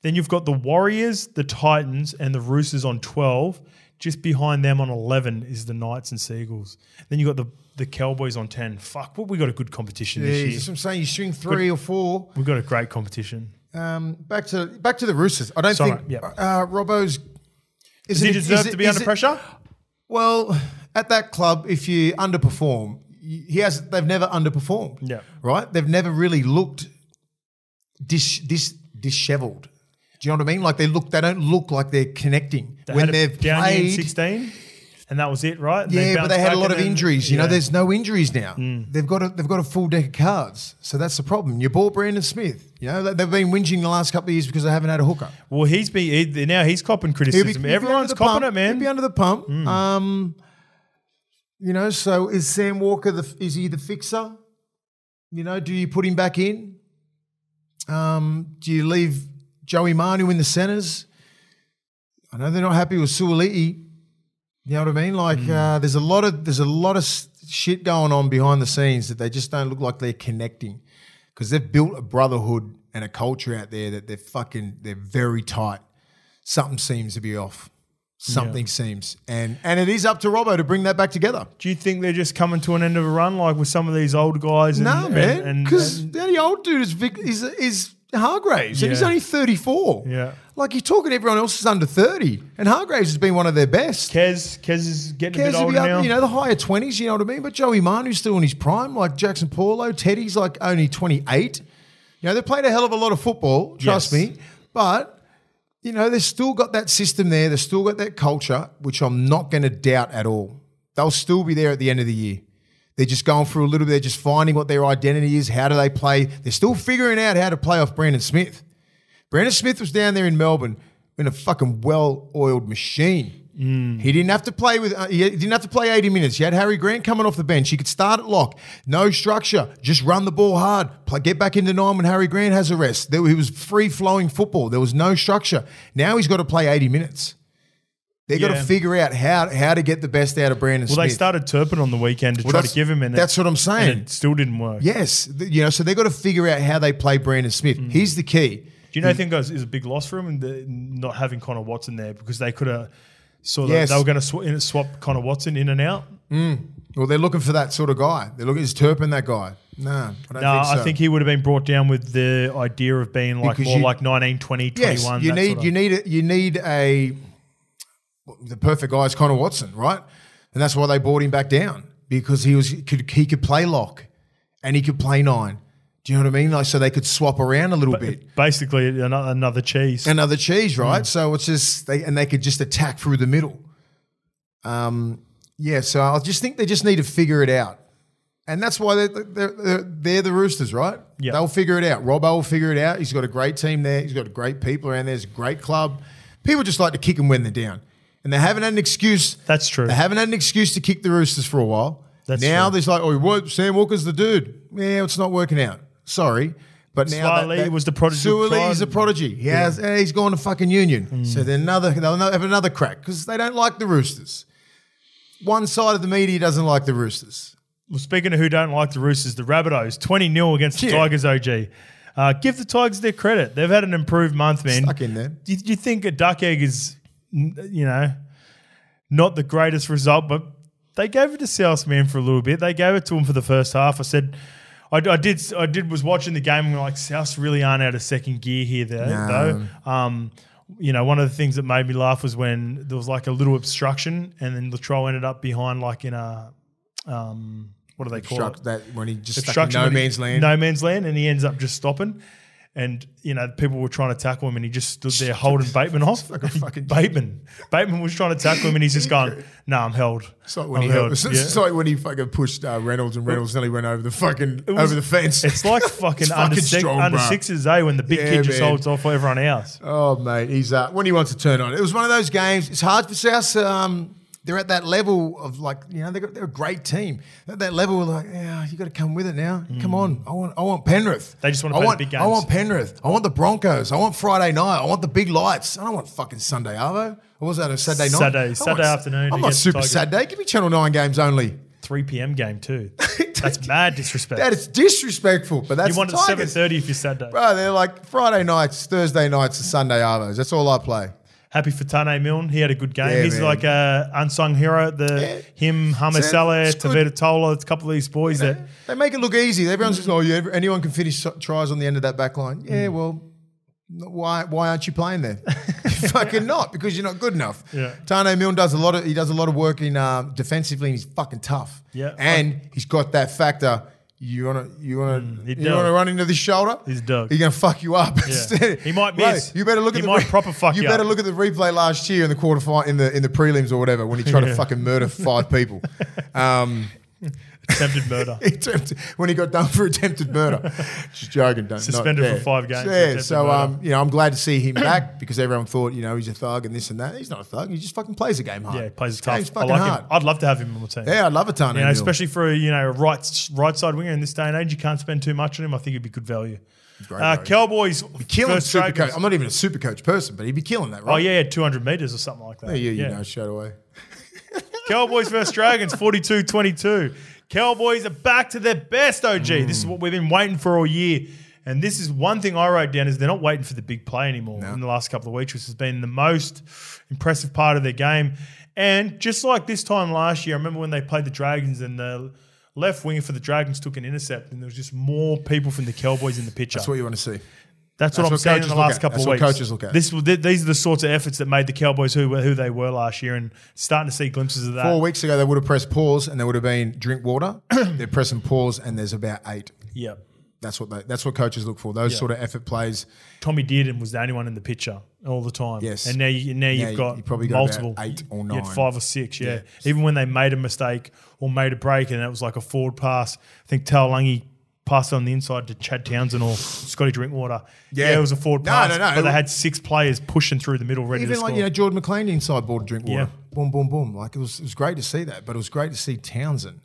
Speaker 1: Then you've got the Warriors, the Titans, and the Roosters on twelve. Just behind them on eleven is the Knights and Seagulls. Then you got the the Cowboys on ten. Fuck, what we got a good competition this
Speaker 2: Jeez,
Speaker 1: year.
Speaker 2: that's what I'm saying. You string three or four.
Speaker 1: We've got a great competition.
Speaker 2: Um, back to back to the Roosters. I don't
Speaker 1: Sorry,
Speaker 2: think
Speaker 1: yeah.
Speaker 2: uh, Robbo's. Is
Speaker 1: Does he
Speaker 2: it-
Speaker 1: deserve
Speaker 2: is it-
Speaker 1: to be
Speaker 2: is
Speaker 1: under
Speaker 2: it-
Speaker 1: pressure?
Speaker 2: Well, at that club, if you underperform, y- he has. They've never underperformed.
Speaker 1: Yeah.
Speaker 2: Right. They've never really looked dis, dis disheveled. Do you know what I mean? Like they look. They don't look like they're connecting
Speaker 1: Had
Speaker 2: when
Speaker 1: a
Speaker 2: they've
Speaker 1: down year in
Speaker 2: played.
Speaker 1: 16 and that was it right And
Speaker 2: yeah, but
Speaker 1: bounced
Speaker 2: they had
Speaker 1: back
Speaker 2: a lot
Speaker 1: and
Speaker 2: of
Speaker 1: then-
Speaker 2: injuries. You
Speaker 1: yeah. Hmm.
Speaker 2: know, there's no injuries now. They've got a they've got a full deck of cards, so that's the problem. You bought Brandon Smith. You know, they- they've been whinging the last couple of years because they haven't had a hooker.
Speaker 1: well he's be he, now he's copping
Speaker 2: He'll be-
Speaker 1: criticism
Speaker 2: he'll be
Speaker 1: everyone's
Speaker 2: under the
Speaker 1: copping
Speaker 2: pump.
Speaker 1: it man Mm.
Speaker 2: He'll be under the pump. Um, you know, so is Sam Walker the is he the fixer? You know, do you put him back in? Um, do you leave Joey Manu in the centres? I know they're not happy with Suoliti. You know what I mean? Like,
Speaker 1: Mm.
Speaker 2: uh, there's a lot of there's a lot of s- shit going on behind the scenes that they just don't look like they're connecting because they've built a brotherhood and a culture out there that they're fucking they're very tight. Something seems to be off. Something seems, and and it is up to Robbo to bring that back together.
Speaker 1: Do you think they're just coming to an end of a run, like with some of these old guys? And,
Speaker 2: No,
Speaker 1: and-
Speaker 2: man,
Speaker 1: and-
Speaker 2: because
Speaker 1: and-
Speaker 2: the only old dude is Vic, is is Hargraves, and he's
Speaker 1: Yeah.
Speaker 2: only thirty four.
Speaker 1: Yeah.
Speaker 2: like you're talking, everyone else is under thirty, and Hargraves has been one of their best.
Speaker 1: Kez, Kez is getting a
Speaker 2: Cares
Speaker 1: bit
Speaker 2: to
Speaker 1: older
Speaker 2: be
Speaker 1: now.
Speaker 2: up, you know, the higher twenties. You know what I mean? But Joey Manu's still in his prime, like Jackson Paulo, Teddy's like only twenty eight. You know, they played a hell of a lot of football. Trust
Speaker 1: Yes.
Speaker 2: me, but. You know, they've still got that system there. They've still got that culture, which I'm not going to doubt at all. They'll still be there at the end of the year. They're just going through a little bit. They're just finding what their identity is. How do they play? They're still figuring out how to play off Brandon Smith. Brandon Smith was down there in Melbourne in a fucking well-oiled machine.
Speaker 1: Mm.
Speaker 2: He didn't have to play with. uh, he didn't have to play 80 minutes. He had Harry Grant coming off the bench. He could start at lock. No structure. Just run the ball hard. Play, get back into nine when Harry Grant has a rest. There, it was free-flowing football. There was no structure. Now he's got to play 80 minutes. They've got
Speaker 1: Yeah.
Speaker 2: to figure out how how to get the best out of Brandon
Speaker 1: well,
Speaker 2: Smith.
Speaker 1: they started Turpin on the weekend to
Speaker 2: Well,
Speaker 1: try to
Speaker 2: that's-
Speaker 1: give him, and it-
Speaker 2: that's what I'm saying.
Speaker 1: and it still didn't work.
Speaker 2: Yes, th- you know, so they've got to figure out how they play Brandon Smith.
Speaker 1: Mm.
Speaker 2: He's the key.
Speaker 1: Do you know? I think it was- is a big loss for him, and the, not having Connor Watson there because they could have saw that
Speaker 2: Yes.
Speaker 1: they were going to sw- swap Connor Watson in and out.
Speaker 2: Well, they're looking for that sort of guy. They're looking is Turpin that guy? No, I don't
Speaker 1: No,
Speaker 2: think so.
Speaker 1: I think he would have been brought down with the idea of being like
Speaker 2: Because
Speaker 1: more
Speaker 2: you-
Speaker 1: like 19, 20,
Speaker 2: yes,
Speaker 1: 21.
Speaker 2: you
Speaker 1: that
Speaker 2: need
Speaker 1: sort of-
Speaker 2: you need a, you need a the perfect guy is Connor Watson, right? And that's why they brought him back down because he was could he could play lock and he could play nine. Do you know what I mean? Like so they could swap around a little bit.
Speaker 1: basically an- another cheese. Mm.
Speaker 2: another cheese, right? So it's just they and they could just attack through the middle. Um, yeah. So I just think they just need to figure it out, and that's why they're they're, they're, they're the Roosters, right?
Speaker 1: Yeah.
Speaker 2: they'll figure it out. Robbo will figure it out. He's got a great team there. He's got great people around there. It's a great club. People just like to kick him when they're down, and they haven't had an excuse.
Speaker 1: That's true.
Speaker 2: They haven't had an excuse to kick the Roosters for a while.
Speaker 1: That's
Speaker 2: now
Speaker 1: true.
Speaker 2: there's like, oh, what? Sam Walker's the dude. Yeah, it's not working out. Sorry. But now
Speaker 1: Suaalii was the prodigy
Speaker 2: Suaalii is
Speaker 1: child. Hmm.
Speaker 2: the prodigy. He has, eh, he's gone to fucking Union. So then another they'll have another crack because they don't like the Roosters. One side of the media doesn't like the Roosters.
Speaker 1: Well, speaking of who don't like the Roosters, the Rabbitohs, 20 0 against the
Speaker 2: Yeah.
Speaker 1: Tigers OG. Uh, give the Tigers their credit. They've had an improved month, man.
Speaker 2: Stuck in there.
Speaker 1: Do you, do you think a duck egg is, n- you know, not the greatest result, but they gave it to South man for a little bit. They gave it to him for the first half. I said, I, I did, I did was watching the game and we're like South really aren't out of second gear here though.
Speaker 2: No.
Speaker 1: though. Um, you know, one of the things that made me laugh was when there was like a little obstruction and then Latrell ended up behind like in a, um, what do they call it?
Speaker 2: Struck that when he just stuck in
Speaker 1: obstruction
Speaker 2: no
Speaker 1: when he-
Speaker 2: man's land.
Speaker 1: No man's land, and he ends up just stopping. And you know, people were trying to tackle him, and he just stood there holding Bateman off.
Speaker 2: fucking-
Speaker 1: Bateman, Bateman was trying to tackle him, and he's just going, "No, nah, I'm held."
Speaker 2: It's like when
Speaker 1: I'm
Speaker 2: he
Speaker 1: held."
Speaker 2: (laughs) it's,
Speaker 1: Oh, Yeah.
Speaker 2: it's like when he fucking pushed uh, Reynolds and Reynolds nearly went over the fucking
Speaker 1: was-
Speaker 2: over the fence.
Speaker 1: It's
Speaker 2: (laughs)
Speaker 1: like fucking,
Speaker 2: It's
Speaker 1: under,
Speaker 2: fucking
Speaker 1: six,
Speaker 2: strong,
Speaker 1: under
Speaker 2: bruh.
Speaker 1: sixes, eh? When the big
Speaker 2: Yeah,
Speaker 1: kid just
Speaker 2: man.
Speaker 1: holds off everyone else.
Speaker 2: Oh mate, he's uh, when he wants to turn on. It was one of those games. It's hard for South. Um, they're at that level of like you know they're, they're a great team. At that level, we're like, yeah, you got to come with it now. Come on, I want I want Penrith.
Speaker 1: They just wanna
Speaker 2: I
Speaker 1: play the
Speaker 2: want,
Speaker 1: big
Speaker 2: I want
Speaker 1: games.
Speaker 2: Penrith. I want the Broncos. I want Friday night. I want the big lights. I don't want fucking Sunday Arvo. Or was that a Saturday night?
Speaker 1: Saturday-
Speaker 2: I want-
Speaker 1: Saturday afternoon
Speaker 2: I'm not
Speaker 1: against
Speaker 2: super
Speaker 1: Tigers.
Speaker 2: Saturday. Give me Channel Nine games only.
Speaker 1: Three p.m. game
Speaker 2: (laughs)
Speaker 1: too. That's mad disrespect.
Speaker 2: That is disrespectful. But that's
Speaker 1: you
Speaker 2: the
Speaker 1: want at seven
Speaker 2: Tigers.
Speaker 1: thirty if you Saturday.
Speaker 2: Bro, they're like Friday nights, Thursday nights, and Sunday Arvos. That's all I play.
Speaker 1: Happy for Tane Milne. He had a good game.
Speaker 2: Yeah,
Speaker 1: He's
Speaker 2: man.
Speaker 1: like a unsung hero. The him, Hamed
Speaker 2: It's-
Speaker 1: Saleh,
Speaker 2: it's good.
Speaker 1: Tavita Tola, a couple of these boys that
Speaker 2: They make it look easy. Everyone says, "Oh, yeah, anyone can finish so- tries on the end of that back line." Yeah,
Speaker 1: Hmm.
Speaker 2: well, n- why why aren't (laughs) you playing there? You're fucking not because you're not good enough.
Speaker 1: Yeah.
Speaker 2: Tane Milne does a lot of he does a lot of work in um, defensively, and he's fucking tough.
Speaker 1: Yeah.
Speaker 2: and he's got that factor. You wanna you wanna
Speaker 1: Hmm, he
Speaker 2: you
Speaker 1: does.
Speaker 2: wanna run into this shoulder?
Speaker 1: He's dug.
Speaker 2: He's gonna fuck you up.
Speaker 1: He might
Speaker 2: Mate,
Speaker 1: miss.
Speaker 2: you better look
Speaker 1: He
Speaker 2: at the
Speaker 1: might proper fuck
Speaker 2: you
Speaker 1: you
Speaker 2: better
Speaker 1: up.
Speaker 2: look at the replay last year in the quarterfinal in the in the prelims or whatever when
Speaker 1: (laughs)
Speaker 2: he tried to fucking murder five people. Um,
Speaker 1: attempted murder.
Speaker 2: (laughs) attempted, when he got done for attempted
Speaker 1: (laughs)
Speaker 2: murder. Just joking, don't
Speaker 1: Suspended
Speaker 2: not-
Speaker 1: for
Speaker 2: yeah.
Speaker 1: five games for
Speaker 2: Yeah,
Speaker 1: attempted
Speaker 2: so
Speaker 1: murder.
Speaker 2: um, you know, I'm glad to see
Speaker 1: (clears throat)
Speaker 2: him back because everyone thought you know he's a thug and this and that. He's not a thug. He just fucking plays the game hard.
Speaker 1: Yeah, he plays it
Speaker 2: This game's
Speaker 1: tough. I
Speaker 2: fucking
Speaker 1: like
Speaker 2: hard.
Speaker 1: him. I'd love to have him on the team.
Speaker 2: Yeah, I love a ton.
Speaker 1: You know, especially for a, you know a right right side winger in this day and age, you can't spend too much on him. I think it'd be good value.
Speaker 2: Great
Speaker 1: uh,
Speaker 2: value.
Speaker 1: Cowboys
Speaker 2: killing
Speaker 1: first
Speaker 2: super
Speaker 1: straight-
Speaker 2: coach. I'm not even a super coach person, but he'd be killing that, right?
Speaker 1: Oh yeah, yeah, 200 meters or something like that.
Speaker 2: yeah, you know, straight away.
Speaker 1: Cowboys versus Dragons, 42
Speaker 2: Mm.
Speaker 1: 22. Cowboys are back to their best, OG. This is what we've been waiting for all year. And this is one thing I wrote down is they're not waiting for the big play anymore
Speaker 2: No.
Speaker 1: in the last couple of weeks, which has been the most impressive part of their game. And just like this time last year, I remember when they played the Dragons and the left winger for the Dragons took an intercept, and there was just more people from the Cowboys in the picture.
Speaker 2: That's what you want to see.
Speaker 1: That's what I'm
Speaker 2: That's what
Speaker 1: saying in
Speaker 2: coaches
Speaker 1: the
Speaker 2: look
Speaker 1: last
Speaker 2: at.
Speaker 1: couple
Speaker 2: That's
Speaker 1: of
Speaker 2: what
Speaker 1: weeks.
Speaker 2: coaches look at.
Speaker 1: This, will- th- these are the sorts of efforts that made the Cowboys who were- who they were last year, and starting to see glimpses of that.
Speaker 2: Four weeks ago, they would have pressed pause and there would have been drink
Speaker 1: (clears throat)
Speaker 2: water. They're pressing pause and there's about eight.
Speaker 1: Yeah,
Speaker 2: That's what they, that's what coaches look for. Those sort of effort plays.
Speaker 1: Tommy Dearden was the only one in the picture all the time.
Speaker 2: Yes.
Speaker 1: and now you, now you've
Speaker 2: you-
Speaker 1: got
Speaker 2: you probably got
Speaker 1: multiple
Speaker 2: about eight or
Speaker 1: You had
Speaker 2: nine.
Speaker 1: five or six. Yeah.
Speaker 2: Yeah.
Speaker 1: even when they made a mistake or made a break, and it was like a forward pass. I think Talangi passed it on the inside to Chad Townsend or Scotty Drinkwater.
Speaker 2: Yeah.
Speaker 1: it was a forward
Speaker 2: No,
Speaker 1: pass,
Speaker 2: no, no.
Speaker 1: but they had six players pushing through the middle, ready
Speaker 2: Even
Speaker 1: to
Speaker 2: like
Speaker 1: score.
Speaker 2: you know Jordan McLean inside ball to drink water.
Speaker 1: Yeah.
Speaker 2: Boom, boom, boom. Like it was it was great to see that, but it was great to see Townsend.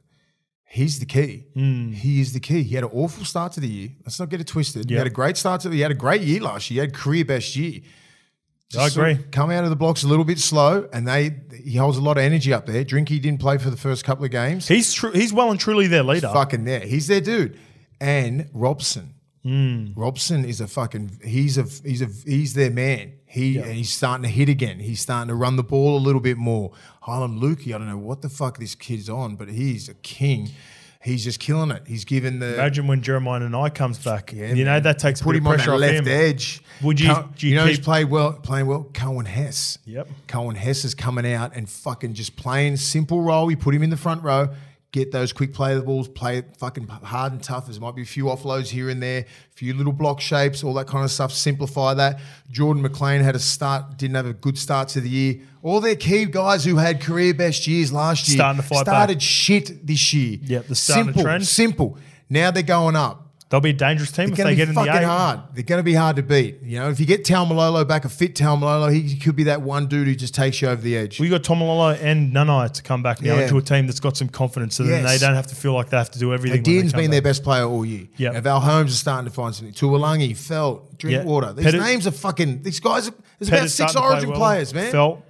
Speaker 2: He's the key.
Speaker 1: Hmm.
Speaker 2: He is the key. He had an awful start to the year. Let's not get it twisted. He
Speaker 1: Yeah.
Speaker 2: had a great start to the. He had a great year last year. He had career best year.
Speaker 1: I
Speaker 2: sort of
Speaker 1: agree.
Speaker 2: Come out of the blocks a little bit slow, and they he holds a lot of energy up there. Drinky didn't play for the first couple of games.
Speaker 1: He's tru- he's well and truly their leader.
Speaker 2: fucking there. He's their dude. And Robson. Robson is a fucking he's a he's a he's their man. He and he's starting to hit again. He's starting to run the ball a little bit more. Harlem Lukey, I don't know what the fuck this kid's on, but he's a king. He's just killing it. He's given the
Speaker 1: Imagine when Jeremiah and I comes back. you know that takes a
Speaker 2: put
Speaker 1: bit of
Speaker 2: him on
Speaker 1: pressure
Speaker 2: that
Speaker 1: off him.
Speaker 2: left edge.
Speaker 1: Would you-
Speaker 2: Co-
Speaker 1: do you
Speaker 2: know he's
Speaker 1: keep-
Speaker 2: played well? Playing well, Cohen Hess.
Speaker 1: Yep.
Speaker 2: Cohen Hess is coming out and fucking just playing simple role. You put him in the front row. Get those quick play the balls, play it fucking hard and tough. There's might be a few offloads here and there, a few little block shapes, all that kind of stuff. Simplify that. Jordan McLean had a start, didn't have a good start to the year. All their key guys who had career best years last year
Speaker 1: Starting to fight back.
Speaker 2: started shit this year.
Speaker 1: Yep, the starting
Speaker 2: simple,
Speaker 1: trend.
Speaker 2: simple. Now they're going up.
Speaker 1: They'll be a dangerous team if
Speaker 2: They're
Speaker 1: they
Speaker 2: going to
Speaker 1: get in
Speaker 2: be
Speaker 1: the
Speaker 2: fucking
Speaker 1: eight.
Speaker 2: hard. They're going to be hard to beat. You know, if you get Talmalolo back, a fit Talmalolo, he he could be that one dude who just takes you over the edge.
Speaker 1: We got Tomalolo and Nanai to come back now
Speaker 2: Yeah.
Speaker 1: into a team that's got some confidence, so then
Speaker 2: Yes.
Speaker 1: they don't have to feel like they have to do everything. when they
Speaker 2: Dean's
Speaker 1: come back.
Speaker 2: been their best player all year.
Speaker 1: Yep.
Speaker 2: Now, Val Holmes is starting to find something. Tuolangi, Felt, Drinkwater. These
Speaker 1: Pettit-
Speaker 2: names are fucking. These guys. Are, there's about
Speaker 1: Pettitt's
Speaker 2: six
Speaker 1: starting to play
Speaker 2: Origin
Speaker 1: well.
Speaker 2: players, man.
Speaker 1: Felt.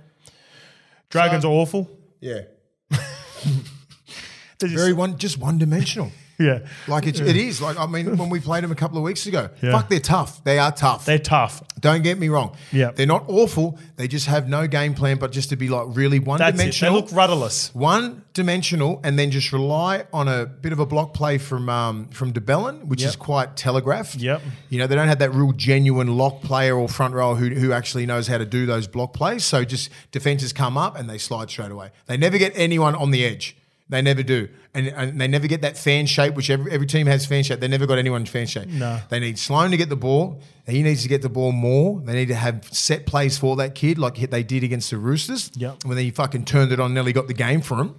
Speaker 1: Dragons
Speaker 2: So-
Speaker 1: are awful. (laughs)
Speaker 2: Yeah.
Speaker 1: They're just-
Speaker 2: Very one, just one dimensional.
Speaker 1: yeah,
Speaker 2: Like it's, it is. Like I mean, when we played them a couple of weeks ago,
Speaker 1: Yeah.
Speaker 2: fuck, they're tough. They are tough.
Speaker 1: they're tough.
Speaker 2: Don't get me wrong.
Speaker 1: Yeah.
Speaker 2: they're not awful. They just have no game plan, but just to be like really one
Speaker 1: That's it. They
Speaker 2: dimensional.
Speaker 1: look rudderless.
Speaker 2: one dimensional and then just rely on a bit of a block play from um, from DeBellin, which
Speaker 1: Yep.
Speaker 2: is quite telegraphed.
Speaker 1: Yep.
Speaker 2: You know, they don't have that real genuine lock player or front row who, who actually knows how to do those block plays. So just defenses come up and they slide straight away. They never get anyone on the edge. They never do. And, and they never get that fan shape, which every, every team has fan shape. They never got anyone in fan shape.
Speaker 1: No.
Speaker 2: They need Sloan to get the ball. He needs to get the ball more. They need to have set plays for that kid, like they did against the Roosters.
Speaker 1: Yep.
Speaker 2: When they fucking turned it on, nearly got the game for him.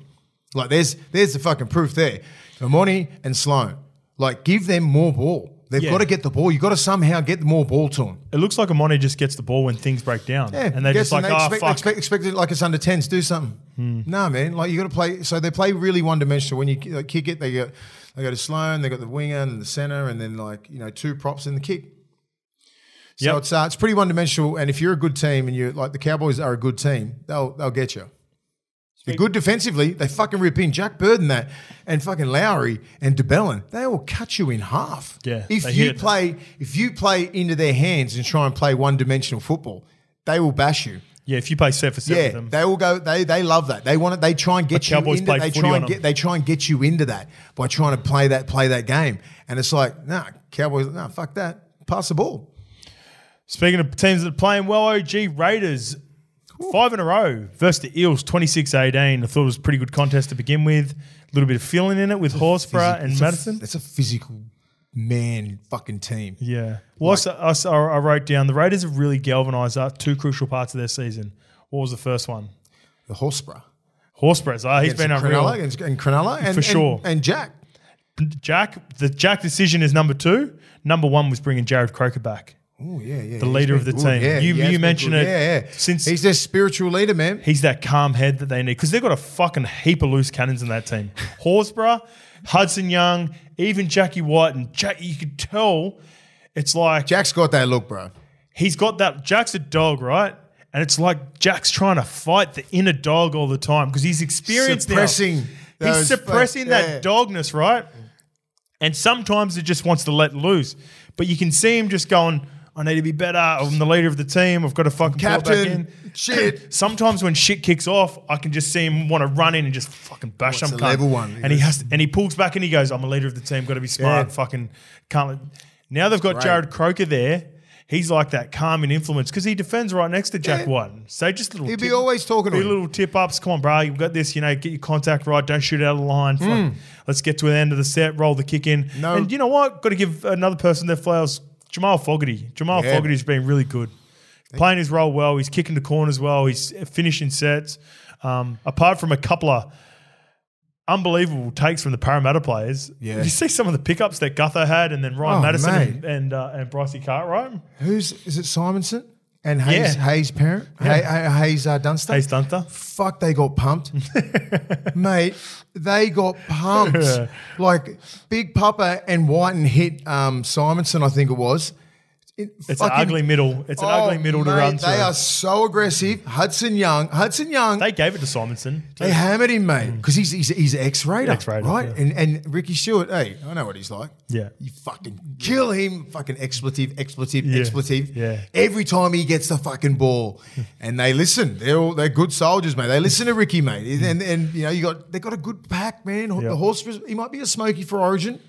Speaker 2: Like there's there's the fucking proof there. Amoni and Sloan. Like give them more ball. They've
Speaker 1: Yeah.
Speaker 2: got to get the ball. You've got to somehow get more ball to them.
Speaker 1: It looks like Amoni just gets the ball when things break down,
Speaker 2: Yeah,
Speaker 1: and they're
Speaker 2: guess
Speaker 1: just like,
Speaker 2: they
Speaker 1: "Ah, fuck."
Speaker 2: expect,
Speaker 1: Hmm.
Speaker 2: expect, expect it like it's under tens. Do something. Nah, man. Like you got to play. So they play really one dimensional. When you like, kick it, they go they go to Sloan. They got the winger and the center, and then like you know two props and the kick. So
Speaker 1: Yep.
Speaker 2: it's uh, it's pretty one dimensional. And if you're a good team and you're like the Cowboys are a good team, they'll they'll get you. They're good defensively. They fucking rip in Jack Bird and that, and fucking Lowry and DeBellin. They will cut you in half.
Speaker 1: Yeah,
Speaker 2: If
Speaker 1: they
Speaker 2: you
Speaker 1: hit.
Speaker 2: play, if you play into their hands and try and play one dimensional football, they will bash you.
Speaker 1: yeah, if you play set for set
Speaker 2: Yeah,
Speaker 1: with them,
Speaker 2: they will go. They they love that. They want it. They try and get you
Speaker 1: Cowboys
Speaker 2: into.
Speaker 1: played
Speaker 2: They
Speaker 1: footy
Speaker 2: try
Speaker 1: on
Speaker 2: and
Speaker 1: them.
Speaker 2: get. They try and get you into that by trying to play that play that game. And it's like, nah, Cowboys, nah, fuck that. Pass the ball.
Speaker 1: Speaking of teams that are playing well, OG Raiders, five in a row versus the Eels, 26 18. I thought it was a pretty good contest to begin with. A little bit of feeling in it with Horsburgh
Speaker 2: Physi-
Speaker 1: and
Speaker 2: it's a-
Speaker 1: Madison.
Speaker 2: It's a physical man fucking team.
Speaker 1: yeah. Well, I s- I, s- I- I wrote down the Raiders have really galvanised up two crucial parts of their season. What was the first one?
Speaker 2: The Horsbra.
Speaker 1: Horsburgh's. ah, he's been unreal.
Speaker 2: Cronulla and, and Cronulla and
Speaker 1: For
Speaker 2: and-
Speaker 1: sure.
Speaker 2: And, Jack.
Speaker 1: Jack, the Jack decision is number two. Number one was bringing Jared Croker back.
Speaker 2: Oh yeah, yeah.
Speaker 1: The leader of the team. You- you mentioned it
Speaker 2: Yeah, yeah.
Speaker 1: since-
Speaker 2: he's their spiritual leader, man.
Speaker 1: He's that calm head that they need because they've got a fucking heap of loose cannons in that team. Horsburgh, Hudson Young, even Jackie White, and Jack. You could tell it's like
Speaker 2: Jack's got that look, bro.
Speaker 1: he's got that. Jack's a dog, right? And it's like Jack's trying to fight the inner dog all the time because he's experienced now.
Speaker 2: Suppressing.
Speaker 1: He's
Speaker 2: those fuck-
Speaker 1: suppressing that
Speaker 2: yeah.
Speaker 1: dogness, right? And sometimes it just wants to let loose. But you can see him just going, I need to be better. I'm the leader of the team. I've got to fucking Captain. back in.
Speaker 2: Captain,
Speaker 1: (clears throat)
Speaker 2: shit.
Speaker 1: Sometimes when shit kicks off, I can just see him want to run in and just fucking bash
Speaker 2: What's
Speaker 1: some
Speaker 2: the
Speaker 1: cunt.
Speaker 2: level one? He
Speaker 1: and he
Speaker 2: goes-
Speaker 1: has to, and he pulls back and he goes, "I'm a leader of the team. Got to be smart.
Speaker 2: Yeah.
Speaker 1: Fucking can't." Let, now they've got
Speaker 2: Great.
Speaker 1: Jared Croker there. He's like that calming influence because he defends right next to Jack
Speaker 2: Yeah.
Speaker 1: Whiten. So just little.
Speaker 2: He'd
Speaker 1: tip-
Speaker 2: be always talking to
Speaker 1: be
Speaker 2: him.
Speaker 1: little tip ups. Come on, bro. You've got this. You know, get your contact right. Don't shoot out of line. Fuck. Let's get to the end of the set. Roll the kick in.
Speaker 2: Mm. No.
Speaker 1: And you know what? Got to give another person their flowers. Jamal Fogarty. Jamal
Speaker 2: Yeah.
Speaker 1: Fogarty's been really good. Playing his role well. He's kicking the corners well. He's finishing sets. Um, apart from a couple of unbelievable takes from the Parramatta players.
Speaker 2: Yeah.
Speaker 1: Did you see some of the pickups that Gutho had and then Ryan
Speaker 2: Oh,
Speaker 1: Madison
Speaker 2: mate.
Speaker 1: and, and, uh, and Brycey Cartwright?
Speaker 2: Who's is it? Simonson and Hayes.
Speaker 1: Yeah.
Speaker 2: Hayes' parent. Hay, Hayes uh, Dunster.
Speaker 1: Hey,
Speaker 2: (laughs)
Speaker 1: Stunter.
Speaker 2: Fuck, they
Speaker 1: (laughs)
Speaker 2: got pumped, mate. They got pumped.
Speaker 1: Yeah.
Speaker 2: Like Big Papa and Whiten hit um, Simonson, I think it was. It
Speaker 1: It's
Speaker 2: fucking-
Speaker 1: an ugly middle. It's an
Speaker 2: Oh,
Speaker 1: ugly middle to
Speaker 2: mate,
Speaker 1: run through.
Speaker 2: They are so aggressive. Hudson Young. Hudson Young.
Speaker 1: They gave it to Simonson.
Speaker 2: They hammered him, mate, because he's he's he's an ex-raider,
Speaker 1: Ex-raider,
Speaker 2: right?
Speaker 1: yeah.
Speaker 2: And and Ricky Stewart, hey, I know what he's like.
Speaker 1: Yeah.
Speaker 2: you fucking kill him, fucking expletive, expletive,
Speaker 1: Yeah,
Speaker 2: expletive.
Speaker 1: yeah.
Speaker 2: every time he gets the
Speaker 1: (laughs)
Speaker 2: fucking ball, and they listen. They're all they're good soldiers, mate. They listen to Ricky, mate. And and you know you got they got a good pack, man.
Speaker 1: Yeah.
Speaker 2: The horse he might be a smoky for Origin.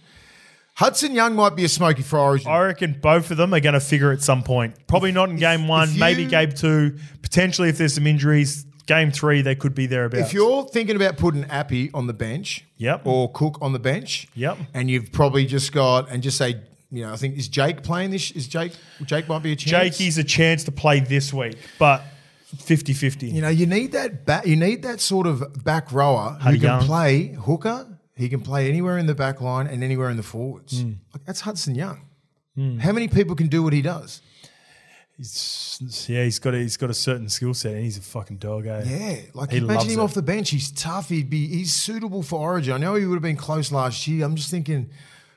Speaker 2: Hudson Young might be a smoky for Origin.
Speaker 1: I reckon both of them are going to figure at some point. Probably not in game one,
Speaker 2: if
Speaker 1: maybe
Speaker 2: you-
Speaker 1: game two. Potentially, if there's some injuries, game three, they could be thereabouts.
Speaker 2: If you're thinking about putting Appy on the bench,
Speaker 1: Yep.
Speaker 2: or Cook on the bench,
Speaker 1: Yep.
Speaker 2: and you've probably just got and just say, you know, I think is Jake playing this? Is Jake? Jake might be a chance.
Speaker 1: Jakey's a chance to play this week, but 50 50.
Speaker 2: you know, you need that back. You need that sort of back rower who
Speaker 1: Huddy
Speaker 2: can
Speaker 1: Young.
Speaker 2: play hooker. He can play anywhere in the back line and anywhere in the forwards.
Speaker 1: Hmm.
Speaker 2: Like, that's Hudson Young. How many people can do what he does?
Speaker 1: He's- yeah, he's got, a, he's got a certain skill set and he's a fucking dog, eh?
Speaker 2: Yeah, like
Speaker 1: He loves
Speaker 2: imagine him
Speaker 1: it.
Speaker 2: off the bench. He's tough. He'd be he's suitable for Origin. I know he would have been close last year. I'm just thinking,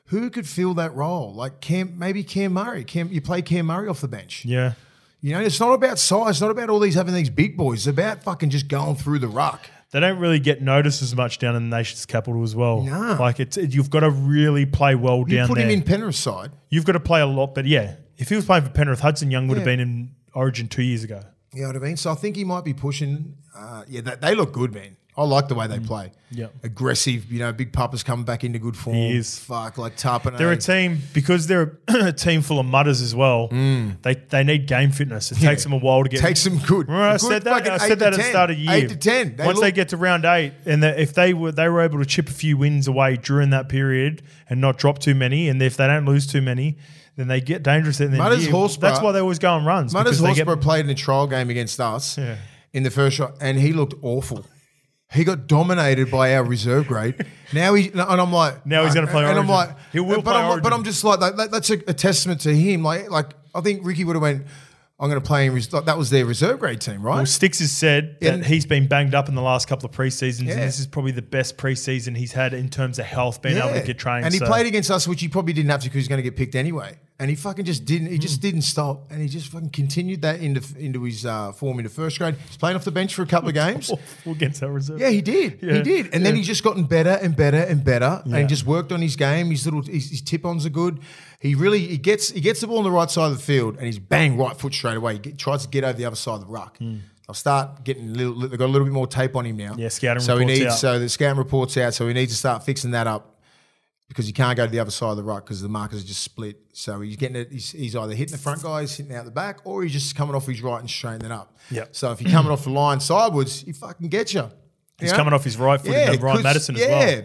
Speaker 2: who could fill that role? Like Cam, maybe Cam Murray. Cam, you play Cam Murray off the bench.
Speaker 1: Yeah.
Speaker 2: You know, it's not about size. It's not about all these having these big boys. It's about fucking just going through the ruck.
Speaker 1: They don't really get noticed as much down in the nation's capital as well.
Speaker 2: Nah.
Speaker 1: Like, it's, you've got to really play well
Speaker 2: You
Speaker 1: down
Speaker 2: put
Speaker 1: there.
Speaker 2: him in Penrith's side.
Speaker 1: You've got to play a lot, but yeah, if he was playing for Penrith, Hudson Young would have
Speaker 2: Yeah.
Speaker 1: been in Origin two years ago.
Speaker 2: You know what I mean? So I think he might be pushing. Uh, yeah, they, they look good, man. I like the way
Speaker 1: Mm.
Speaker 2: they play.
Speaker 1: Yeah.
Speaker 2: aggressive. You know, Big Papa's coming back into good form.
Speaker 1: He is.
Speaker 2: Fuck, like Tarpon.
Speaker 1: They're a team because they're a (clears throat) team full of mutters as well. They they need game fitness. It takes them a while to get.
Speaker 2: Mm. Takes them good.
Speaker 1: (laughs) Remember, I
Speaker 2: Good
Speaker 1: said that.
Speaker 2: fucking
Speaker 1: I
Speaker 2: eight
Speaker 1: said that
Speaker 2: to
Speaker 1: at the
Speaker 2: 10.
Speaker 1: start of the year.
Speaker 2: Eight to 10. They
Speaker 1: Once they
Speaker 2: look-
Speaker 1: get to round eight, and that if they were they were able to chip a few wins away during that period and not drop too many, and if they don't lose too many, then they get dangerous. at the end of the
Speaker 2: Mutters
Speaker 1: year.
Speaker 2: Horsburgh-
Speaker 1: That's why they always go on runs.
Speaker 2: Mutters
Speaker 1: because they
Speaker 2: Horsburgh played in a trial game against us
Speaker 1: Yeah.
Speaker 2: in the first shot, and he looked awful. He got dominated by our reserve grade. Now he and I'm like,
Speaker 1: Now he's gonna play
Speaker 2: And I'm
Speaker 1: Origin.
Speaker 2: like,
Speaker 1: He will
Speaker 2: but
Speaker 1: play
Speaker 2: I'm, like- But
Speaker 1: Origin.
Speaker 2: I'm just like, that, that- that's a, a testament to him. Like, like I think Ricky would have went. I'm going to play in. res- like, That was their reserve grade team, right?
Speaker 1: Well, Sticks has said that
Speaker 2: And-
Speaker 1: he's been banged up in the last couple of preseasons, and
Speaker 2: Yeah.
Speaker 1: this is probably the best preseason he's had in terms of health, being able
Speaker 2: Yeah.
Speaker 1: to get trained.
Speaker 2: And he
Speaker 1: so- (laughs)
Speaker 2: played against us, which he probably didn't have to because he's going to get picked anyway. And he fucking just didn't. He
Speaker 1: Hmm.
Speaker 2: just didn't stop, and he just fucking continued that into into his uh, form into first grade. He's playing off the bench for
Speaker 1: (laughs)
Speaker 2: a couple of games.
Speaker 1: awful against our reserve.
Speaker 2: Yeah, he did.
Speaker 1: Yeah.
Speaker 2: He did. And then he's just gotten better and better and better,
Speaker 1: Yeah.
Speaker 2: and just worked on his game. His little his, his tip ons are good. He really he gets he gets the ball on the right side of the field, and he's bang right foot straight away. He get, tries to get over the other side of the ruck. I'll start getting a little. They've got a little bit more tape on him now.
Speaker 1: Hmm. Yeah, scouting
Speaker 2: So
Speaker 1: reports
Speaker 2: he needs
Speaker 1: out.
Speaker 2: so the scouting reports out. So he needs to start fixing that up because he can't go to the other side of the ruck because the markers are just split. So he's getting it. He's, he's either hitting the front guy, he's hitting out the back, or he's just coming off his right and straightening up.
Speaker 1: Yep.
Speaker 2: So if you're coming off the line sidewards, he fucking gets you.
Speaker 1: He's coming off his right foot and done Ryan Madison as well.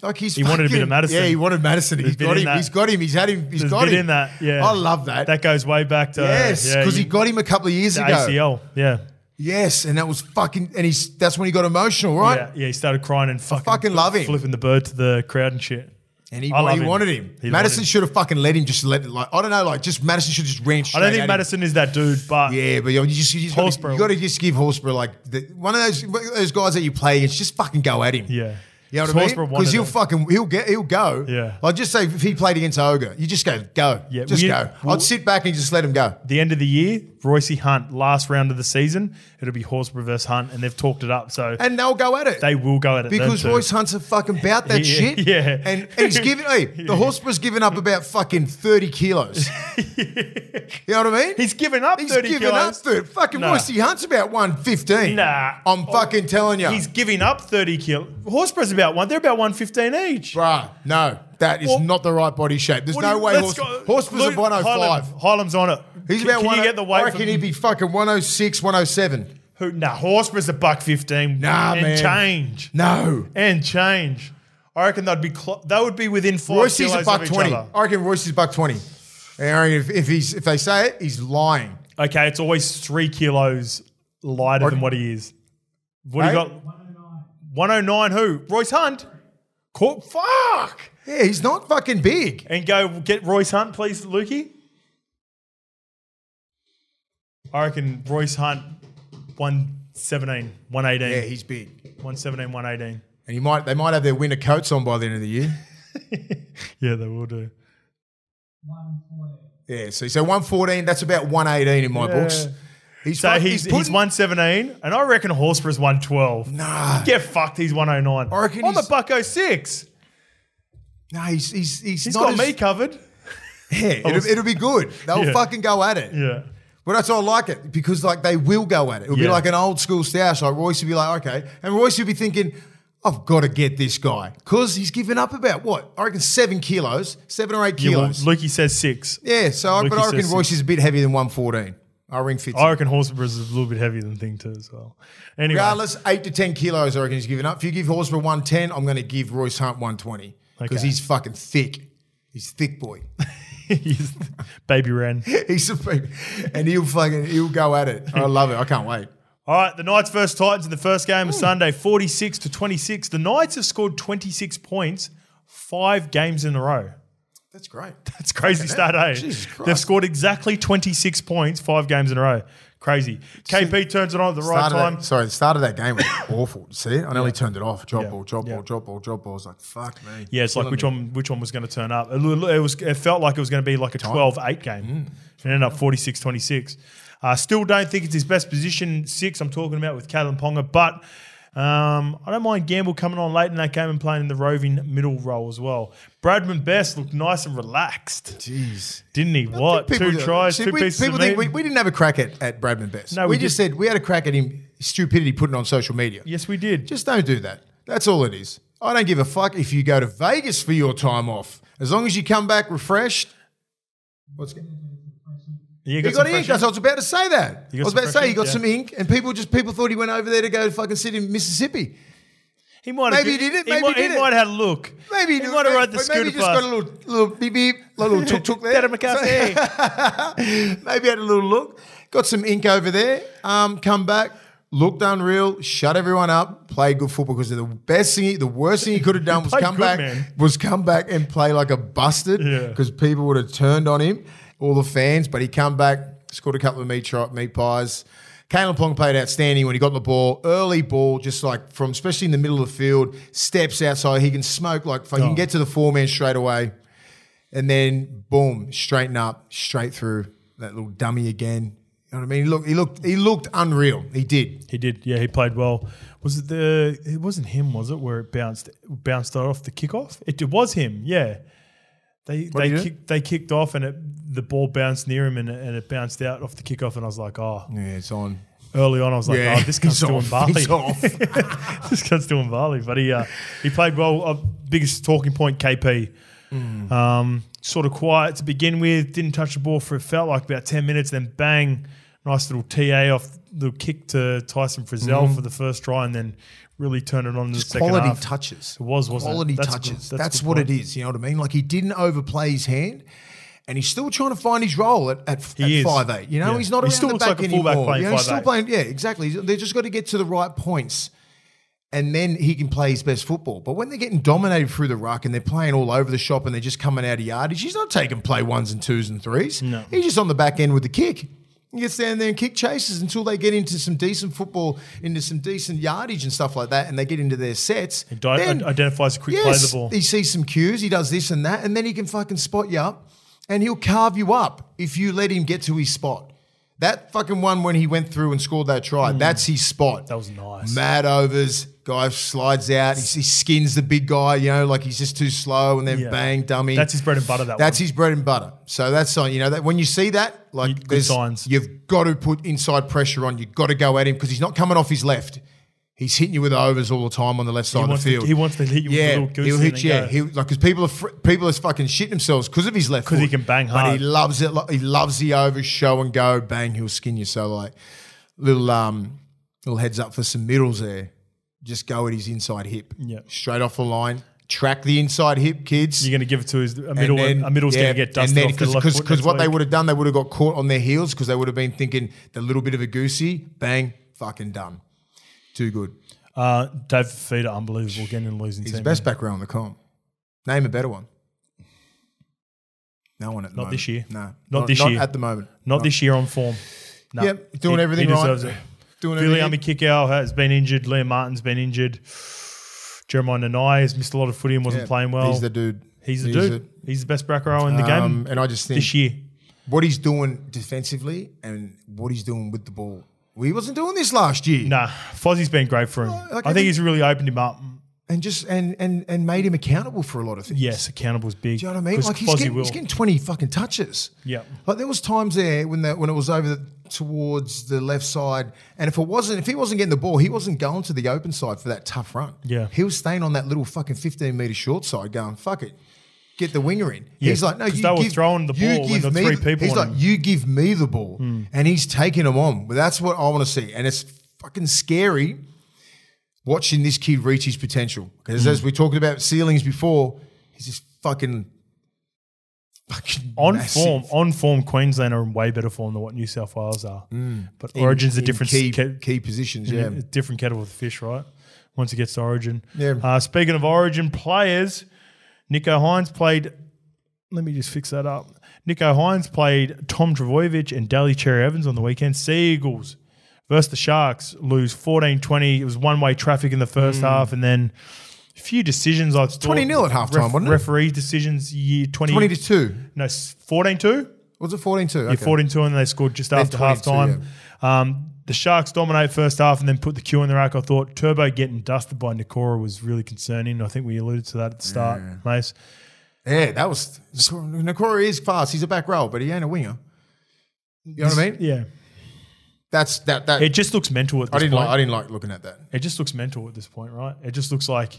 Speaker 2: Like he's
Speaker 1: He wanted a bit of
Speaker 2: fucking-
Speaker 1: Madison.
Speaker 2: Yeah, he wanted Madison. He's
Speaker 1: been
Speaker 2: got
Speaker 1: in
Speaker 2: him.
Speaker 1: that.
Speaker 2: He's got him. He's had him. He's
Speaker 1: There's a
Speaker 2: got
Speaker 1: bit
Speaker 2: him
Speaker 1: in that. Yeah,
Speaker 2: I love that.
Speaker 1: That goes way back to
Speaker 2: yes,
Speaker 1: yeah,
Speaker 2: because
Speaker 1: you-
Speaker 2: he got him a couple of years
Speaker 1: the
Speaker 2: ago.
Speaker 1: ACL. Yeah.
Speaker 2: Yes, and that was fucking. And he's that's when he got emotional, right?
Speaker 1: yeah, yeah. He started crying and fucking,
Speaker 2: fucking love him.
Speaker 1: flipping the bird to the crowd and shit.
Speaker 2: And he,
Speaker 1: I love
Speaker 2: he
Speaker 1: him.
Speaker 2: wanted him.
Speaker 1: He
Speaker 2: Madison
Speaker 1: wanted him.
Speaker 2: should have fucking let him. Just let it like I don't know. Like just Madison should just ran
Speaker 1: I
Speaker 2: straight.
Speaker 1: don't think
Speaker 2: at him.
Speaker 1: Madison is that dude, but
Speaker 2: Yeah, but you just, you just
Speaker 1: Horsburgh.
Speaker 2: got to just give Horsburgh like the, one of those those guys that you play against. Just fucking go at him.
Speaker 1: yeah.
Speaker 2: You know what I mean?
Speaker 1: Horsburgh
Speaker 2: Because
Speaker 1: wanted
Speaker 2: he'll
Speaker 1: it.
Speaker 2: fucking he'll get he'll go.
Speaker 1: Yeah.
Speaker 2: Like just say if he played against Ogre, you just go go.
Speaker 1: Yeah,
Speaker 2: Just
Speaker 1: we-
Speaker 2: go.
Speaker 1: well-
Speaker 2: I'd sit back and just let him go.
Speaker 1: the end of the year, Royce Hunt, last round of the season, it'll be Horsburgh versus Hunt, and they've talked it up, so
Speaker 2: And they'll go at it.
Speaker 1: they will go at it.
Speaker 2: because
Speaker 1: them two.
Speaker 2: Royce Hunt's a fucking about
Speaker 1: (laughs)
Speaker 2: that
Speaker 1: Yeah,
Speaker 2: shit.
Speaker 1: yeah.
Speaker 2: And, and he's given hey,
Speaker 1: (laughs)
Speaker 2: the Horsburgh's given up about fucking 30 kilos. You know what I mean?
Speaker 1: he's given up
Speaker 2: He's
Speaker 1: thirty
Speaker 2: given
Speaker 1: kilos.
Speaker 2: up 30. Fucking
Speaker 1: Nah.
Speaker 2: Royce Hunt's about 115.
Speaker 1: Nah. Oh,
Speaker 2: I'm fucking telling you.
Speaker 1: He's giving up thirty kilos. Horsburgh's about one. They're about one fifteen each.
Speaker 2: Bruh, no, that is
Speaker 1: Well-
Speaker 2: not the right body shape. There's no way horse, Horsman's at 105.
Speaker 1: Hylam, Hylam's on it.
Speaker 2: He's
Speaker 1: Can-
Speaker 2: about
Speaker 1: Can
Speaker 2: 105.
Speaker 1: you get the
Speaker 2: I
Speaker 1: weight
Speaker 2: reckon
Speaker 1: from
Speaker 2: he'd be fucking 106, 107.
Speaker 1: who? Nah, Horsburgh's a buck fifteen.
Speaker 2: Nah,
Speaker 1: and
Speaker 2: man.
Speaker 1: change
Speaker 2: No.
Speaker 1: and change. I reckon that'd be clo- that would be within five
Speaker 2: Royce is
Speaker 1: kilos
Speaker 2: a buck
Speaker 1: of each
Speaker 2: 20.
Speaker 1: other.
Speaker 2: I reckon Royce is buck 20. And I reckon if, if, he's, if they say it, he's lying.
Speaker 1: Okay, it's always three kilos lighter than what he is. What do you
Speaker 2: Hey?
Speaker 1: got? 109 who? Royce Hunt. Cor- fuck.
Speaker 2: Yeah, he's not fucking big.
Speaker 1: And go get Royce Hunt, please, Lukey. I reckon Royce Hunt 117, 118.
Speaker 2: Yeah, he's big.
Speaker 1: 117, 118.
Speaker 2: And he might, they might have their winter coats on by the end of the year.
Speaker 1: Yeah, they will do.
Speaker 2: Yeah, so, so 114, that's about 118 in my books. He's
Speaker 1: So
Speaker 2: fuck-
Speaker 1: he's, he's,
Speaker 2: putting-
Speaker 1: 117, and I reckon Horsburgh's 112.
Speaker 2: Nah,
Speaker 1: Get fucked, he's 109.
Speaker 2: I reckon
Speaker 1: I'm a
Speaker 2: he's-
Speaker 1: buck 06.
Speaker 2: nah, he's, he's, he's,
Speaker 1: He's
Speaker 2: not
Speaker 1: got
Speaker 2: as-
Speaker 1: me covered.
Speaker 2: (laughs) Yeah, it'll, it'll be good. They'll
Speaker 1: Yeah.
Speaker 2: fucking go at it.
Speaker 1: Yeah.
Speaker 2: But that's why I like it because like they will go at it. It'll
Speaker 1: Yeah.
Speaker 2: be like an old school stash. Like Royce would be like, okay, and Royce would be thinking, I've got to get this guy because he's given up about what I reckon seven kilos, seven or eight
Speaker 1: Yeah, well,
Speaker 2: kilos. Yeah,
Speaker 1: Lukey says six.
Speaker 2: so I, but
Speaker 1: Lucky
Speaker 2: I reckon
Speaker 1: says
Speaker 2: Royce is a bit heavier than one fourteen. I ring fits.
Speaker 1: I reckon Horsburgh is a little bit heavier than Thing Two as well. Anyway,
Speaker 2: Regardless, eight to ten kilos. I reckon he's given up. If you give Horsburgh one ten, I'm going to give Royce Hunt one twenty because
Speaker 1: Okay.
Speaker 2: he's fucking thick. He's thick boy.
Speaker 1: (laughs)
Speaker 2: (laughs)
Speaker 1: he's baby Ren.
Speaker 2: he's a big, and he'll fucking he'll go at it. I love it. I can't wait.
Speaker 1: All right, the Knights versus Titans in the first game of Sunday, 46 to 26. The Knights have scored 26 points five games in a row.
Speaker 2: That's great.
Speaker 1: That's crazy start, eh?
Speaker 2: Jesus
Speaker 1: They've
Speaker 2: Christ.
Speaker 1: scored exactly 26 points five games in a row. Crazy. KP turns it on at the right
Speaker 2: Start of
Speaker 1: time.
Speaker 2: That, sorry, the start of that game was (coughs) awful. See it? I nearly turned it off. Drop
Speaker 1: Yeah.
Speaker 2: ball, drop
Speaker 1: Yeah.
Speaker 2: ball, drop ball, drop ball. I was like, fuck me.
Speaker 1: Yeah, it's like
Speaker 2: Killing
Speaker 1: which
Speaker 2: me.
Speaker 1: one which one was going to turn up. It, lo- it was it felt like it was going to be like a 12-8 game.
Speaker 2: Mm.
Speaker 1: It ended up 46-26. Uh, still don't think it's his best position six I'm talking about with Kalen Ponga, but um, I don't mind Gamble coming on late in that game and playing in the roving middle role as well. Bradman Best looked nice and relaxed,
Speaker 2: Jeez.
Speaker 1: didn't he? What? Two
Speaker 2: do-
Speaker 1: tries,
Speaker 2: see,
Speaker 1: two
Speaker 2: we,
Speaker 1: pieces
Speaker 2: People
Speaker 1: of meat.
Speaker 2: think we, we didn't have a crack at, at Bradman Best.
Speaker 1: No,
Speaker 2: we,
Speaker 1: we
Speaker 2: just said we had a crack at him stupidity putting on social media.
Speaker 1: yes, we did.
Speaker 2: Just don't do that. That's all it is. I don't give a fuck if you go to Vegas for your time off. As long as you come back refreshed. What's
Speaker 1: you
Speaker 2: He
Speaker 1: some
Speaker 2: got ink.
Speaker 1: fresh-
Speaker 2: That's- I was about to say that. I
Speaker 1: got
Speaker 2: was
Speaker 1: some
Speaker 2: about to say
Speaker 1: fresh
Speaker 2: he got
Speaker 1: ink, yeah.
Speaker 2: some ink, and people just people thought he went over there to go fucking sit in Mississippi.
Speaker 1: He might
Speaker 2: Maybe
Speaker 1: have,
Speaker 2: he did it,
Speaker 1: He
Speaker 2: maybe
Speaker 1: might,
Speaker 2: he did it.
Speaker 1: might have had a look.
Speaker 2: Maybe
Speaker 1: he might have rode the
Speaker 2: maybe
Speaker 1: scooter
Speaker 2: he just got
Speaker 1: past.
Speaker 2: a little little beep beep, a little tuk tuk there.
Speaker 1: Better McCarthy.
Speaker 2: (laughs)
Speaker 1: (laughs)
Speaker 2: maybe had a little look, got some ink over there. Um, come back, looked unreal, shut everyone up, played good football because the best thing, he- the worst thing he could have done was
Speaker 1: played
Speaker 2: come
Speaker 1: good,
Speaker 2: back,
Speaker 1: man.
Speaker 2: was come back and play like a busted
Speaker 1: Yeah.
Speaker 2: because people would have turned on him, all the fans. But he come back, scored a couple of meat tri- meat pies. Kalen Pong played outstanding when he got the ball. Early ball, just like from especially in the middle of the field, steps outside. He can smoke like fuck, he
Speaker 1: Oh.
Speaker 2: can get to the four man straight away. And then boom, straighten up, straight through that little dummy again. You know what I mean? He looked, he looked, he looked unreal. He did.
Speaker 1: He did. Yeah, he played well. Was it the? It wasn't him, was it? Where it bounced bounced off the kickoff? It, it was him. Yeah. They
Speaker 2: do
Speaker 1: they
Speaker 2: you do?
Speaker 1: kicked, they kicked off and it the ball bounced near him and it, and it bounced out off the kickoff and I was like, oh.
Speaker 2: Yeah, it's on.
Speaker 1: Early on, I was like,
Speaker 2: Yeah,
Speaker 1: oh, this guy's
Speaker 2: (laughs) he's
Speaker 1: doing
Speaker 2: off.
Speaker 1: Bali.
Speaker 2: He's off.
Speaker 1: (laughs) this guy's doing Bali, but he uh, he played well. Uh, biggest talking point, KP.
Speaker 2: Hmm.
Speaker 1: Um, sort of quiet to begin with. Didn't touch the ball for it felt like about ten minutes. Then bang, nice little TA off little kick to Tyson Frizzell for the first try, and then really turned it on in the second
Speaker 2: Hmm. quality
Speaker 1: half.
Speaker 2: touches.
Speaker 1: It was, wasn't it?
Speaker 2: quality
Speaker 1: That's a good-
Speaker 2: touches.
Speaker 1: that's a
Speaker 2: That's,
Speaker 1: good
Speaker 2: what
Speaker 1: point.
Speaker 2: it is. You know what I mean? Like he didn't overplay his hand, and he's still trying to find his role at, at,
Speaker 1: He
Speaker 2: at
Speaker 1: is.
Speaker 2: five eight. You know,
Speaker 1: Yeah.
Speaker 2: he's
Speaker 1: He
Speaker 2: not around
Speaker 1: still
Speaker 2: the
Speaker 1: looks
Speaker 2: back
Speaker 1: like a
Speaker 2: anymore.
Speaker 1: fullback playing
Speaker 2: you know, he's still
Speaker 1: 5'8".
Speaker 2: playing. Yeah, exactly. He's- They just got to get to the right points. And then he can play his best football. But when they're getting dominated through the ruck and they're playing all over the shop and they're just coming out of yardage, he's not taking play ones and twos and threes.
Speaker 1: No.
Speaker 2: He's just on the back end with the kick. You can stand there and kick chases until they get into some decent football, into some decent yardage and stuff like that, and they get into their sets.
Speaker 1: He di-
Speaker 2: Then-
Speaker 1: identifies a quick play of the ball.
Speaker 2: he sees some cues, he does this and that, and then he can fucking spot you up and he'll carve you up if you let him get to his spot. That fucking one when he went through and scored that try, that's his spot.
Speaker 1: Mm. That was nice.
Speaker 2: Mad overs, guy slides out, he, he skins the big guy, you know, like he's just too slow, and then
Speaker 1: Yeah.
Speaker 2: bang, dummy.
Speaker 1: That's his bread and butter. That
Speaker 2: That's
Speaker 1: one.
Speaker 2: his bread and butter. So that's something, you know, that when you see that, like
Speaker 1: good
Speaker 2: there's-
Speaker 1: signs.
Speaker 2: you've got to put inside pressure on. You've got to go at him because he's not coming off his left. He's hitting you with overs all the time on the left side
Speaker 1: he
Speaker 2: of the
Speaker 1: wants, to,
Speaker 2: field.
Speaker 1: he wants to hit you
Speaker 2: yeah,
Speaker 1: with a little goose.
Speaker 2: he'll
Speaker 1: and
Speaker 2: hit
Speaker 1: then
Speaker 2: you.
Speaker 1: go.
Speaker 2: He, like because people are fr- people are fucking shitting themselves because of his left.
Speaker 1: 'Cause he
Speaker 2: foot.
Speaker 1: can bang
Speaker 2: But
Speaker 1: hard.
Speaker 2: he loves it. Like, he loves the overs, show and go, bang. He'll skin you. So like little um little heads up for some middles there. Just go at his inside hip.
Speaker 1: Yeah.
Speaker 2: straight off the line. Track the inside hip, kids.
Speaker 1: You're going to give it to his a middle. and a middle's going to get dusted off the left foot
Speaker 2: Because
Speaker 1: next
Speaker 2: what they
Speaker 1: week.
Speaker 2: would have done, they would have got caught on their heels because they would have been thinking the little bit of a goosey, bang, fucking done. Too good.
Speaker 1: Uh, Dave Fafita, unbelievable again in losing
Speaker 2: He's
Speaker 1: team.
Speaker 2: the best back row in the comp. Name a better one. No one at the
Speaker 1: Not
Speaker 2: moment.
Speaker 1: this year.
Speaker 2: No,
Speaker 1: Not this year.
Speaker 2: at the moment.
Speaker 1: Not this year on form. No.
Speaker 2: Yep, doing
Speaker 1: He-
Speaker 2: everything
Speaker 1: he
Speaker 2: right.
Speaker 1: deserves it.
Speaker 2: Doing
Speaker 1: Billy
Speaker 2: everything.
Speaker 1: Army Kickow has been injured. Liam Martin's been injured. Jeremiah Nanai has missed a lot of footy and wasn't
Speaker 2: Yeah,
Speaker 1: playing well.
Speaker 2: He's the dude.
Speaker 1: He's the
Speaker 2: He's
Speaker 1: dude. he's the best back row in the
Speaker 2: Um,
Speaker 1: game
Speaker 2: and I just think
Speaker 1: this year.
Speaker 2: what he's doing defensively and what he's doing with the ball. Well, he wasn't doing this last year.
Speaker 1: Nah, Fozzie's been great for him.
Speaker 2: like,
Speaker 1: I
Speaker 2: I
Speaker 1: think
Speaker 2: think-
Speaker 1: he's really opened him up.
Speaker 2: And just and and and made him accountable for a lot of things.
Speaker 1: Yes, accountable's big.
Speaker 2: Do you know what I mean?
Speaker 1: 'cause
Speaker 2: Like he's
Speaker 1: Fozzie
Speaker 2: getting,
Speaker 1: will.
Speaker 2: he's getting twenty fucking touches.
Speaker 1: Yep.
Speaker 2: Like there was times there when the, when it was over the, towards the left side, and if it wasn't if he wasn't getting the ball, he wasn't going to the open side for that tough run.
Speaker 1: Yeah.
Speaker 2: He was staying on that little fucking fifteen meter short side, going fuck it, get the winger in.
Speaker 1: Yeah,
Speaker 2: he's like, no,
Speaker 1: 'cause
Speaker 2: you
Speaker 1: they were
Speaker 2: give,
Speaker 1: throwing the
Speaker 2: you
Speaker 1: ball when
Speaker 2: give
Speaker 1: there were
Speaker 2: me
Speaker 1: three
Speaker 2: the-
Speaker 1: people on
Speaker 2: He's like,
Speaker 1: him. Hmm.
Speaker 2: you give me the ball, and he's taking him on. But that's what I want to see, and it's fucking scary watching this kid reach his potential. Because as we talked about ceilings before, he's just fucking, fucking
Speaker 1: on
Speaker 2: massive.
Speaker 1: form, on form, Queensland are in way better form than what New South Wales are. But
Speaker 2: Mm. in-
Speaker 1: Origin's a
Speaker 2: in
Speaker 1: different
Speaker 2: key,
Speaker 1: ca-
Speaker 2: key positions. Yeah,
Speaker 1: a different kettle of fish, right? Once it gets to Origin.
Speaker 2: Yeah.
Speaker 1: Uh, speaking of Origin players, Nico Hines played. Let me just fix that up. Nico Hines played Tom Travojevic and Daly Cherry Evans on the weekend. Seagulls versus the Sharks lose 14 20. It was one way traffic in the first half and then a few decisions. I thought
Speaker 2: 20-0 Hmm. at halftime, wasn't it?
Speaker 1: Referee decisions, year 20.
Speaker 2: twenty to two.
Speaker 1: no, 14 2?
Speaker 2: Was it fourteen two?
Speaker 1: Yeah, 14 2, and they scored just after half
Speaker 2: 22,
Speaker 1: time. Um, the Sharks dominate first half and then put the Q in the rack. I thought Turbo getting dusted by Nakora was really concerning. I think we alluded to that at the start, Mace.
Speaker 2: Yeah, that was Nakora is fast. He's a back row, but he ain't a winger. You know what I mean?
Speaker 1: Yeah.
Speaker 2: That's that. That
Speaker 1: It just looks mental at this
Speaker 2: I didn't
Speaker 1: point.
Speaker 2: like. I didn't like looking at that.
Speaker 1: it just looks mental at this point, right? It just looks like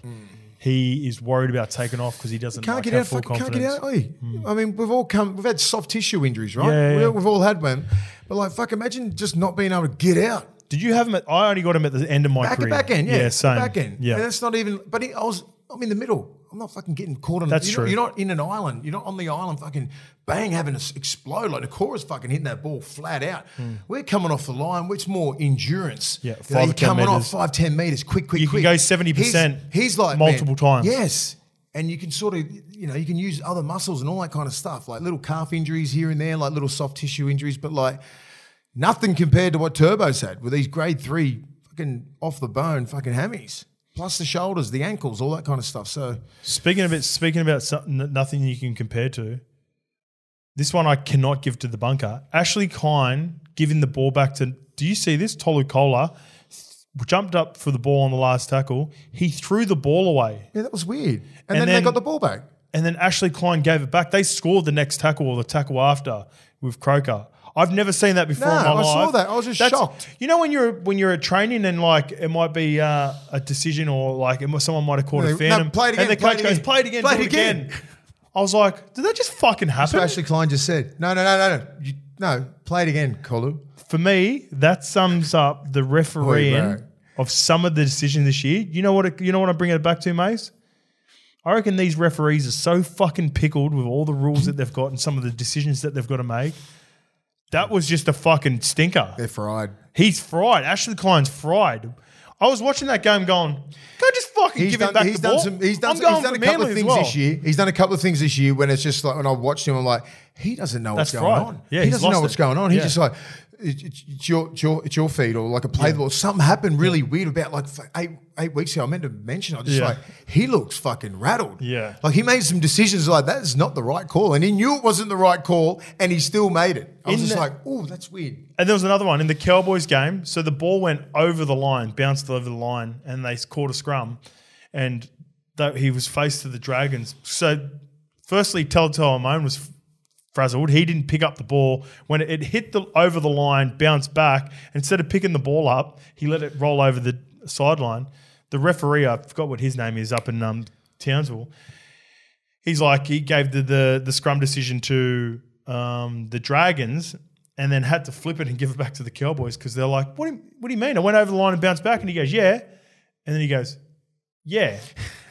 Speaker 1: he is worried about taking off because he doesn't
Speaker 2: Can't
Speaker 1: like,
Speaker 2: get
Speaker 1: have
Speaker 2: out.
Speaker 1: full
Speaker 2: Fucking can't
Speaker 1: confidence. Hmm.
Speaker 2: get out. Oi. I mean, we've all come. We've had soft tissue injuries, right?
Speaker 1: Yeah, yeah,
Speaker 2: We-
Speaker 1: yeah.
Speaker 2: We've all had one. But like, fuck, imagine just not being able to get out.
Speaker 1: Did you have him? At, I only got him at the end of my
Speaker 2: Back
Speaker 1: career.
Speaker 2: back end, yeah,
Speaker 1: yeah same.
Speaker 2: back end.
Speaker 1: Yeah,
Speaker 2: and that's not even. But I was. I'm in the middle. I'm not fucking getting caught on.
Speaker 1: That's true.
Speaker 2: you're, Not, you're not in an island. You're not on the island. Fucking bang, having to explode like the chorus. Fucking hitting that ball flat out. We're coming off the line. It's more endurance.
Speaker 1: Hmm. Yeah,
Speaker 2: You know,
Speaker 1: five
Speaker 2: you're
Speaker 1: or 10
Speaker 2: coming
Speaker 1: metres.
Speaker 2: off five ten meters. Quick, quick,
Speaker 1: You can
Speaker 2: quick.
Speaker 1: go 70%
Speaker 2: He's, he's like
Speaker 1: multiple
Speaker 2: man,
Speaker 1: times.
Speaker 2: Yes. And you can sort of, you know, you can use other muscles and all that kind of stuff, like little calf injuries here and there, like little soft tissue injuries, but like nothing compared to what Turbo's had with these grade three fucking off the bone fucking hammies, plus the shoulders, the ankles, all that kind of stuff. So
Speaker 1: Speaking of it, speaking about something that nothing you can compare to, this one I cannot give to the bunker. Ashley Kine giving the ball back to. Do you see this? Tolu Kola jumped up for the ball on the last tackle. He threw the ball away,
Speaker 2: yeah, that was weird. And,
Speaker 1: And
Speaker 2: then,
Speaker 1: then-
Speaker 2: they got the ball back.
Speaker 1: and then Ashley Klein gave it back. They scored the next tackle or the tackle after with Croker. I've never seen that before
Speaker 2: No,
Speaker 1: in my
Speaker 2: I
Speaker 1: life.
Speaker 2: saw that. I was just shocked.
Speaker 1: You know when you're when you're at training and like it might be uh, a decision or like it, must- someone might have called
Speaker 2: No,
Speaker 1: a
Speaker 2: no,
Speaker 1: phantom.
Speaker 2: play it again,
Speaker 1: And the
Speaker 2: play it
Speaker 1: coach goes,
Speaker 2: again,
Speaker 1: "Play it again,
Speaker 2: play
Speaker 1: do
Speaker 2: it
Speaker 1: it
Speaker 2: again."
Speaker 1: again." I was like, "Did that just fucking happen?"
Speaker 2: So Ashley Klein just said, no, no, no, no, no, you, no, play it again, Colu.
Speaker 1: For me, that sums up the
Speaker 2: Oi,
Speaker 1: refereeing
Speaker 2: bro.
Speaker 1: of some of the decisions this year. You know what? it- You know what I'm bringing it back to, Mace. I reckon these referees are so fucking pickled with all the rules that they've got and some of the decisions that they've got to make. That was just a fucking stinker.
Speaker 2: They're fried.
Speaker 1: He's fried. Ashley Klein's fried. I was watching that game going, go just fucking
Speaker 2: He's
Speaker 1: give
Speaker 2: done,
Speaker 1: him back
Speaker 2: he's
Speaker 1: the
Speaker 2: done
Speaker 1: ball.
Speaker 2: some. He's done.
Speaker 1: I'm
Speaker 2: He's
Speaker 1: going
Speaker 2: done
Speaker 1: for
Speaker 2: a couple
Speaker 1: Manly
Speaker 2: of
Speaker 1: as
Speaker 2: things
Speaker 1: well.
Speaker 2: this year. He's done a couple of things this year when it's just like when I watched him, I'm like, he doesn't know
Speaker 1: That's
Speaker 2: what's going
Speaker 1: right.
Speaker 2: on.
Speaker 1: Yeah,
Speaker 2: he
Speaker 1: he's
Speaker 2: doesn't know
Speaker 1: lost
Speaker 2: what's
Speaker 1: it.
Speaker 2: going on.
Speaker 1: Yeah.
Speaker 2: He's just like, it, it's, it's your it's your it's your feed or like a play the ball. Something happened really weird about like f- eight eight weeks ago. I meant to mention. I just
Speaker 1: Yeah.
Speaker 2: like he looks fucking rattled.
Speaker 1: Yeah.
Speaker 2: like he made some decisions like that is not the right call, and he knew it wasn't the right call, and he still made it. I was
Speaker 1: In
Speaker 2: just
Speaker 1: the-
Speaker 2: like, oh, that's weird.
Speaker 1: And there was another one in the Cowboys game. So the ball went over the line, bounced over the line, and they caught a scrum. And that he was faced to the Dragons. So, firstly, Telltale Amon was f- frazzled. He didn't pick up the ball when it hit the over the line, bounced back. Instead of picking the ball up, he let it roll over the sideline. The referee, I forgot what his name is, up in um, Townsville he's like he gave the the, the scrum decision to um, the Dragons and then had to flip it and give it back to the Cowboys because they're like, what do, you, what do you mean? I went over the line and bounced back, and he goes, yeah, and then he goes, yeah,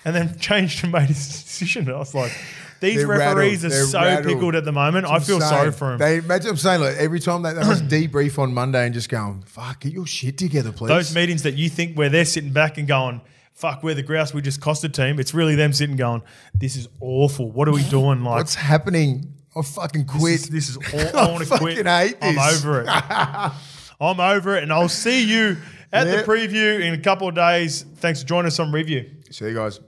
Speaker 1: and then (laughs) changed and made his decision. I was like, these
Speaker 2: They're
Speaker 1: referees
Speaker 2: rattled.
Speaker 1: are
Speaker 2: They're
Speaker 1: so
Speaker 2: rattled.
Speaker 1: pickled at the moment. I feel
Speaker 2: Insane.
Speaker 1: sorry for him.
Speaker 2: They imagine I'm saying like every time they, they must (clears throat) debrief on Monday and just going, fuck, get your shit together, please.
Speaker 1: Those meetings that you think where they're sitting back and going, fuck, we're the grouse, we just cost a team. It's really them sitting going, this is awful. What are we doing? Like,
Speaker 2: What's happening? I fucking quit.
Speaker 1: This is,
Speaker 2: (laughs)
Speaker 1: this is all I want to quit.
Speaker 2: fucking hate
Speaker 1: I'm
Speaker 2: this. (laughs)
Speaker 1: over it. I'm over it, and I'll see you at
Speaker 2: Yep.
Speaker 1: the preview in a couple of days. Thanks for joining us on review.
Speaker 2: See you guys.